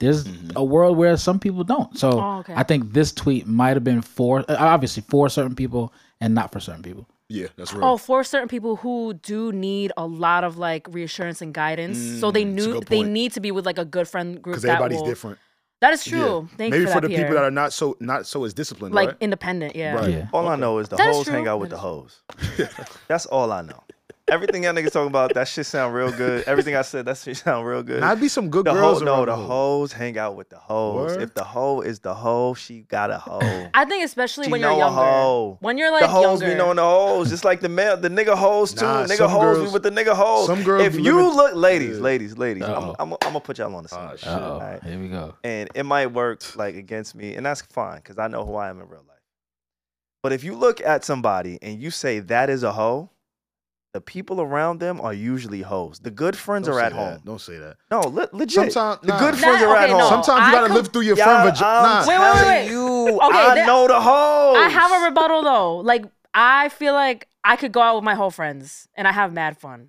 S3: There's a world where some people don't. So
S4: Oh, okay.
S3: I think this tweet might have been for uh, obviously for certain people and not for certain people.
S2: Yeah, that's real.
S4: Oh, for certain people who do need a lot of like reassurance and guidance, so they
S2: Mm, that's a
S4: knew
S2: good
S4: they
S2: point.
S4: need to be with like a good friend group.
S2: because
S4: that
S2: everybody's
S4: will-
S2: different.
S4: That is
S2: Yeah.
S4: true. Thank you
S2: Maybe
S4: for,
S2: for,
S4: that,
S2: the
S4: Pierre.
S2: people that are not so not so as disciplined,
S4: like
S2: right?
S4: independent. Yeah.
S2: Right.
S3: Yeah.
S1: all I know is the
S4: That is
S1: hoes hang
S4: true.
S1: out with
S4: That
S1: the
S4: is
S1: hoes. That's all I know. Everything y'all niggas talking about, that shit sound real good. Everything I said, that shit sound real good.
S2: Now, I'd be some good
S1: the
S2: girls.
S1: hoe, no,
S2: around
S1: the
S2: though.
S1: hoes hang out with the hoes.
S2: Word?
S1: If the hoe is the hoe, she got a hoe.
S4: I think especially
S1: She
S4: when you're
S1: know a
S4: younger.
S1: hoe.
S4: When you're like
S1: the hoes
S4: younger.
S1: be knowing the hoes, just like the male, the nigga hoes too.
S2: Nah,
S1: nigga
S2: some
S1: hoes
S2: girls-
S1: be with the nigga hoes.
S2: some girls
S1: if
S2: be
S1: you
S2: living-
S1: look, ladies,
S2: Yeah.
S1: ladies, ladies, I'm,
S3: Uh-oh.
S1: I'm, I'm gonna put y'all on the
S2: Ah,
S1: side,
S2: shit.
S3: Oh,
S1: Alright.
S3: here we go.
S1: and it might work like against me, and that's fine because I know who I am in real life. But if you look at somebody and you say that is a hoe, the people around them are usually hoes. The good friends
S2: Don't
S1: are
S2: say
S1: at
S2: that.
S1: home.
S2: Don't say that.
S1: No, le- legit.
S2: Sometimes-
S1: the
S2: nah.
S1: good
S2: Nah,
S1: friends are at
S4: okay, no.
S1: home.
S2: Sometimes you
S4: I
S2: gotta
S4: com-
S2: live through your
S1: Y'all- um,
S2: friend vagi-
S1: I'm
S2: Nah,
S4: Wait, wait, wait,
S1: telling
S4: wait.
S1: you,
S4: Okay,
S1: I
S4: that-
S1: know the hoes.
S4: I have a rebuttal though. Like I feel like I could go out with my whole friends and I have mad fun.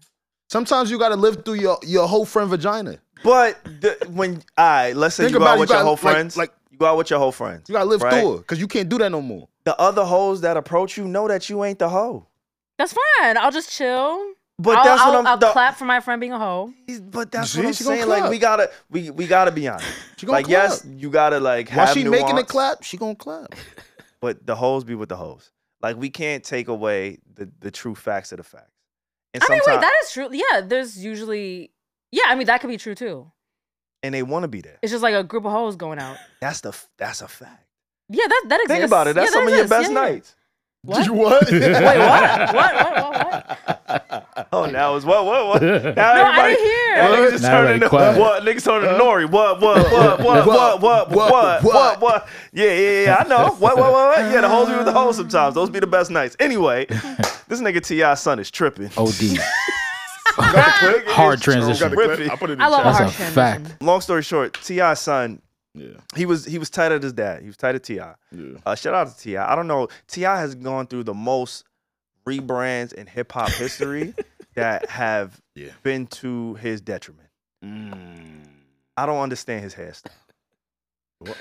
S2: sometimes you gotta live through your, your whole friend vagina.
S1: But the, when I let's say
S2: Think
S1: you go
S2: about
S1: out
S2: it,
S1: with
S2: you
S1: your
S2: gotta-
S1: whole
S2: like-
S1: friends,
S2: like-
S1: like you go out with your whole friends,
S2: You gotta live
S1: right?
S2: through it because you can't do that no more.
S1: The other hoes that approach you know that you ain't the hoe.
S4: That's fine. I'll just chill.
S1: But
S4: I'll,
S1: that's
S4: I'll,
S1: what I'm.
S4: I'll
S1: the-
S4: clap for my friend being a hoe.
S1: But that's
S2: see,
S1: what I'm
S2: she gonna
S1: saying. Like
S2: clap.
S1: we gotta, we we gotta be honest.
S2: She gonna
S1: Like yes,
S2: clap.
S1: you gotta like have
S2: While she making a
S1: nuance,
S2: clap, she gonna clap.
S1: But the hoes be with the hoes. Like we can't take away the the true facts of the facts. And
S4: I mean, wait,
S1: sometimes-
S4: that is true. Yeah, there's usually yeah. I mean, that could be true too.
S1: and they want to be there.
S4: It's just like a group of hoes going out.
S1: That's the that's a fact.
S4: Yeah, that that exists.
S1: Think about it. That's
S4: yeah, that
S1: some of your
S4: exists.
S1: best
S4: Yeah, yeah.
S1: nights.
S4: What?
S2: You what?
S4: Wait, what? what? What? What? What?
S1: Oh, now it's what what what. Now
S4: No, I
S1: everybody-
S4: didn't hear.
S1: Now niggas just
S3: Now
S1: turn
S3: everybody
S1: into
S3: quiet.
S1: what niggas turn into Nori. What what what what what what what what what? Yeah yeah yeah. I know. What what what what? Yeah, the hoes be with the hoes sometimes. Those be the best nights. Anyway, this nigga Ti son is tripping.
S3: OD.
S1: Hard
S3: Oh, transition.
S1: Tripping.
S2: put it in
S4: I love a
S3: That's
S4: hard
S3: a fact.
S1: Long story short, Ti son,
S2: Yeah,
S1: he was he was tight at his dad. He was tight at Ti.
S2: yeah.
S1: Uh, shout out to Ti. I don't know. Ti has gone through the most rebrands in hip hop history that have
S2: Yeah. Mm.
S1: been to his detriment. I don't understand his hairstyle.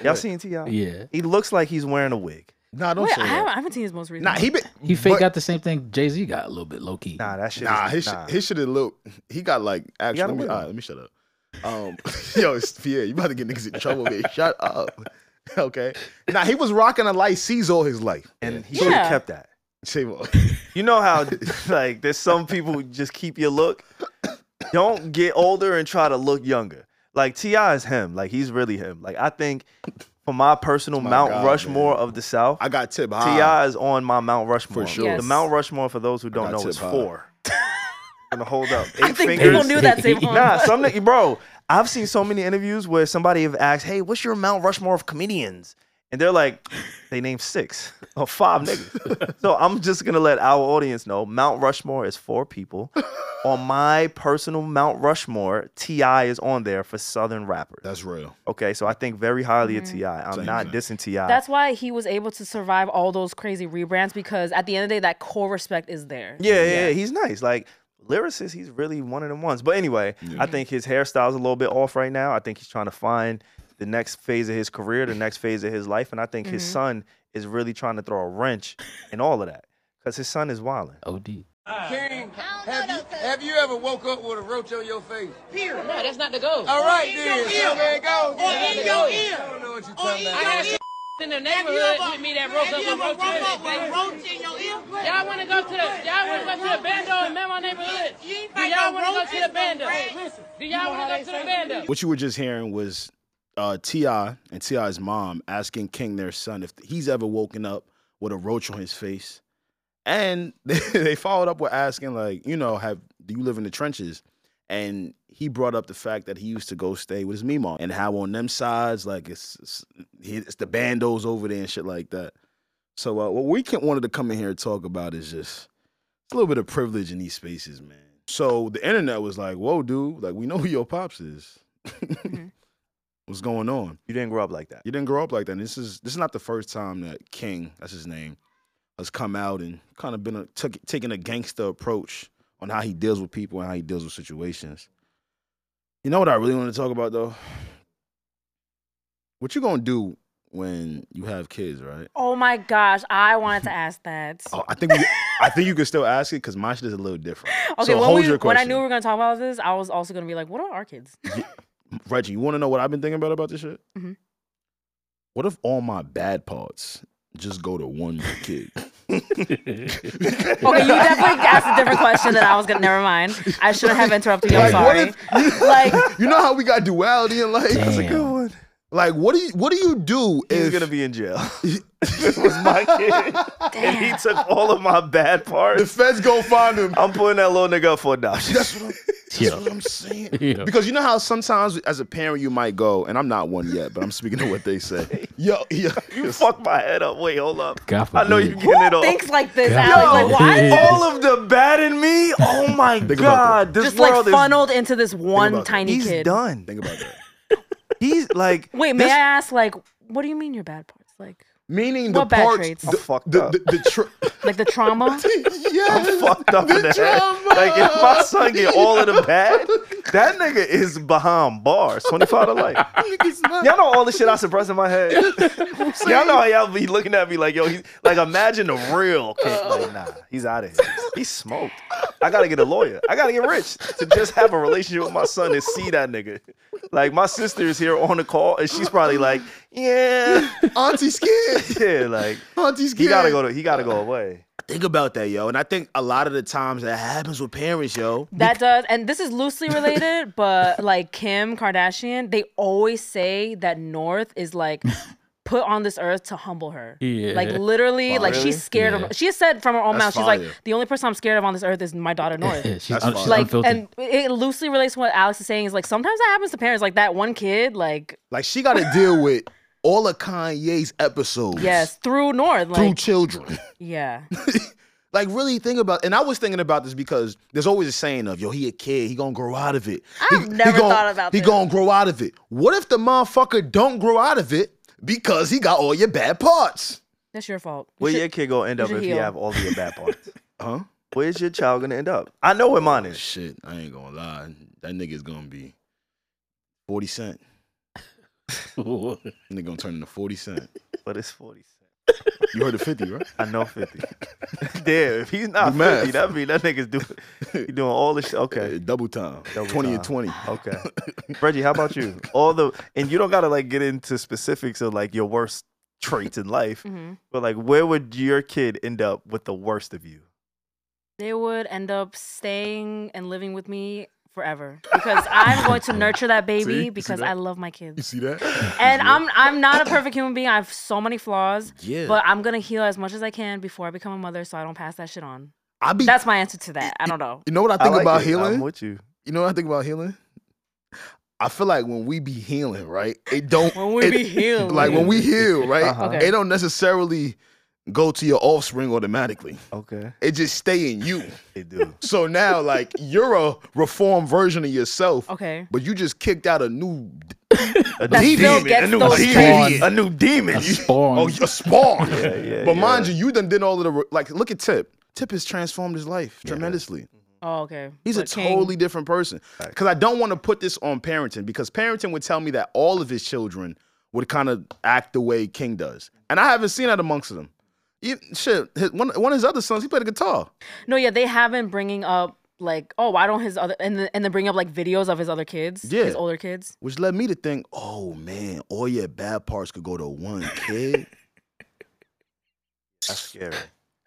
S1: Y'all seen T.I.?
S3: Yeah.
S1: He looks like he's wearing a wig.
S2: Nah, don't
S4: Wait,
S2: say
S4: I
S2: that.
S4: haven't, I haven't seen his most recent.
S2: Nah, he been,
S3: He faked
S2: but-
S3: out the same thing Jay Z got a little bit low key.
S1: Nah, that shit.
S2: Nah,
S1: is,
S2: his
S1: nah.
S2: shit his shit did look. He got like actually.
S1: got a
S2: Let me,
S1: wig
S2: all
S1: on.
S2: right, let me shut up. Um, yo, it's Pierre. You about to get niggas in trouble, man. Shut up. Okay. Now he was rocking a light C's all his life.
S1: and he
S4: Yeah.
S1: should have kept that.
S2: Shame on.
S1: You know how like there's some people who just keep your look. Don't get older and try to look younger. Like Ti is him. Like he's really him. Like I think for my personal
S2: My
S1: Mount
S2: God,
S1: Rushmore
S2: man.
S1: of the South,
S2: I got tip
S1: Ti
S2: high.
S1: is on my Mount Rushmore.
S2: sure.
S4: Yes.
S1: The Mount Rushmore, for those who don't
S2: got
S1: know,
S2: tip
S1: is
S2: high.
S1: four. I'm gonna hold up. Eight
S4: I think
S1: fingers.
S4: people knew that same one.
S1: Nah, some nigga, bro. I've seen so many interviews where somebody have asked, "Hey, what's your Mount Rushmore of comedians?" And they're like, "They named six or five niggas." so I'm just gonna let our audience know Mount Rushmore is four people. on my personal Mount Rushmore, Ti is on there for Southern rappers.
S2: That's real.
S1: okay, so I think very highly of Ti. I'm
S2: Same,
S1: not
S2: same.
S1: dissing Ti.
S4: That's why he was able to survive all those crazy rebrands because at the end of the day, that core respect is there.
S1: Yeah, yeah, yeah. He's nice. Like lyricist, he's really one of the ones. But anyway, I think his hairstyle's a little bit off right now. I think he's trying to find the next phase of his career, the next phase of his life, and I think his son is really trying to throw a wrench in all of that because his son is wilding.
S3: OD.
S6: King, have you, have you ever woke up with a roach on your face?
S7: No, that's not the goal.
S6: All right, then. so there it goes.
S7: in
S6: There it
S7: your
S6: goes.
S7: ear.
S6: I don't know what you're
S7: Or
S6: talking
S7: in
S6: about.
S7: your ear. In the Have you neighborhood ever with me that rope up have you with ever roach woke up on with it. a roach in your ear? Y'all wanna go to the y'all wanna go to the bando in Melbourne neighborhood? You ain't Do fight y'all no wanna go roaches, to the no bando? rats. Do y'all wanna go to the bando?
S2: What you were just hearing was uh, Ti and Ti's mom asking King their son if he's ever woken up with a roach on his face, and they, they followed up with asking like, you know, have do you live in the trenches? And he brought up the fact that he used to go stay with his mom and how on them sides like it's it's, it's the bandos over there and shit like that. So uh, what we can, wanted to come in here and talk about is just it's a little bit of privilege in these spaces, man. So the internet was like, "Whoa, dude! Like we know who your pops is. What's going on?
S1: You didn't grow up like that.
S2: You didn't grow up like that. And this is this is not the first time that King, that's his name, has come out and kind of been a, took, taking a gangster approach on how he deals with people and how he deals with situations. You know what I really want to talk about though? What you gonna do when you have kids, right?
S4: Oh my gosh, I wanted to ask that.
S2: Oh, I think we, I think you can still ask it because my shit is a little different.
S4: Okay,
S2: so
S4: when,
S2: hold
S4: we,
S2: your
S4: when I
S2: question.
S4: knew we were gonna talk about this, I was also gonna be like, "What are our kids?"
S2: Reggie, you want to know what I've been thinking about about this shit?
S4: Mhm.
S2: What if all my bad parts just go to one kid?
S4: Okay, you definitely asked a different question than I was gonna. Never mind. I shouldn't have interrupted you. I'm
S2: Like, what
S4: sorry. Like,
S2: you know how we got duality in life?
S3: Damn.
S1: one.
S2: Like, what do you what do you do
S1: He's
S2: if
S1: gonna be in jail. this was my kid, and he took all of my bad
S2: the
S1: parts.
S2: feds go find him?
S1: I'm putting that little nigga up for adoption.
S2: That's what I'm saying.
S3: Yeah.
S2: Because you know how sometimes as a parent you might go, and I'm not one yet, but I'm speaking to what they say. Yo, yo,
S1: You fuck my head up. Wait, hold up.
S3: God
S1: I know you
S3: forbid.
S1: getting it all.
S4: thinks like this,
S3: God.
S4: Alex. Like, why?
S3: Yo.
S1: all of the bad in me. Oh my
S2: Think about
S1: god, this
S4: Just like
S1: world
S4: funneled into this one
S2: about that.
S4: tiny
S1: is. He's
S4: kid.
S1: done.
S2: think about that.
S1: He's like.
S4: Wait, may I ask, like, what do you mean your bad parts? Like,
S2: Meaning the
S4: What bad
S2: parts,
S4: traits?
S2: the,
S1: I'm fucked
S2: the,
S1: up.
S2: the, the tr-
S4: like the trauma?
S2: yes.
S1: Fucked up in the head.
S2: drama.
S1: Like if my son get all of the bad, that nigga is behind bars, twenty five to life. Y'all know all the shit I suppress in my head. y'all know how y'all be looking at me like, yo, he, like imagine the real kid. Like, nah, he's out of here. He smoked. I gotta get a lawyer. I gotta get rich to just have a relationship with my son and see that nigga. Like my sister is here on the call and she's probably like, yeah,
S2: Auntie scared.
S1: yeah, like
S2: Auntie scared.
S1: he gotta go to he gotta go away.
S2: Think about that, yo. And I think a lot of the times that happens with parents, yo.
S4: That does, and this is loosely related, but like Kim Kardashian, they always say that North is like put on this earth to humble her.
S3: Yeah.
S4: Like literally, like she's scared
S3: Yeah.
S4: of. She has said from her own
S2: That's
S4: mouth, she's
S2: fire.
S4: like, the only person I'm scared of on this earth is my daughter North.
S3: Yeah, she's,
S2: That's
S3: un-
S2: fine.
S3: she's
S2: Like,
S4: Like
S3: unfiltered.
S4: and it loosely relates to what Alex is saying is like sometimes that happens to parents like that one kid like
S2: Like she got to deal with all of Kanye's episodes.
S4: yes through North
S2: Through
S4: like
S2: children.
S4: yeah
S2: like really think about and I was thinking about this because there's always a saying of yo, he a kid, he gonna grow out of it.
S4: I've
S2: he,
S4: never
S2: gonna,
S4: thought about
S2: He
S4: this.
S2: gonna grow out of it. What if the motherfucker don't grow out of it because he got all your bad parts?
S4: that's your fault. You
S1: Where
S4: should-
S1: your kid gonna end
S4: you
S1: up
S4: should
S1: if you
S4: heal.
S1: have all of your bad parts?
S2: Huh?
S1: Where's your child gonna end up? I know where mine is.
S2: Shit, I ain't gonna lie. That nigga's gonna be 40 cent. Nigga gonna turn into 40 Cent.
S1: but it's 40 cents.
S2: You heard of 50, right?
S1: I know 50. Damn, if he's not
S2: Do math.
S1: 50, that mean that nigga's doing, he doing all the shit.
S2: Uh,
S1: Okay.
S2: double time.
S1: Double
S2: 20 and
S1: time.
S2: 20.
S1: Okay. Reggie, how about you? All the, and you don't got to like get into specifics of like your worst traits in life,
S4: hmm
S1: but like where would your kid end up with the worst of you?
S4: They would end up staying and living with me forever because I'm going to nurture that
S2: See?
S4: baby
S2: See
S4: because
S2: that?
S4: I love my
S2: You
S4: kids.
S2: see that? You
S4: And
S2: see that?
S4: I'm I'm not a perfect human being. I have so many flaws,
S2: Yeah.
S4: but I'm gonna heal as much as I can before I become a mother, so I don't pass that shit on.
S2: I be.
S4: That's my answer to that. I don't know.
S2: you know what I think
S1: like
S2: about
S1: it. I'm
S2: healing?
S1: with you.
S2: you know what I think about healing? I feel like when we be healing, right? It don't.
S4: When we
S2: it-
S4: be healed.
S2: Like when we heal, right?
S1: Uh-huh.
S4: Okay.
S2: It don't necessarily go to your offspring automatically.
S1: Okay.
S2: It just stay in you.
S1: They do.
S2: So now, like you're a reformed version of yourself,
S4: Okay.
S2: but you just kicked out a new.
S1: A
S4: That
S1: new
S4: still
S1: demon.
S4: gets
S1: A new
S4: those
S1: demon.
S2: kids.
S1: A new demon.
S3: A spawn.
S2: Oh, you're spawn.
S1: yeah,
S2: but mind you, you done did all of the re- like. Look at Tip. Tip has transformed his life tremendously.
S4: Oh, okay.
S2: He's
S4: But
S2: a
S4: King-
S2: totally different person. Because I don't want to put this on parenting because parenting would tell me that all of his children would kind of act the way King does, and I haven't seen that amongst them. You, shit, his, one one of his other sons, he played a guitar.
S4: No, yeah, they have been bringing up like, oh, why don't his other and the, and then bring up like videos of his other kids,
S2: Yeah.
S4: his older kids.
S2: Which led me to think, oh man, all your bad parts could go to one kid.
S1: That's scary.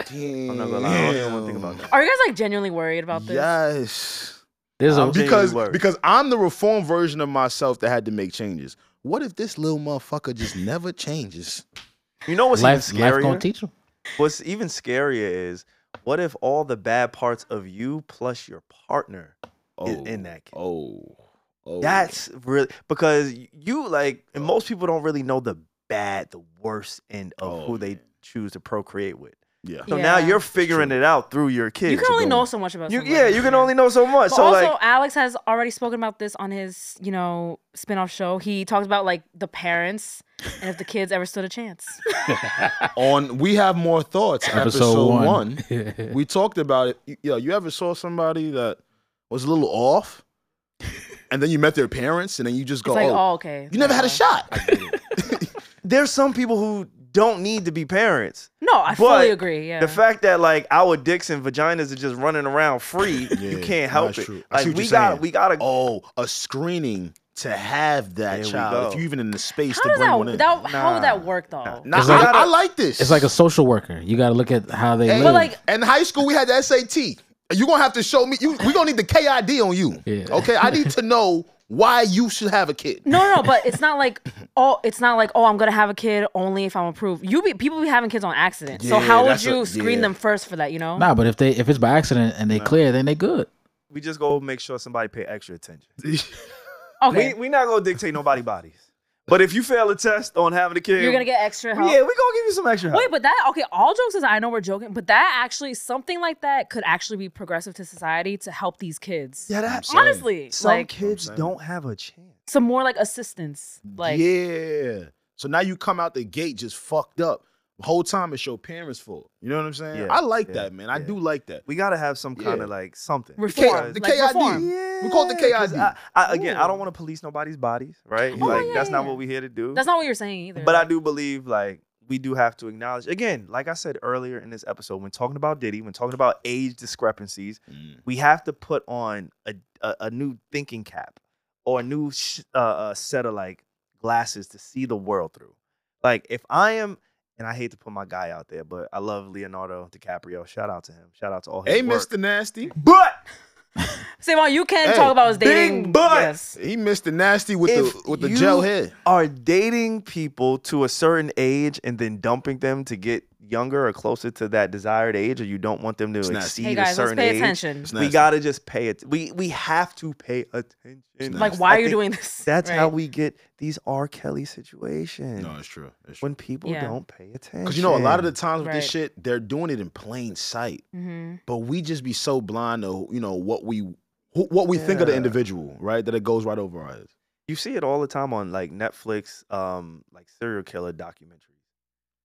S2: Damn.
S1: I'm not gonna lie. I don't even want to think about that.
S4: Are you guys like genuinely worried about this?
S2: Yes.
S3: There's a
S1: Genuinely
S2: Because
S1: worried.
S2: because I'm the reformed version of myself that had to make changes. What if this little motherfucker just never changes?
S1: You know what's
S3: life.
S1: even
S3: Life
S1: scarier?
S3: gonna teach him.
S1: What's even scarier is what if all the bad parts of you plus your partner is in that kid?
S2: Oh. Oh.
S1: That's really because you like, and most people don't really know the bad, the worst end of
S2: Oh,
S1: who they choose to procreate with.
S2: yeah.
S1: So now
S4: Yeah.
S1: you're figuring it out through your kids.
S4: You can only
S1: going-
S4: know so much about.
S1: You,
S4: someone.
S1: yeah, you can only know so much.
S4: But
S1: so
S4: also,
S1: like,
S4: Alex has already spoken about this on his, you know, spin-off show. He talked about like the parents and if the kids ever stood a chance.
S2: On we have more thoughts episode, one.
S3: one.
S2: we talked about it. You- Yo, you ever saw somebody that was a little off, and then you met their parents, and then you just go,
S4: it's like,
S2: oh,
S4: oh, okay.
S2: you never had a
S4: Yeah.
S2: shot.
S1: there's some people who don't need to be parents.
S4: No, I
S1: But
S4: fully agree. Yeah.
S1: The fact that like our dicks and vaginas are just running around free,
S2: Yeah,
S1: you can't
S2: no,
S1: help
S2: that's
S1: it.
S2: true. I see
S1: Like
S2: what
S1: we
S2: you're
S1: got,
S2: saying.
S1: we got to.
S2: Oh, a screening to have that
S1: There we
S2: child.
S1: go.
S2: If you're even in the space
S4: how
S2: to
S4: does
S2: bring
S4: that,
S2: one in.
S4: that- how would
S1: Nah.
S4: that work though?
S2: Nah,
S3: It's
S2: I,
S3: like-
S2: I like this.
S3: It's like a social worker. You got to look at how they
S2: Hey,
S3: live.
S4: But like,
S2: in high school we had the SAT. You're gonna have to show me. You, we're gonna need the KID on you.
S3: Yeah.
S2: Okay, I need to know why you should have a kid.
S4: No, no, no, but it's not like oh, it's not like oh, I'm gonna have a kid only if I'm approved. You be people be having kids on accident. so
S2: Yeah,
S4: how would
S2: that's
S4: you
S2: a-
S4: screen
S2: yeah.
S4: them first for that? You know,
S3: nah, but if they if it's by accident and they clear, then they good.
S1: We just go make sure somebody pay extra attention.
S4: okay,
S1: We we not gonna dictate nobody bodies. But if you fail a test on having a kid,
S4: you're gonna get extra help.
S1: yeah, we gonna give you some extra help.
S4: Wait, but that okay? All jokes is I know we're joking, but that actually something like that could actually be progressive to society to help these kids.
S1: yeah, that
S4: Honestly,
S1: some
S4: like
S1: kids don't have a chance.
S4: some more like assistance, like
S2: yeah. So now you come out the gate just fucked up. The whole time it's your parents' fault. You know what I'm saying?
S1: Yeah,
S2: I like
S1: yeah,
S2: that, man. I
S1: yeah.
S2: do like that.
S1: We gotta have some kind
S2: Yeah.
S1: of like something.
S4: reform,
S2: the
S4: like
S2: KID.
S4: reform.
S1: Yeah,
S2: We call it the
S1: 'cause
S2: KID.
S1: I, I, again, I
S4: Ooh.
S1: don't want to police nobody's bodies, right?
S4: Oh,
S1: like
S4: yeah,
S1: that's not
S4: yeah.
S1: what we here to do.
S4: That's not what you're saying either.
S1: But I do believe like we do have to acknowledge again, like I said earlier in this episode, when talking about Diddy, when talking about age discrepancies, we have to put on a a, a new thinking cap or a new sh- uh, uh, set of like glasses to see the world through. Like if I am, and I hate to put my guy out there, but I love Leonardo DiCaprio. Shout out to him. Shout out to all his
S2: Hey,
S1: work.
S2: Mr. Nasty.
S1: But
S4: Savon, you can
S2: Hey,
S4: talk about his
S1: big
S4: dating.
S1: butt.
S4: Yes.
S2: He Mr. Nasty with
S1: if
S2: the with the
S1: you
S2: gel hair.
S1: Are dating people to a certain age and then dumping them to get younger or closer to that desired age, or you don't want them to
S2: It's nasty.
S1: exceed
S4: Hey
S1: a
S4: guys, let's
S1: certain
S4: pay
S1: age?
S4: attention.
S2: It's
S1: We
S2: nasty.
S1: gotta just pay it. We we have to pay attention.
S4: Like,
S2: Nice.
S4: why
S1: I
S4: are you
S1: think
S4: doing this?
S1: That's how
S4: Right.
S1: we get these R. Kelly situations.
S2: No, it's true. It's true.
S1: when people
S4: Yeah.
S1: don't pay attention.
S2: Because you know, a lot of the times with this
S4: Right.
S2: shit, they're doing it in plain sight.
S4: Mhm.
S2: But we just be so blind to you know what we wh- what we think of the
S1: Yeah.
S2: individual, right? That it goes right over our heads.
S1: you see it all the time on like Netflix, um, like serial killer documentaries.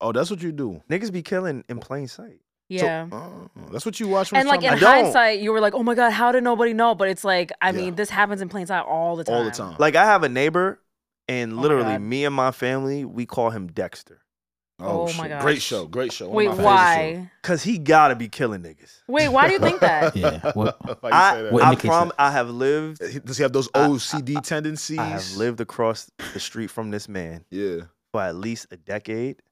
S2: Oh, that's what you do.
S1: Niggas be killing in plain sight.
S2: So-
S4: Yeah.
S2: oh, that's what you watch. When
S4: and like in
S1: I don't.
S4: hindsight, you were like, "Oh my god, how did nobody know?" But it's like, I
S2: Yeah.
S4: mean, this happens in plain sight all the time.
S2: all the time.
S1: Like I have a neighbor And
S4: Oh my
S1: literally,
S4: God.
S1: me and my family, we call him Dexter.
S4: Oh my
S2: shit.
S4: gosh.
S2: Great show, great show. One
S4: Wait,
S2: of my favorite
S4: why?
S1: Cause he gotta be killing niggas.
S4: Wait, why do you think that?
S2: shows.
S3: Yeah, what-
S2: Why you say
S1: I,
S2: that?
S3: What
S1: I
S3: indicates
S1: prom
S3: that?
S1: I have lived
S2: Does he have those OCD tendencies?
S1: I have lived across the street from this man
S2: Yeah.
S1: for at least a decade.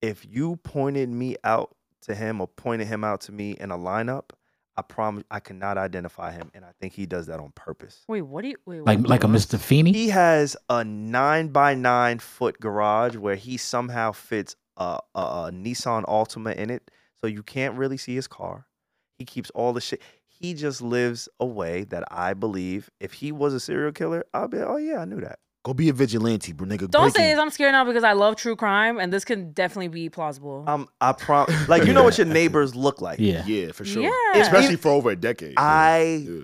S1: If you pointed me out to him or pointed him out to me in a lineup, I promise I cannot identify him. And I think he does that on purpose.
S4: Wait, what do you wait?
S3: like
S4: what-
S3: like a Mr. Feeney.
S1: He has a nine by nine foot garage where he somehow fits a, a, a Nissan Altima in it, so you can't really see his car. He keeps all the shit. He just lives a way that I believe if he was a serial killer, I'd be, oh yeah, I knew that.
S2: Go be a vigilante, bro, nigga.
S4: Don't
S2: Break in.
S4: say this. I'm scared now because I love true crime, and this can definitely be plausible.
S1: Um, I prom, like you know what your neighbors look like.
S3: Yeah.
S2: Yeah, for sure.
S4: Yeah.
S2: Especially for over a decade.
S1: I
S2: Yeah.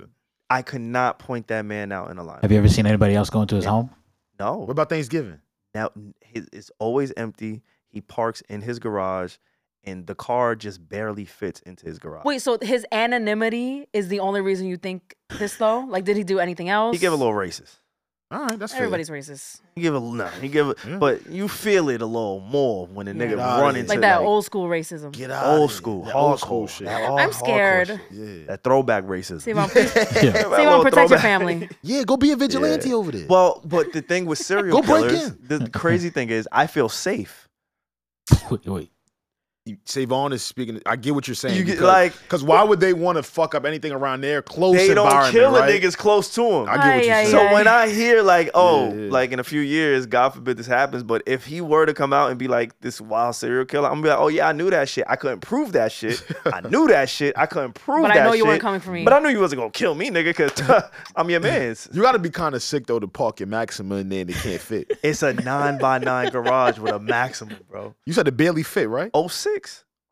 S1: I could not point that man out in a line.
S3: Have you ever seen anybody else go into his home?
S2: What
S1: No,
S2: about Thanksgiving?
S1: now his, it's always empty. He parks in his garage, and the car just barely fits into his garage.
S4: Wait, so his anonymity is the only reason you think this though? Like, did he do anything else?
S1: He give a little racist.
S2: All right, that's fair.
S4: Everybody's racist.
S1: He give a no. He give a,
S2: Yeah.
S1: but you feel it a little more when the
S4: Yeah.
S1: nigga
S2: Get outta
S1: run
S2: here.
S1: into
S4: Like that old school racism.
S2: Get
S1: old,
S2: out. of here.
S1: school,
S2: That
S1: hardcore,
S2: old school shit.
S1: That all
S4: I'm
S1: hardcore
S4: scared.
S1: shit.
S2: Yeah.
S1: That throwback racism.
S4: Save on, please, save
S3: Yeah.
S1: That
S4: on,
S1: little
S4: protect your
S1: throwback.
S4: family.
S2: Yeah, go be a vigilante over there.
S1: Well, but the thing with serial
S2: Go break
S1: killers, the crazy thing is, I feel safe.
S3: Wait, wait.
S2: You- Savon is speaking. I get what you're saying.
S1: You get,
S2: because-
S1: like-
S2: because why would they want to fuck up anything around their close
S1: They don't
S2: environment?
S1: kill the
S2: right?
S1: niggas close to them.
S2: I get what you're
S4: Ay, ay,
S2: saying.
S1: So
S4: ay.
S1: when I hear like, oh,
S2: Yeah.
S1: like in a few years, God forbid this happens, but if he were to come out and be like this wild serial killer, I'm gonna be like, oh yeah, I knew that shit. I couldn't prove that shit. I knew that shit. I couldn't prove
S4: But
S1: that
S4: I know you
S1: shit.
S4: weren't coming for me.
S1: But I knew you wasn't gonna kill me, nigga, because I'm your man's.
S2: you got to be kind of sick though to park your Maxima in there and it can't fit.
S1: It's a nine by nine garage with a maximum, bro.
S2: You said it barely fit, right?
S1: Oh six.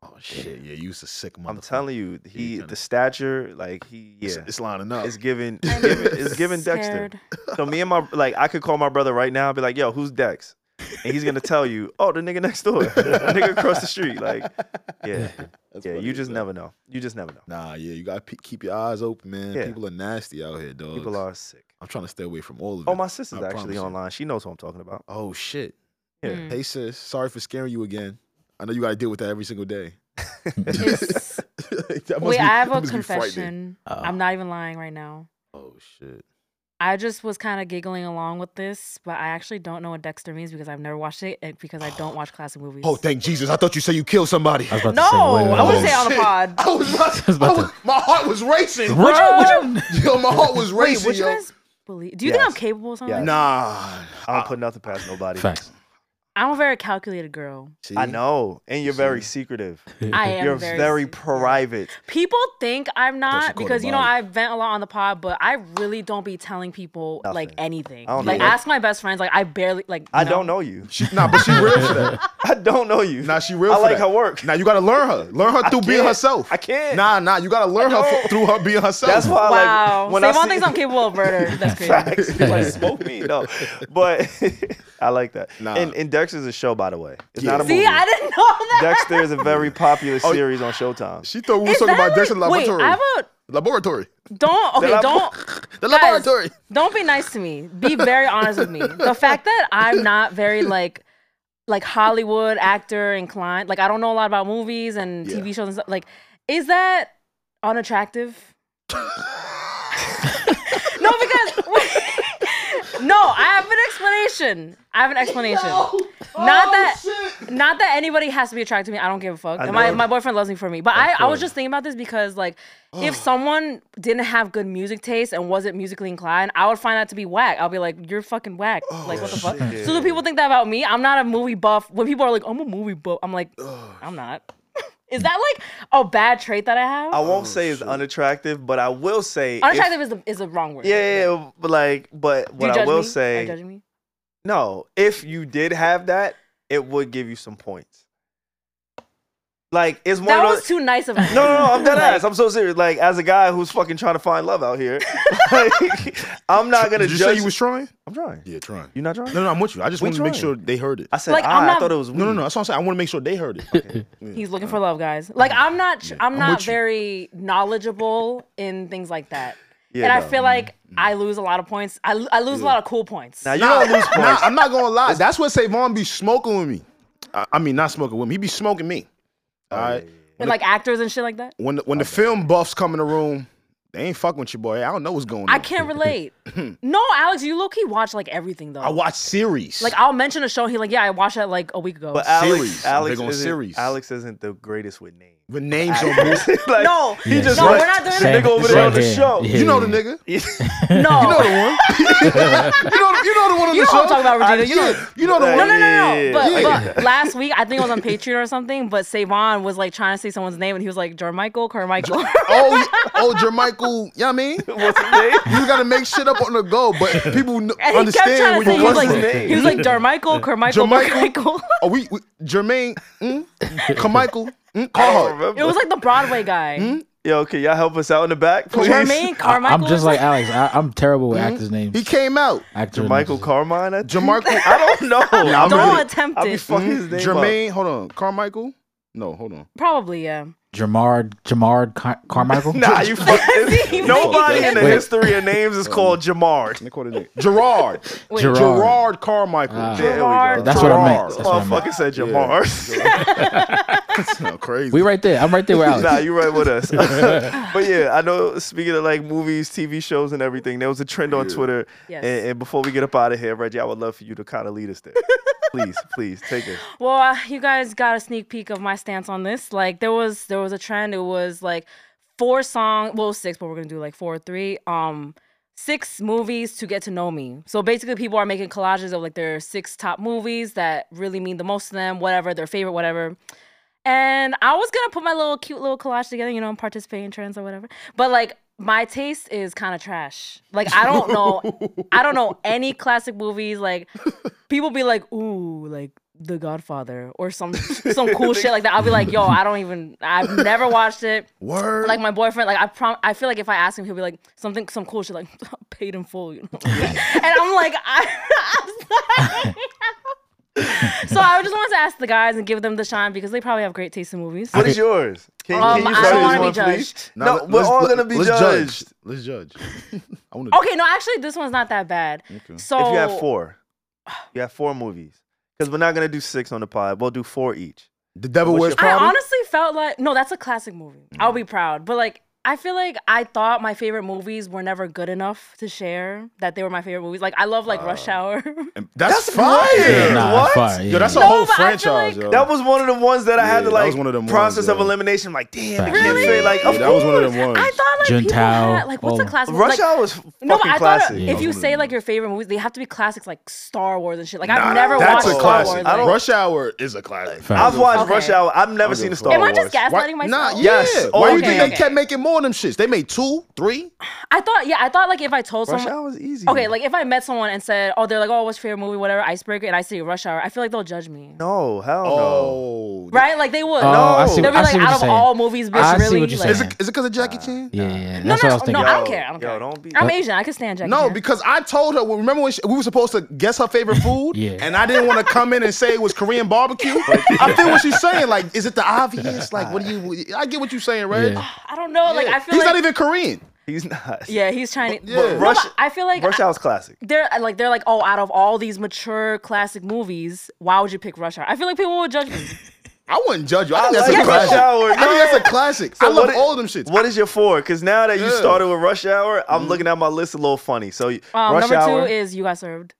S2: Oh shit, yeah, you was a sick motherfucker.
S1: I'm telling you, he
S2: kinda-
S1: the stature, like he yeah.
S2: it's, it's lining up.
S1: It's giving, it's giving, it's giving Dexter.
S4: Scared.
S1: So me and my like, I could call my brother right now and be like, "Yo, who's Dex?" And he's gonna tell you, "Oh, the nigga next door, the nigga across the street." Like, yeah,
S2: That's
S1: yeah.
S2: funny
S1: You
S2: as
S1: just
S2: hell.
S1: never know. You just never know.
S2: Nah, yeah, you gotta pe- keep your eyes open, man.
S1: Yeah.
S2: People are nasty out here, dog.
S1: People are sick.
S2: I'm trying to stay away from all of it.
S1: Oh, my sister's
S2: I promise
S1: actually
S2: you.
S1: online. She knows who I'm talking about.
S2: Oh shit.
S1: Yeah.
S4: Mm.
S2: Hey sis, sorry for scaring you again. I know you gotta deal with that every single day.
S4: It's-
S2: That must
S4: Wait,
S2: be-
S4: I have
S2: that
S4: a
S2: must be frightening.
S4: confession.
S3: Uh-oh.
S4: I'm not even lying right now.
S2: Oh shit.
S4: I just was kind of giggling along with this, but I actually don't know what Dexter means because I've never watched it and because I don't watch classic movies.
S2: Oh thank Jesus! I thought you said you killed somebody.
S3: I was about
S4: no,
S3: to say, wait, wait,
S4: I
S3: wait.
S4: wouldn't say on the
S2: Shit.
S4: pod.
S2: I was about,
S3: was about
S2: I was- my heart was racing.
S3: Run!
S2: yo, my heart was
S4: Wait,
S2: racing.
S4: would you
S2: yo.
S4: guys believe? Do you think I'm
S1: Yes.
S4: capable of something?
S1: Yes.
S4: like
S2: Nah,
S1: I don't put nothing past nobody.
S3: Facts.
S4: I'm a very calculated girl.
S1: I know, and you're very secretive.
S4: I am.
S1: You're
S4: very,
S1: very,
S4: se-
S1: private.
S4: People think I'm not
S2: called her
S4: because you know
S2: body.
S4: I vent a lot on the pod, but I really don't be telling people like
S1: Nothing.
S4: anything.
S1: I don't
S4: Like
S1: know.
S4: ask my best friends. Like I barely like.
S1: I
S4: no.
S1: don't know you.
S2: She, nah, but she real for that.
S1: I don't know you.
S2: Nah, she real.
S1: I
S2: for
S1: like
S2: that.
S1: her work.
S2: Now you gotta learn her. Learn her through being
S1: can't.
S2: herself.
S1: I can't.
S2: Nah, nah, you gotta learn her
S1: don't.
S2: f- through her being herself.
S1: That's why,
S4: Wow.
S1: like, when
S4: Savon
S1: I see,
S4: thinks I'm capable of murder. That's crazy.
S1: Facts. like smoke me. No. But I like that.
S2: Nah.
S1: And, and Dexter's a show, by the way. It's
S2: Yeah.
S1: not a
S4: See,
S1: movie.
S4: I didn't know that.
S1: Dexter is a very popular series on Showtime.
S2: She thought we was
S4: Is
S2: talking
S4: that
S2: about
S4: like-
S2: Dexter
S4: wait,
S2: Laboratory.
S4: I have a
S2: laboratory.
S4: Don't okay.
S1: lab-
S4: Don't
S2: The
S4: Guys.
S2: laboratory.
S4: don't be nice to me. Be very honest with me. The fact that I'm not very like like Hollywood actor inclined. Like I don't know a lot about movies and
S2: Yeah.
S4: TV shows and stuff. Like, is that unattractive? no, because no, I have an explanation. I have an explanation. Not that not that anybody has to be attracted to me. I don't give a fuck.
S1: Oh, I
S4: And my,
S1: know.
S4: my boyfriend loves me for me. But I, I was just thinking about this because like if someone didn't have good music taste and wasn't musically inclined, I would find that to be whack. I'll be like, you're fucking whack. like what the fuck? So do people think that about me? I'm not a movie buff. When people are like, I'm a movie buff, I'm like, I'm not. Is that like a bad trait that I have?
S1: I won't say it's unattractive, but I will say if-
S4: unattractive is the is the wrong word.
S1: yeah, yeah, yeah, but like, but
S4: Do
S1: what
S4: you
S1: I
S4: judge
S1: will
S4: me? Are you
S1: say,
S4: judging me?
S1: no, if you did have that, it would give you some points. Like it's one
S4: That
S1: of those.
S4: was too nice of me.
S1: No, no, no, I'm dead ass. I'm so serious. Like, as a guy who's fucking trying to find love out here, like, I'm not gonna
S2: Did you
S1: judge.
S2: say you was trying?
S1: I'm trying.
S2: Yeah, trying.
S1: You not trying?
S2: No, no, I'm with you. I just
S1: We
S2: wanted to make
S1: trying.
S2: sure they heard it.
S1: I said
S4: Like,
S1: I,
S4: I'm
S1: I
S4: not-
S1: thought it was we.
S2: No, no, no. That's what I'm saying. I want to make sure they heard it.
S4: He's looking for love, guys. Like I'm not, I'm
S2: I'm
S4: not
S2: with you.
S4: very knowledgeable in things like that.
S1: Yeah,
S4: and I
S1: no. Mm-hmm.
S4: feel like I lose a lot of points. I, I lose a lot of cool points.
S1: Now you don't lose points.
S2: Nah, I'm not gonna lie. That's what Savon be smoking with me. I, I mean, not smoking with me. He be smoking me. All right.
S1: Oh,
S4: with like actors and shit like that.
S2: When the, when the film buffs come in the room, they ain't fucking with your boy. I don't know what's going on.
S4: I can't relate. no, Alex, you low key watch like everything though.
S2: I watch series.
S4: like I'll mention a show. He like, yeah, I watched that like a week ago.
S1: But uh, Alex,
S2: Series. I'm
S1: Alex,
S2: big on
S1: isn't,
S2: series.
S1: Alex isn't the greatest with names.
S2: with names on movies.
S1: Like,
S4: no,
S1: he just
S4: no,
S1: went-
S4: we're not doing
S1: the
S4: that.
S1: nigga over there on the show.
S2: You know the nigga.
S4: No,
S2: You know, you know the one on
S4: you
S2: the
S4: know what
S2: show.
S4: I'm talking about, Regina. You know,
S2: you know the
S4: No,
S2: one.
S4: no, no, no.
S1: Yeah.
S4: But,
S2: Yeah.
S4: but last week, I think it was on Patreon or something, but Savon was like trying to say someone's name and he was like, Jermichael, Carmichael.
S2: Oh, yeah. oh, Jermichael. You know what I mean?
S1: What's his name?
S2: You gotta make shit up on the go, but people kn-
S4: And he kept
S2: understand
S4: trying
S2: when
S4: to
S2: you
S4: say, he was
S2: what's
S4: like,
S2: his name.
S1: name?
S4: he was like, Jermichael, Carmichael,
S2: Jermichael?
S4: Carmichael.
S2: Oh, we, we Jermaine, mm, Carmichael, mm,
S1: I don't
S2: Carhart.
S1: remember.
S4: It was like the Broadway guy.
S2: Hmm?
S1: Yo, can y'all help us out in the back, please?
S4: Jermaine, Carmichael.
S3: I'm just
S4: or
S3: like Alex. I, I'm terrible with actors' names.
S2: He came out.
S3: Actor
S1: Jermichael
S3: names.
S1: Carmine. I think?
S2: Jermichael.
S1: I don't know.
S2: I'm
S4: something.
S2: gonna-
S4: don't attempt
S1: I'll be
S4: it.
S1: fucking his
S4: Mm-hmm.
S1: name
S2: Jermaine, hold on. Carmichael? No, hold on.
S4: Probably, yeah.
S3: Jamard Jamard Car- Carmichael.
S1: up. Nah, you fucking. Nobody in the
S3: Wait.
S1: history of names is called Jamard.
S2: They called it that. Gerard.
S4: Wait,
S3: Gerard.
S2: Gerard Carmichael.
S3: Ah.
S1: There we go.
S4: Gerard.
S3: That's what I meant.
S2: Gerard.
S3: That's what I meant.
S1: Motherfucker said Jamar.
S2: That's not crazy.
S3: We right there. I'm right there with Alex.
S1: nah, you right with us. but yeah, I know. Speaking of like movies, TV shows, and everything, there was a trend on Twitter.
S4: Yes.
S1: And, and before we get up out of here, Reggie, I would love for you to kind of lead us there. please, please take it.
S4: Well, uh, you guys got a sneak peek of my stance on this. Like there was there was a trend. It was like four song, well six, but we're gonna do like four or three. Um, six movies to get to know me. So basically, people are making collages of like their six top movies that really mean the most to them, whatever their favorite, whatever. And I was gonna put my little cute little collage together, you know, and participate in trends or whatever. But like my taste is kind of trash. Like I don't know, I don't know any classic movies. Like people be like, ooh, like The Godfather or some some cool shit like that. I'll be like, yo, I don't even. I've never watched it.
S2: Word.
S4: Like my boyfriend, like I prom- I feel like if I ask him, he'll be like something some cool shit like paid in full, you know. and I'm like, I. I'm sorry. so I just wanted to ask the guys and give them the shine because they probably have great taste in movies.
S1: What is yours? Can,
S4: Um, I
S1: start
S4: don't
S1: this
S4: wanna be
S1: one, please?
S4: judged.
S2: Now,
S1: No,
S2: let-
S1: we're
S2: let's-
S1: all
S2: let-
S1: gonna be
S2: let's
S1: judged.
S2: judge. Let's judge. I want to.
S4: Okay, no, actually, this one's not that bad. So
S1: If you have four, you have four movies. Because we're not gonna do six on the pod. We'll do four each.
S2: The Devil
S1: What's
S2: Wears
S1: your-
S4: I
S2: Prada.
S4: honestly felt like no, that's a classic movie.
S1: Mm.
S4: I'll be proud. But like I feel like I thought my favorite movies were never good enough to share that they were my favorite movies. Like I love like Rush Hour.
S2: And That's,
S1: That's
S2: fire.
S1: fire.
S3: yeah, nah,
S1: What?
S3: that's fire. Yeah.
S2: Yo, that's a
S4: No,
S2: whole
S4: but I feel
S2: franchise,
S4: like-
S2: yo.
S1: That was one of the ones that I
S2: Yeah,
S1: had to
S2: that
S1: like
S2: was one of them
S1: process
S2: ones,
S1: of
S2: yeah.
S1: elimination. like, damn, I
S3: Facts.
S1: can't say like
S2: Yeah,
S1: of
S2: that was one of
S1: course.
S2: them ones.
S4: I thought like people
S3: Gentile,
S4: had like what's a
S3: all-
S4: classic?
S1: Rush
S4: like,
S1: Hour was f-
S4: No, but
S1: fucking
S4: I
S1: classic.
S4: thought if you say like your favorite movies, they have to be classics like Star Wars and shit. Like I've
S1: Nah,
S4: never
S2: That's
S4: watched
S2: a
S1: Oh,
S4: Star
S2: classic.
S4: Wars.
S1: I
S4: Like,
S1: don't-
S2: Rush Hour is a classic.
S3: Fact.
S1: I've watched
S4: Okay.
S1: Rush Hour. I've never seen a Star
S4: Am
S1: Wars.
S4: I just gaslighting
S2: Why- Nah,
S4: myself?
S2: yeah.
S1: Yes.
S2: Why
S1: Oh,
S2: you think
S4: okay,
S2: they
S4: okay.
S2: kept making more of them shits? They made two, three.
S4: I thought yeah, I thought like if I told
S1: Rush
S4: someone
S1: Hour was easy.
S4: Okay, like if I met someone and said, "Oh, they're like, oh, what's your favorite movie, whatever, Icebreaker," and I say Rush Hour, I feel like they'll judge me,
S1: no, hell no.
S2: Oh,
S4: right? Like they
S3: Oh,
S4: would.
S3: I
S1: No.
S3: see,
S4: They'll
S3: what-
S4: be
S3: I
S4: like,
S3: see what
S4: out
S3: you're
S4: of
S3: saying.
S4: all movies, bitch,
S3: I see
S4: really?
S3: what you're
S4: like,
S2: Is
S3: saying.
S2: it is it because of Jackie Chan?
S3: yeah, yeah.
S4: No,
S3: That's
S4: no,
S3: what I was
S4: no,
S3: thinking.
S4: I don't care. I don't
S1: Yo,
S4: care.
S1: don't be-
S4: I'm Asian. I can stand Jackie.
S2: No,
S4: Chan.
S2: because I told her. well, Remember when she, we were supposed to guess her favorite food,
S3: Yeah.
S2: and I didn't want to come in and say it was Korean barbecue. I feel what she's saying. Like, is it the obvious? Like, what do you? I get what you're saying, right?
S3: Yeah.
S4: I don't know. Like I feel
S2: he's
S4: like
S2: not even Korean.
S1: He's not.
S4: yeah, he's Chinese.
S2: yeah. But
S4: No,
S1: Rush-
S4: but I feel like
S1: Rush
S4: I-
S1: Hour's classic.
S4: they're like they're like, oh, out of all these mature classic movies, why would you pick Rush Hour? I feel like people would judge me.
S2: I wouldn't judge you. I think
S1: I
S2: that's
S1: like
S2: a classic.
S1: Rush Hour.
S2: I think that's a classic. I
S1: So
S2: love
S1: what i-
S2: all of them shits.
S1: What is your four? Because now that you
S2: Yeah.
S1: started with Rush Hour, I'm looking at my list a little funny. So you-
S4: Um,
S1: Rush
S4: number
S1: Hour.
S4: two is You Got Served.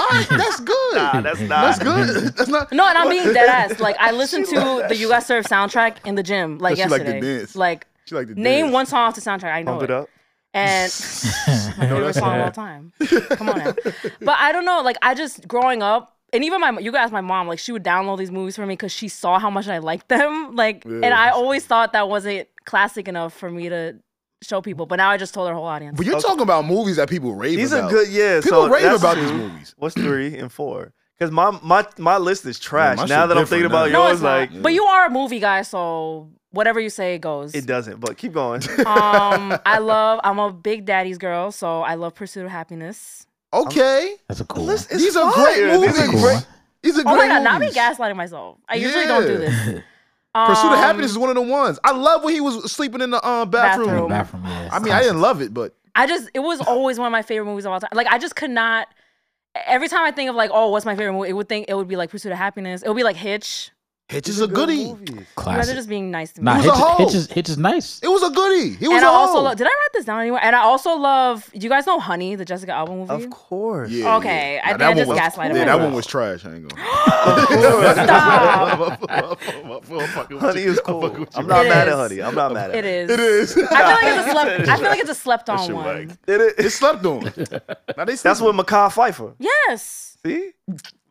S2: All right, that's good.
S1: nah, that's not.
S2: that's good. That's not.
S4: No, and I'm being dead ass. Like I listened
S1: She love
S4: to
S1: that
S4: the You Got Served soundtrack in the gym like
S2: she like to
S4: yesterday.
S2: dance.
S4: Like
S2: She like the
S4: name
S2: dance.
S4: one song off the soundtrack. I know
S1: Pump it up.
S4: and my favorite song of all time. Come on, now. but I don't know. Like I just growing up, and even my you guys, my mom, like she would download these movies for me because she saw how much I liked them. Like, and I always thought that wasn't classic enough for me to show people. But now I just told her whole audience.
S2: But you're talking about movies that people rave
S1: These
S2: about.
S1: are good. Yeah,
S2: People
S1: so
S2: rave
S1: that's
S2: about
S1: two.
S2: these movies.
S1: What's three and four? Because my my my list is trash.
S2: my
S1: now
S2: shit
S1: that I'm thinking about
S2: different now.
S4: no,
S1: yours,
S4: it's not.
S1: like
S4: But you are a movie guy, so whatever you say goes.
S1: it doesn't. But keep going.
S4: um, I love. I'm a big daddy's girl, so I love Pursuit of Happiness.
S2: Okay.
S3: That's a cool.
S1: List
S3: One.
S1: is
S2: These are
S1: fire.
S2: great movies.
S1: These are
S3: Cool.
S1: great.
S2: These are
S4: Oh
S2: great
S4: my god, not me
S2: movies.
S4: gaslighting myself. I usually don't do
S2: Yeah.
S4: this.
S2: Pursuit of
S4: Um,
S2: Happiness is one of the ones. I love when he was sleeping in the um, bathroom.
S4: Bathroom.
S3: bathroom. Yeah,
S2: I mean, I didn't love it, but
S4: I just it was always one of my favorite movies of all time. Like I just could not. Every time I think of like, oh, what's my favorite movie? It would think it would be like Pursuit of Happiness. It would be like Hitch.
S2: Hitch is a goodie.
S4: You guys are
S3: classic.
S4: just being nice to me.
S3: nah,
S2: was a
S3: Hitch,
S2: hoe.
S3: Hitch is Hitch is nice.
S2: It was a goodie. He was
S4: and
S2: a
S4: I also
S2: hoe.
S4: love. Did I write this down anywhere? And I also love. You guys know Honey, the Jessica Alba movie.
S1: Of course.
S2: Yeah,
S4: Okay, I
S2: Nah,
S4: think
S2: that
S4: I
S2: one
S4: just
S2: was-
S4: gaslighted
S2: Yeah, that
S4: myself.
S2: one was trash. I ain't gonna.
S4: Oh, Stop.
S1: Honey
S2: Honey
S1: is cool. I'm
S2: I'm
S1: not
S4: It
S1: mad
S4: is.
S1: at Honey. I'm not mad at
S4: It is.
S2: It is.
S4: I feel like it's a slept. I feel like it's a slept on one.
S1: It
S2: It
S1: is.
S2: slept on. Now they
S1: That's what
S2: sleeping.
S1: Makai Pfeiffer.
S4: Yes.
S1: See?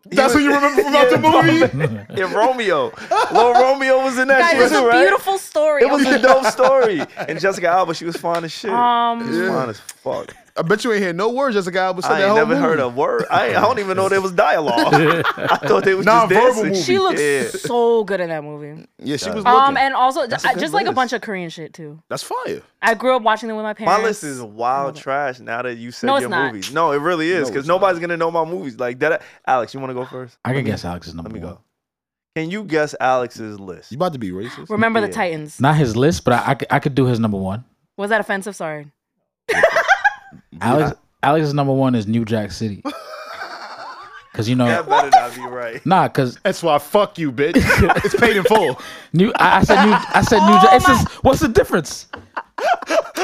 S1: He
S2: That's what
S1: was-
S2: you remember from out the movie.
S1: Yeah, Romeo. Little Romeo was in that
S4: Guys,
S1: shit
S4: it's
S1: too,
S4: a
S1: right?
S4: beautiful story.
S1: It was a dope story. And Jessica Alba, she was fine as shit.
S4: Um,
S1: she was fine as fuck.
S2: I bet you ain't hear no words. That's a guy was said
S1: I
S2: that
S1: ain't
S2: whole
S1: never
S2: movie.
S1: heard a word. I, ain't- I don't even know there was dialogue. I thought they was just
S2: Non-verbal
S1: dancing.
S2: movie.
S4: she looks
S1: Yeah.
S4: so good in that movie.
S2: Yeah, she was looking.
S4: Um, and also
S1: a
S4: I-
S1: good
S4: just like a
S1: list.
S4: bunch of Korean shit too.
S2: That's fire.
S4: I grew up watching them with my parents.
S1: My list is wild trash now that you said
S4: No, it's
S1: your
S4: not.
S1: movies. No, it really is
S2: No,
S1: because
S2: it's
S1: nobody's gonna know my movies like that. Alex, you want to go first?
S3: I
S1: Let
S3: can
S1: me-
S3: guess Alex is number
S1: Let me
S3: one.
S1: go. Can you guess Alex's list?
S2: You about to be racist?
S4: Remember the
S1: Yeah.
S4: Titans.
S3: Not his list, but I, I, could- I could do his number one.
S4: Was that offensive? Sorry.
S3: Alex Alex's number one is New Jack City. Cause you know,
S1: That better not be right.
S3: nah, cause
S2: That's why fuck you, bitch. it's paid in full.
S3: new. I, I said new. I said
S4: Oh
S3: New Jack. It's just, what's the difference?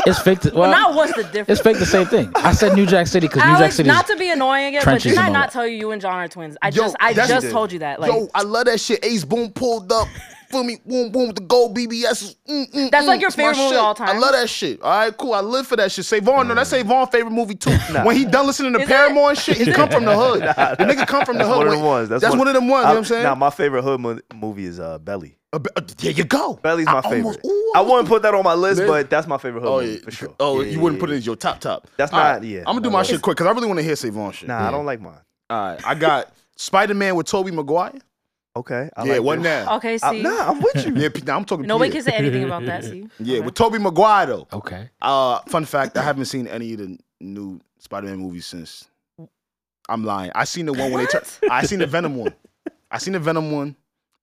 S3: It's fake. To, well,
S4: not what's the
S3: it's
S4: difference.
S3: fake. The same thing. I said New Jack City because New Jack
S4: Alex,
S3: City.
S4: not to be annoying again, but
S3: trenches
S4: did I
S3: and all
S4: not
S3: that.
S4: tell you you and John are twins? I
S2: Yo,
S4: just I
S2: that's-
S4: just told you that. Like
S2: Yo, I love that shit. Ace Boom pulled up. Feel me? Boom, boom with the gold BBS. Mm, mm,
S4: That's
S2: mm.
S4: like your
S2: It's my
S4: favorite movie
S2: shit.
S4: all time.
S2: I love that shit. All right, cool. I live for that shit. Savon, no, that's
S1: Mm.
S2: Savon's favorite movie too. When he done listening to
S4: Is
S2: Paramore and shit, he come from the hood. the nigga come from the
S1: That's
S2: hood.
S1: one of the
S2: When-
S1: ones. That's,
S2: That's one, of them ones.
S1: I-
S2: you know what I'm saying?
S1: Now, my favorite hood mo- movie is uh, Belly.
S2: Uh, b- uh, there you go.
S1: Belly's my
S2: I
S1: favorite.
S2: almost- ooh,
S1: I wouldn't put that on my list,
S2: Man.
S1: but that's my favorite hood
S2: Oh,
S1: movie
S2: yeah.
S1: for sure.
S2: oh
S1: Yeah,
S2: you wouldn't
S1: yeah,
S2: put it as your top top.
S1: That's
S2: All
S1: not- yeah.
S2: I'm gonna do my shit quick because I really want to hear Savon shit.
S1: yeah. Nah, I don't like mine.
S2: All right, I got Spider Man with Tobey Maguire.
S1: Okay. I
S2: yeah,
S1: like
S2: one
S1: this.
S2: now.
S4: okay, see,
S1: I, nah, I'm with you.
S2: Yeah, P- now I'm talking.
S4: nobody
S2: Peter.
S4: can say anything about that. See,
S2: Yeah, with Tobey Maguire though.
S3: okay.
S2: Uh, fun fact: I haven't seen any of the new Spider-Man movies since. I'm lying. I seen the one when they turn. I seen the Venom one. I seen the Venom one,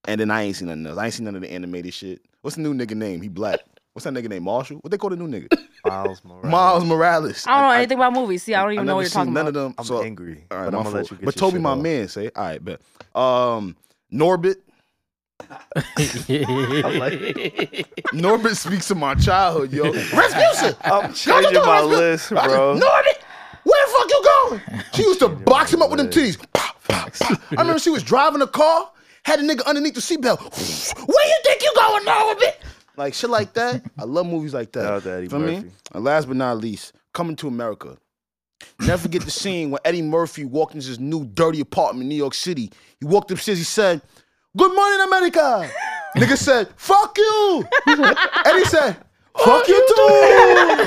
S2: and then I ain't seen nothing else. I ain't seen none of the animated shit. What's the new nigga name? He black. What's that nigga name? Marshall. What they call the new nigga?
S1: Miles Morales.
S2: Miles Morales.
S4: I don't know anything about movies. See, I don't
S2: I
S4: even
S2: never
S4: know what you're
S2: seen
S4: talking
S2: none
S4: about.
S2: of them.
S1: I'm
S2: so,
S1: angry, but
S2: all right,
S1: I'm
S2: my
S1: gonna let
S2: fault.
S1: you get
S2: But
S1: your
S2: Toby,
S1: shit
S2: my
S1: off.
S2: man, say all right, bet. Um, Norbit. Norbit speaks to my childhood, yo. Respusa.
S1: I'm changing my list, bro.
S2: Norbit, where the fuck you going? She used to box him up with them titties. Pop, pop, pop. I remember she was driving a car, had a nigga underneath the seatbelt. Where you think you going, Norbit? Like shit like that. I love movies like that.
S1: Shout out to Eddie
S2: Feel
S1: Murphy.
S2: And last but not least, coming to America. Never forget the scene when Eddie Murphy walked into his new dirty apartment in New York City. He walked upstairs, he said, Good morning, America. Nigga said, Fuck you. Eddie said, Fuck you too.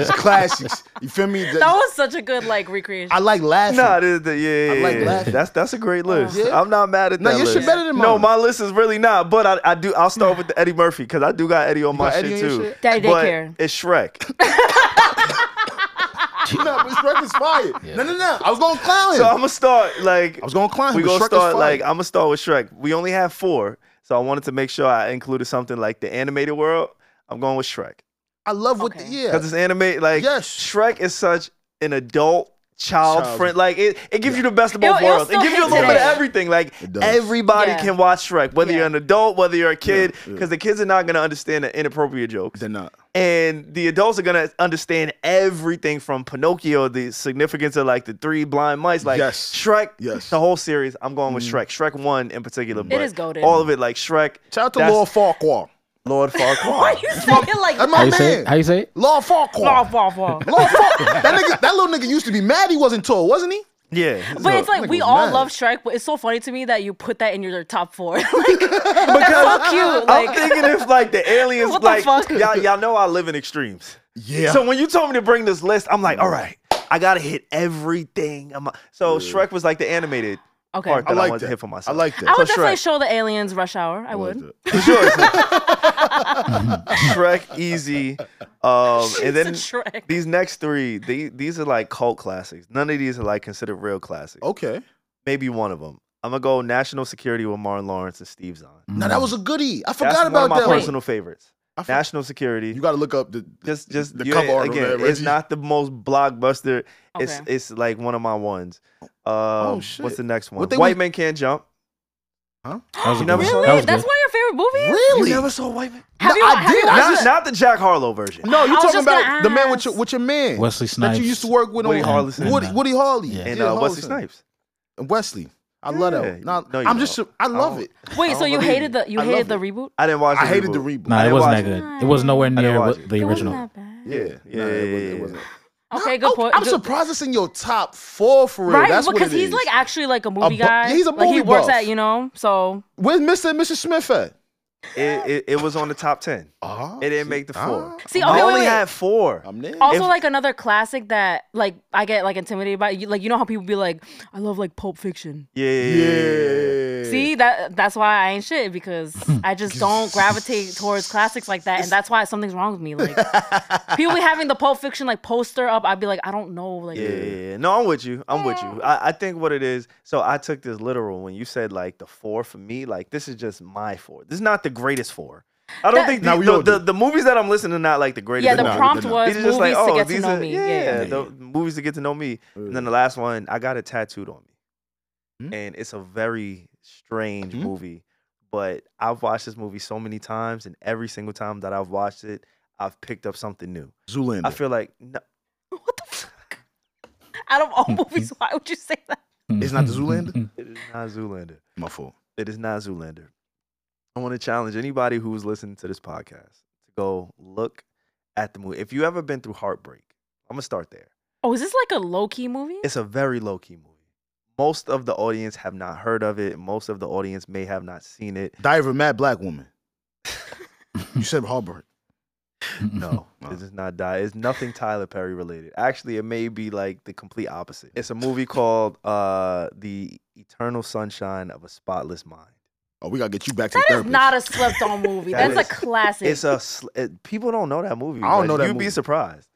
S2: it's classics. You feel me?
S4: That was such a good like recreation.
S2: I like laughing.
S1: Nah, this, the, yeah,
S2: I
S1: yeah,
S2: like
S1: yeah.
S2: laughing.
S1: That's that's a great list.
S2: Yeah.
S1: I'm not mad at
S2: No,
S1: that.
S2: your shit
S1: list.
S2: better than
S1: No,
S2: mine.
S1: my list is really not. But I, I do. I'll start with the Eddie Murphy because I do got Eddie on my
S2: got Eddie
S1: shit
S2: on your
S1: too.
S2: shit?
S4: Daddy
S1: but
S4: daycare.
S1: It's Shrek.
S2: nah, but Shrek is fire. No, no, no. I was gonna clown him.
S1: So I'm gonna start like
S2: I was gonna clown him.
S1: we
S2: but
S1: gonna
S2: Shrek is
S1: start
S2: fire.
S1: like I'm gonna start with Shrek. We only have four, so I wanted to make sure I included something like the animated world. I'm going with Shrek
S2: I love what.
S4: Okay.
S2: The, yeah.
S1: because it's animated. Like
S2: Yes.
S1: Shrek is such an adult. Child
S2: Child.
S1: friend, like it, it gives you the best of both
S4: It'll- it'll
S1: worlds. It
S4: still
S1: gives you a
S4: hit
S1: little bit of
S4: today.
S1: everything. Like
S2: It does.
S1: everybody
S4: Yeah.
S1: can watch Shrek, whether you're
S4: Yeah.
S1: an adult, whether you're a kid,
S2: Yeah,
S1: because
S2: yeah.
S1: the kids are not gonna understand the inappropriate jokes
S2: They're not.
S1: and the adults are gonna understand everything from Pinocchio, the significance of like the three blind mice, like
S2: Yes.
S1: Shrek,
S2: Yes. Mm-hmm.
S1: the whole series. I'm going with Shrek, Shrek one in particular. but
S4: is goated.
S1: All of it, like Shrek.
S2: Shout out to
S1: that's-
S2: Lord Farquhar.
S1: Lord
S4: Why
S1: Farquaad.
S4: you saying it like
S2: That's
S3: How
S2: my
S3: you
S2: man.
S3: say? It? How you say? It?
S2: Lord Farquhar.
S4: Wah, wah, wah.
S2: Lord Farquhar. that nigga, that little nigga used to be mad. He wasn't tall, wasn't he?
S1: yeah,
S4: But it's like
S2: nigga
S4: we
S2: was
S4: all
S2: mad.
S4: love Shrek, but it's so funny to me that you put that in your top four. like,
S1: because
S4: fuck you,
S1: I'm
S4: like-
S1: thinking if like the aliens,
S4: What the
S1: like
S4: fuck?
S1: y'all, y'all know I live in extremes.
S2: Yeah.
S1: So when you told me to bring this list, I'm like, all right, I gotta hit everything. I'm- So Shrek was like the animated
S4: okay.
S1: part that
S2: I
S1: I,
S2: like
S1: wanted
S2: that.
S1: to hit for myself.
S2: I like
S4: I
S2: that.
S4: would
S1: So
S4: definitely
S1: Shrek.
S4: show the aliens Rush Hour. I would.
S1: It's yours. Shrek, easy. Um, and then
S4: It's a Shrek.
S1: these next three,
S2: Oh.
S1: the- these are like cult classics. None of these are like considered real classics.
S2: Okay.
S1: Maybe one of them. I'm gonna go national security with Martin Lawrence and Steve Zahn.
S2: No, that was a goodie. I Mm. forgot
S1: That's
S2: about
S1: one of
S2: that.
S1: my
S2: one.
S1: personal favorites.
S2: I for-
S1: National security.
S2: you got to look up the
S1: just just
S2: the
S1: you-
S2: cover art on
S1: again.
S2: that,
S1: it's
S2: Reggie.
S1: not the most blockbuster. It's
S4: Okay.
S1: it's like one of my ones. Um,
S2: Oh, shit.
S1: What's the next one?
S2: What they
S1: White
S2: was-
S1: men can't jump.
S3: That was a
S1: You never
S3: good
S1: saw
S3: one.
S1: that?
S3: That
S4: Really?
S3: was
S4: That's
S3: good.
S4: why your favorite movie is?
S2: really.
S1: You never saw White men.
S4: Have you,
S2: I
S4: have
S2: did.
S4: You
S2: I
S4: watched
S1: Not,
S2: just-
S4: it?
S1: not the Jack Harlow version.
S2: no,
S4: I
S2: you're
S4: was
S2: talking
S4: just
S2: about
S4: gonna
S2: the man with
S4: ask.
S2: your with your man
S3: Wesley Snipes.
S2: that you used to work with
S1: Woody
S2: on
S1: Harrelson.
S2: Woody, Woody Harley
S3: Yeah.
S1: And uh, Wesley
S2: Harrelson.
S1: Snipes.
S2: and Wesley. I love
S1: Yeah.
S2: that. Nah,
S1: No, you
S2: I'm just
S1: don't.
S2: I love
S1: don't.
S2: it.
S4: Wait, so
S1: don't
S4: you
S1: believe
S4: hated the you
S2: I
S4: hated the
S2: love
S4: reboot?
S1: I didn't watch.
S2: I
S1: the
S2: hated the
S1: reboot.
S2: reboot.
S3: Nah,
S1: I
S3: it
S1: didn't
S3: wasn't
S1: watch
S3: that
S1: it.
S3: good. It was nowhere near
S1: watch
S3: what
S1: it.
S3: the
S4: It wasn't
S3: original.
S4: that bad.
S2: Yeah,
S1: Yeah,
S2: nah, it
S1: yeah,
S2: wasn't- it
S1: yeah,
S2: wasn't.
S4: Okay, good
S2: I'm-
S4: point.
S2: Oh, I'm
S4: Good-
S2: surprised it's in your top four for real.
S4: Right,
S2: That's what
S4: because
S2: it
S4: he's
S2: is.
S4: like actually like a movie
S2: bu-
S4: guy.
S2: yeah, he's a
S4: Like he
S2: movie
S4: works
S2: buff.
S4: at you know. So
S2: where's Mr. and Mrs. Smith at?
S1: It, it, it was on the top ten.
S2: Ah,
S1: It didn't make the four.
S4: see, okay,
S1: I
S4: wait,
S1: only
S4: wait.
S1: had four.
S2: I'm there.
S4: Also,
S1: if-
S4: like another classic that like I get like intimidated by. You, like you know how people be like, I love like Pulp Fiction.
S1: Yeah, yeah, yeah.
S2: yeah.
S4: See that that's why I ain't shit because I just don't gravitate towards classics like that, and that's why something's wrong with me. Like people be having the Pulp Fiction like poster up, I'd be like, I don't know. Like
S1: Yeah, yeah, yeah. No, I'm with you. I'm with you. I, I think what it is, so I took this literal when you said like the four for me, like this is just my four. This is not the greatest four. I don't
S4: That-
S1: think
S2: Nah,
S1: the,
S2: we
S1: the,
S2: all
S1: the,
S2: do.
S1: the movies that I'm listening are not like the greatest.
S4: yeah. The
S2: They're not,
S4: prompt
S2: they're not.
S4: was
S1: These are just
S4: movies
S1: like, oh,
S4: to get to
S1: these
S4: know
S1: are,
S4: me.
S1: Yeah,
S4: Yeah.
S1: the movies to get to know me. And then the last one, I got it tattooed on me.
S2: Hmm.
S1: And it's a very strange
S2: Mhm.
S4: Mm-hmm.
S1: movie, but I've watched this movie so many times, and every single time that I've watched it, I've picked up something new.
S2: Zoolander.
S1: I feel like no,
S4: What the fuck? Out of all
S1: Mm-hmm.
S4: movies, why would you say that?
S3: Mm.
S2: It's not the Zoolander?
S1: it is not Zoolander.
S2: My fault.
S1: It is not Zoolander. I want to challenge anybody who's listening to this podcast to go look at the movie. If you ever been through heartbreak, I'm gonna start there.
S4: Oh, is this like a low key movie?
S1: It's a very low key movie. Most of the audience have not heard of it. Most of the audience may have not seen it.
S2: Diary of a Mad Black Woman. you said uh, Harbor.
S1: No, this is not die. It's nothing Tyler Perry related. Actually, it may be like the complete opposite. It's a movie called uh, "The Eternal Sunshine of a Spotless Mind."
S2: Oh, we gotta get you back to
S4: That
S2: the
S4: is
S2: therapist.
S4: not a slept on movie.
S1: That
S4: That's
S1: is-
S4: a classic.
S1: It's a sl- it, people don't know that movie.
S2: I don't
S1: like,
S2: know that
S1: You'd
S2: movie.
S1: be surprised.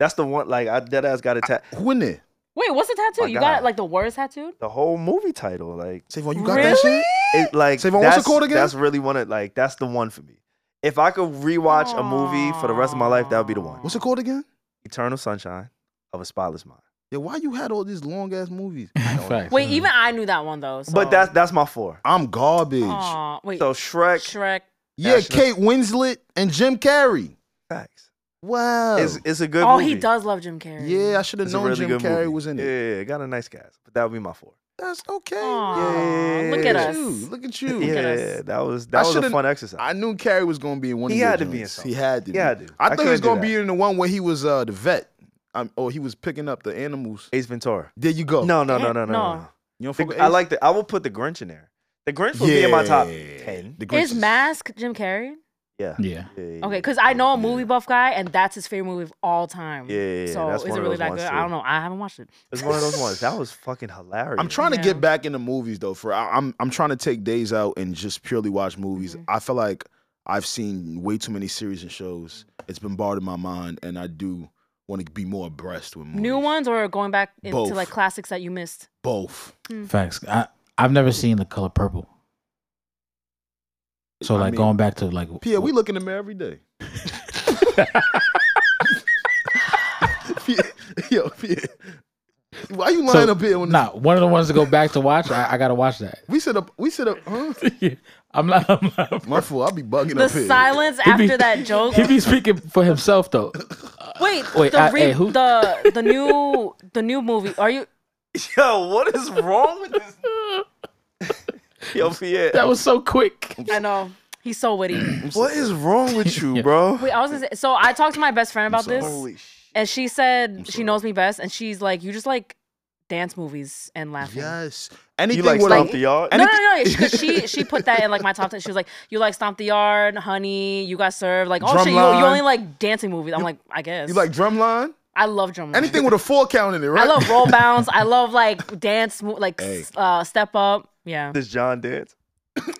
S1: That's the one. Like I dead ass got a ta-
S2: Who in there?
S4: Wait, what's the tattoo?
S1: My
S4: you got
S1: God.
S4: like the words tattooed?
S1: the whole movie title. Like
S2: Savon, you got
S4: Really?
S2: that shit?
S1: it, like
S2: Savon, what's it
S1: that's,
S2: called again?
S1: That's really one. Of, like that's the one for me. If I could rewatch a movie for the rest of my life, that would be the one.
S2: What's it called again?
S1: Eternal Sunshine of a Spotless Mind.
S2: Yeah, why you had all these long ass movies?
S3: Facts.
S4: Wait, even I knew that one though. So.
S1: Mm-hmm. But that's that's my four.
S2: I'm garbage.
S4: Aw, wait,
S1: So Shrek,
S4: Shrek.
S2: yeah,
S1: National-
S2: Kate Winslet and Jim Carrey.
S1: facts.
S2: Wow.
S1: It's, it's a good.
S4: Oh,
S1: movie.
S4: he does love Jim Carrey.
S2: yeah, I should have
S1: It's a
S2: known
S1: really
S2: Jim
S1: good
S2: Carrey
S1: movie.
S2: was in it.
S1: Yeah, got a nice cast, but that would be my four.
S2: That's okay.
S4: Aw,
S1: Yeah.
S4: look at us.
S2: you. Look at you.
S4: at
S1: Yeah,
S4: us.
S1: that was
S2: I
S1: that was a
S2: shouldn't-
S1: fun exercise.
S2: I knew Carrey was gonna be in one.
S1: He
S2: of your
S1: had to be in
S2: joints.
S1: something.
S2: He had to.
S1: He
S2: be.
S1: had to.
S2: I
S1: I
S2: thought he
S1: couldn't
S2: was
S1: do
S2: gonna
S1: that.
S2: be in the one where he was uh, the vet, um, or he was picking up the animals.
S1: Ace Ventura.
S2: There you go.
S1: No, no, no,
S4: Damn,
S1: no, no,
S4: no.
S1: no. no.
S2: Oh. you don't
S1: The-
S2: fuck with
S1: I
S2: Ace?
S1: like the. I will put the Grinch in there. The Grinch will be in my top
S2: Yeah.
S1: ten.
S2: The
S4: Is
S2: Grinches.
S4: Mask Jim Carrey?
S1: Yeah.
S3: Yeah.
S1: Yeah, yeah,
S4: Okay,
S1: yeah.
S4: because I know a movie buff guy, and that's his favorite movie of all time.
S1: Yeah, yeah, yeah,
S4: So
S1: that's
S4: is
S1: one
S4: it
S1: of
S4: really
S1: those
S4: that
S1: ones,
S4: good?
S1: too.
S4: I don't know. I haven't watched it.
S1: It's one of those ones that was fucking hilarious.
S2: I'm trying to
S4: Yeah.
S2: get back into movies though. For I- I'm I'm trying to take days out and just purely watch movies.
S4: Mm-hmm.
S2: I feel like I've seen way too many series and shows. It's been bothered my mind, and I do want to be more abreast with movies.
S4: New ones or going back into
S2: Both.
S4: like classics that you missed?
S2: Both.
S3: Facts. I I've never seen the color purple. So
S2: I
S3: like
S2: mean-
S3: going back to like
S2: Pierre, we look in the mirror every day. Pierre, yo, Pierre, why you lying
S3: so,
S2: up here? When
S3: nah, one of the ones to go back to watch. I, I gotta watch that.
S2: we sit up, we sit up. Huh?
S3: I'm not. I'm not.
S2: My fool, I'll be bugging
S4: The
S2: up here.
S4: silence
S3: He be-
S4: after that joke.
S3: He be speaking for himself though.
S4: Wait,
S3: Wait,
S4: the,
S3: I-
S4: re-
S3: hey, who-
S4: the the new the new movie. Are you?
S1: Yo, what is wrong with this? Yo, Pierre,
S3: That was so quick.
S4: I know he's so witty.
S1: what is wrong with you, bro?
S4: Wait, I was gonna say. So I talked to my best friend about
S2: sorry.
S4: this, and she said she knows me best, and she's like, "You just like dance movies and laughing."
S2: Yes.
S1: You
S2: Anything
S1: like
S2: with
S1: stomp
S2: like,
S1: the yard?
S4: No, no, no, no. She, she she put that in like my top ten. She was like, "You like stomp the yard, honey. You got served. Like, oh shit, you, you
S2: Drumline.
S4: only like dancing movies." I'm like, I guess.
S2: you like drumline?
S4: I love drum.
S2: Anything with a four count in it, right?
S4: I love roll bounce. I love like dance, mo- like s- uh, step up. Yeah,
S1: This John dance.
S4: you see,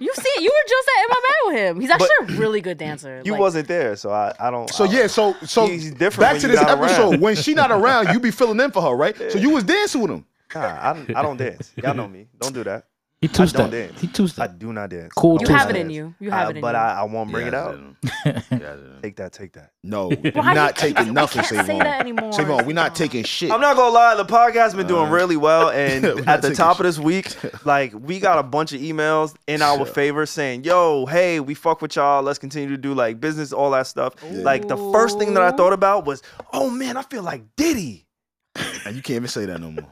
S4: you were just at MMA with him. He's actually a really good dancer.
S1: You
S4: Like,
S1: wasn't there, so I, I don't.
S2: So
S1: I,
S2: yeah, so so
S1: He's different
S2: back
S1: when
S2: to
S1: you
S2: this
S1: not around.
S2: episode. When she not around, you be filling in for her, right? So you was dancing with him.
S1: Nah, I, I don't dance. Y'all know me. Don't do that.
S3: He two step.
S1: dance.
S3: He two
S1: I
S3: step.
S1: do not dance.
S3: Cool
S1: I
S4: You
S1: will
S4: have
S1: not
S4: it in
S1: dance.
S4: you. You have
S1: I-
S4: it in
S1: but
S4: you.
S1: I, I won't bring it
S2: Yeah, I
S1: out.
S2: didn't.
S3: I
S2: Yeah, I didn't.
S1: Take that, take that.
S2: No,
S4: Why
S2: we're
S4: you-
S2: not taking nothing,
S4: I can't say
S2: Savon.
S4: that anymore.
S2: Savon, we're not
S4: Savon.
S2: taking shit.
S1: I'm not gonna lie, the podcast's been doing
S2: Uh,
S1: really well, and
S2: we're not
S1: at the
S2: taking
S1: top of
S2: shit.
S1: this week, like we got a bunch of emails in our
S2: Yeah.
S1: favor saying, "Yo, hey, we fuck with y'all. Let's continue to do like business, all that stuff." Like the first thing that I thought about was, "Oh man, I feel like Diddy,"
S2: And you can't even say that no more.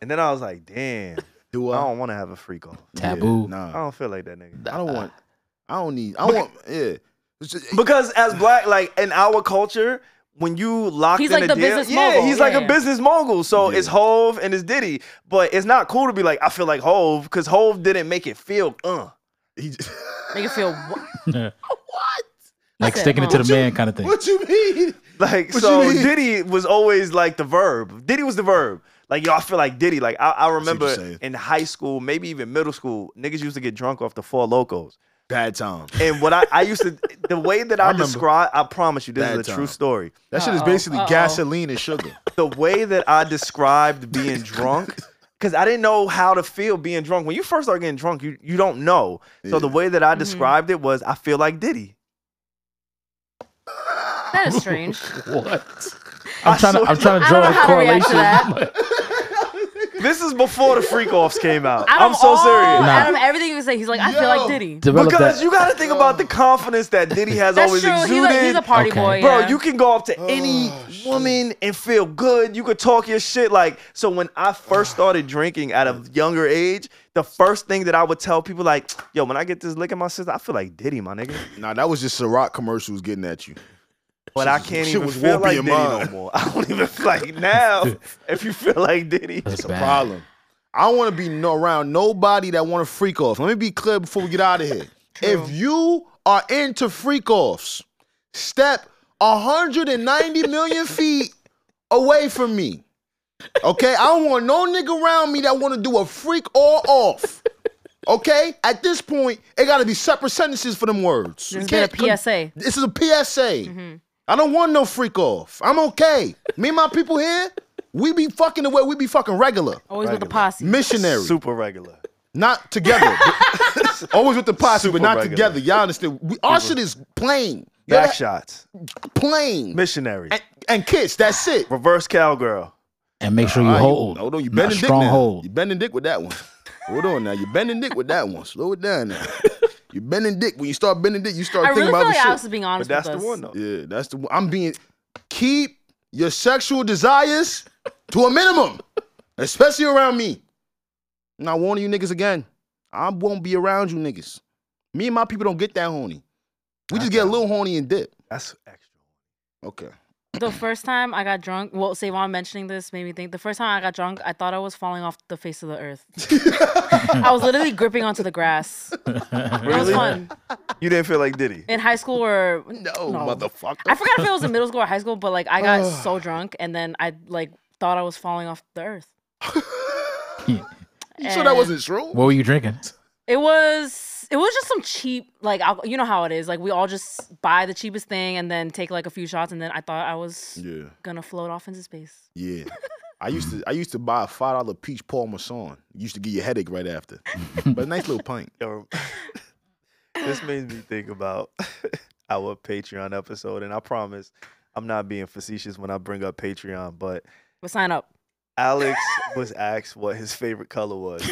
S1: and then I was like, "Damn,
S2: Do
S1: I
S2: I?
S1: don't want to have a freak off.
S3: Taboo.
S1: I
S2: nah,
S1: don't feel like that nigga."
S2: I don't want. I don't need. I don't want. Yeah. It's just-
S1: Because as black, like in our culture, when you lock
S4: He's
S1: in
S4: like
S1: a
S4: the
S1: deal,
S4: business
S1: yeah,
S4: mogul,
S1: he's like a
S4: yeah.
S1: business mogul. So
S2: Yeah.
S1: it's Hove and it's Diddy, but it's not cool to be like I feel like Hove because Hove didn't make it feel uh.
S2: He just-
S4: Make it feel wha-
S3: like
S2: what?
S4: said,
S3: sticking it to
S4: huh?
S3: the man kind of thing.
S2: What you mean?
S1: Like
S2: What
S1: so,
S2: you mean?
S1: Diddy was always like the verb. Diddy was the verb. Like yo, I feel like Diddy. Like I, I remember
S2: you're saying.
S1: in high school, maybe even middle school, niggas used to get drunk off the four locos.
S2: Bad time.
S1: And what I, I used to, the way that I,
S2: remember.
S1: describe, I promise you, this
S2: Bad
S1: is a true
S2: time.
S1: story.
S2: That shit is
S4: Uh-oh,
S2: basically
S4: uh-oh.
S2: gasoline and sugar.
S1: the way that I described being drunk, because I didn't know how to feel being drunk. When you first start getting drunk, you you don't know. So the
S2: Yeah.
S1: way
S4: Mm-hmm.
S1: that I described it was, I feel like Diddy.
S4: That is strange.
S3: What? I'm trying to.
S1: swear-
S3: I'm trying to
S4: I
S3: draw
S4: don't know
S3: a
S4: how to react to
S3: correlation.
S4: that.
S1: This is before the freak offs came out.
S4: Out
S1: I'm
S4: of
S1: so
S4: all-
S1: serious.
S4: Out of everything you say, he's like, I feel
S2: Yo.
S4: like Diddy.
S3: Develop
S1: Because
S3: that.
S1: you got to think about the confidence that Diddy has
S4: That's
S1: always
S4: true. He's
S1: exuded.
S4: a, he's a party
S3: Okay.
S4: boy.
S1: Bro,
S4: yeah.
S1: you can go up to any
S2: Oh, shit.
S1: woman and feel good. You could talk your shit. Like, so when I first
S2: Ah.
S1: started drinking at a younger age, the first thing that I would tell people, like, yo, when I get this lick in my sister, I feel like Diddy, my nigga.
S2: nah, that was just Ciroc commercials getting at you.
S1: But I can't
S2: shit
S1: even
S2: was
S1: feel
S2: warpy
S1: like
S2: in
S1: Diddy no
S2: mine.
S1: more. I don't even feel like now if you feel like Diddy.
S3: That's
S2: It's a
S3: bad.
S2: problem. I don't want to be no, around nobody that want to freak off. Let me be clear before we get out of here. If you are into freak offs, step 190 million feet away from me. Okay? I don't want no nigga around me that want to do a freak or off. Okay? At this point, it got to be separate sentences for them words. You
S4: There's been a Mm-hmm.
S2: can't con-
S4: PSA.
S2: This is a PSA. I don't want no freak off. I'm okay. Me and my people here, we be fucking the way we be fucking regular.
S4: Always with the posse.
S2: Missionary.
S1: Super regular.
S2: Not together. Always with the posse,
S1: Super
S2: but not
S1: regular.
S2: together. Y'all understand? We, our shit is plain. You know
S1: Back
S2: that?
S1: shots.
S2: Plain.
S1: Missionary.
S2: And, and kiss. That's it.
S1: Reverse cowgirl.
S3: And make sure you
S2: All right,
S3: hold.
S2: Hold on. You
S3: Not
S2: bending dick
S3: strong
S2: now.
S3: hold.
S2: You bending dick with that one. Hold on now. You bending dick with that one. Slow it down now. You bending dick. When you start bending dick, you start
S4: I
S2: thinking
S4: really feel
S2: about
S4: like
S2: the
S4: I
S2: shit.
S4: was being
S1: But
S4: honest
S1: that's
S4: with
S1: the
S4: us.
S1: one, though.
S2: Yeah, that's the. one. I'm being. Keep your sexual desires to a minimum, especially around me. And I warn you niggas again. I won't be around you niggas. Me and my people don't get that horny. We just get a little horny and dip.
S1: That's extra.
S2: Okay.
S4: The first time I got drunk, well, Savon mentioning this made me think. The first time I got drunk, I thought I was falling off the face of the earth. I was literally gripping onto the grass. It was fun.
S1: You didn't feel like Diddy.
S4: In high school or
S2: No, motherfucker.
S4: I forgot if it was in middle school or high school, but like I got so drunk and then I like thought I was falling off the earth.
S2: You sure that wasn't true?
S3: What were you drinking?
S4: It was it was just some cheap like alco- you know how it is like we all just buy the cheapest thing and then take like a few shots and then I thought I was
S2: Yeah,
S4: gonna float off into space.
S2: yeah. I used to I used to buy a five dollar peach Paul Masson. Used to get your headache right after, but a nice little pint.
S1: Yo, this made me think about our Patreon episode, and I promise I'm not being facetious when I bring up Patreon, but
S4: But sign up.
S1: Alex was asked what his favorite color was.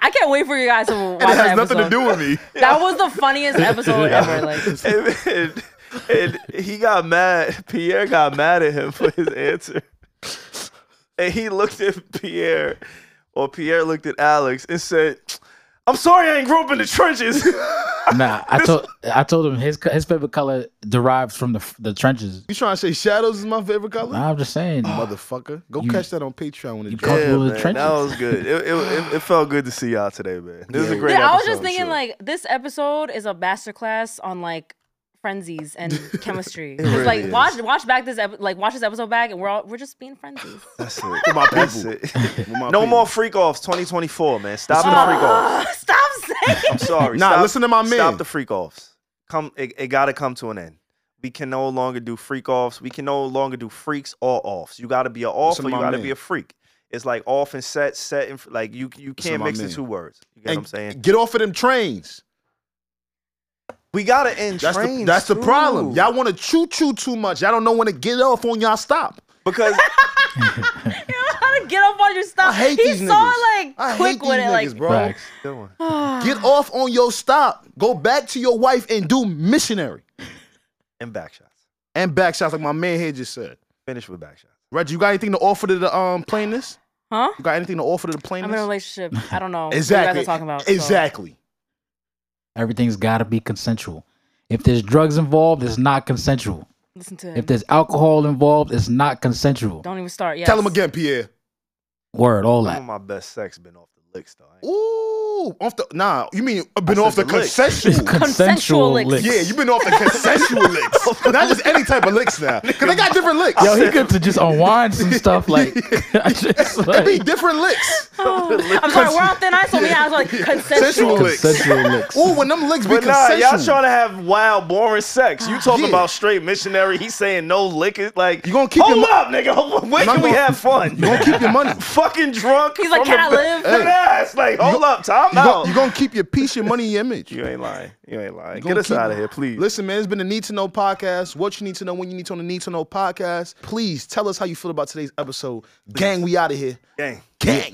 S4: I can't wait for you guys to watch
S2: It has
S4: that
S2: nothing to
S4: episode.
S2: do with me.
S4: That was the funniest episode ever. Like
S1: and, and- and he got mad. Pierre got mad at him for his answer. And he looked at Pierre, or Pierre looked at Alex and said, I'm sorry I ain't grew up in the trenches.
S3: Nah, I told I told him his co- his favorite color derives from the f- the trenches.
S2: You trying to say shadows is my favorite color?
S3: Nah, I'm just saying.
S2: motherfucker. Go
S3: You-
S2: catch that on Patreon when it
S3: you
S2: drops.
S3: Comfortable in
S1: man,
S3: the
S1: that
S3: trenches.
S1: was good. It, it, it, it felt good to see y'all today, man. This is a
S2: Yeah.
S1: great
S4: Yeah,
S1: episode.
S4: I was just thinking
S1: sure.
S4: like this episode is a masterclass on like frenzies and chemistry. It's
S1: really
S4: like
S1: is.
S4: watch watch back this ep- like watch this episode back and we're all we're just being frenzies.
S1: That's it.
S2: With my
S1: That's
S2: people.
S1: it.
S2: With my
S1: No
S2: people.
S1: more freak offs 2024, man. Stop the freak offs.
S4: Ugh, Ah, Stop saying
S1: I'm sorry.
S2: Nah,
S1: Stop-
S2: listen to my man.
S1: Stop the freak offs. Come, it, it got to come to an end. We can no longer do freak offs. We can no longer do freaks or offs. You got to be an off
S2: what
S1: or you
S2: my
S1: got to
S2: man.
S1: be a freak. It's like off and set, set and fr- like you you
S2: what
S1: can't
S2: my
S1: mix the
S2: man.
S1: two words. You get
S2: And
S1: what I'm saying?
S2: Get off of them trains.
S1: We gotta end
S2: That's the
S1: trains,
S2: that's the problem.
S1: too.
S2: Y'all want to choo choo too much. Y'all don't know when to get off on y'all stop.
S1: because
S4: You know how to get up on your stuff.
S2: I hate
S4: He's
S2: these
S4: so
S2: niggas.
S4: like
S2: I hate
S4: quick
S2: these
S4: with it.
S2: niggas,
S4: Like ah.
S2: bro.
S3: Facts.
S2: Get off on your stop. Go back to your wife and do missionary
S1: and back shots.
S2: and back shots like my man here just said.
S1: Finish with back shots.
S2: Reggie, you got anything to offer to the um plainness?
S4: Huh?
S2: You got anything to offer to the
S4: I'm in a
S2: plainness?
S4: relationship. I don't know what
S2: Exactly.
S4: you guys are talking about. so-
S2: exactly.
S3: Everything's got to be consensual. If there's drugs involved, it's not consensual.
S4: Listen to
S3: If
S4: him.
S3: there's alcohol involved, it's not consensual.
S4: Don't even start. Yes.
S2: Tell him again, Pierre.
S3: Word, all
S1: Some of
S3: that.
S1: Oh my best sex been off the licks though. I ain't-
S2: Ooh, off the nah. You mean uh, been
S1: I
S2: off the
S1: said the lick.
S2: consensual?
S4: Consensual
S3: Consensual licks.
S2: yeah, you've been off the consensual licks, not just any type of licks now. Cause they got different licks.
S3: Yo, he could to just unwind some stuff like. I just,
S2: It'd be
S3: like
S2: different licks.
S4: Oh. I'm sorry. We're on thin ice. So yeah, I was like
S2: Sensual
S4: consensual.
S2: licks.
S3: consensual licks.
S2: Ooh, when them licks be
S1: But nah,
S2: consensual.
S1: y'all trying to have wild, boring sex. You talking
S2: Yeah.
S1: about straight missionary? He's saying no liquor. Like
S2: You gonna keep
S1: hold
S2: your mo-
S1: up, nigga. When
S2: Not
S1: can we
S2: gonna-
S1: have fun?
S2: you gonna keep your money.
S1: fucking drunk.
S4: He's like,
S1: from the
S4: "Can I
S1: ba-
S4: live?"
S1: Hey. Nah, it's like, hold up, time
S2: You
S1: out.
S2: gon- you gonna keep your peace, your money, your image.
S1: You ain't lying. You ain't lying.
S2: gonna
S1: Get us
S2: keep-
S1: out of here, please.
S2: Listen, man, it's been a Need to Know podcast. What you need to know when you need to know the Need to Know podcast. Please tell us how you feel about today's episode. Gang, we out of here.
S1: Gang.
S2: Gang.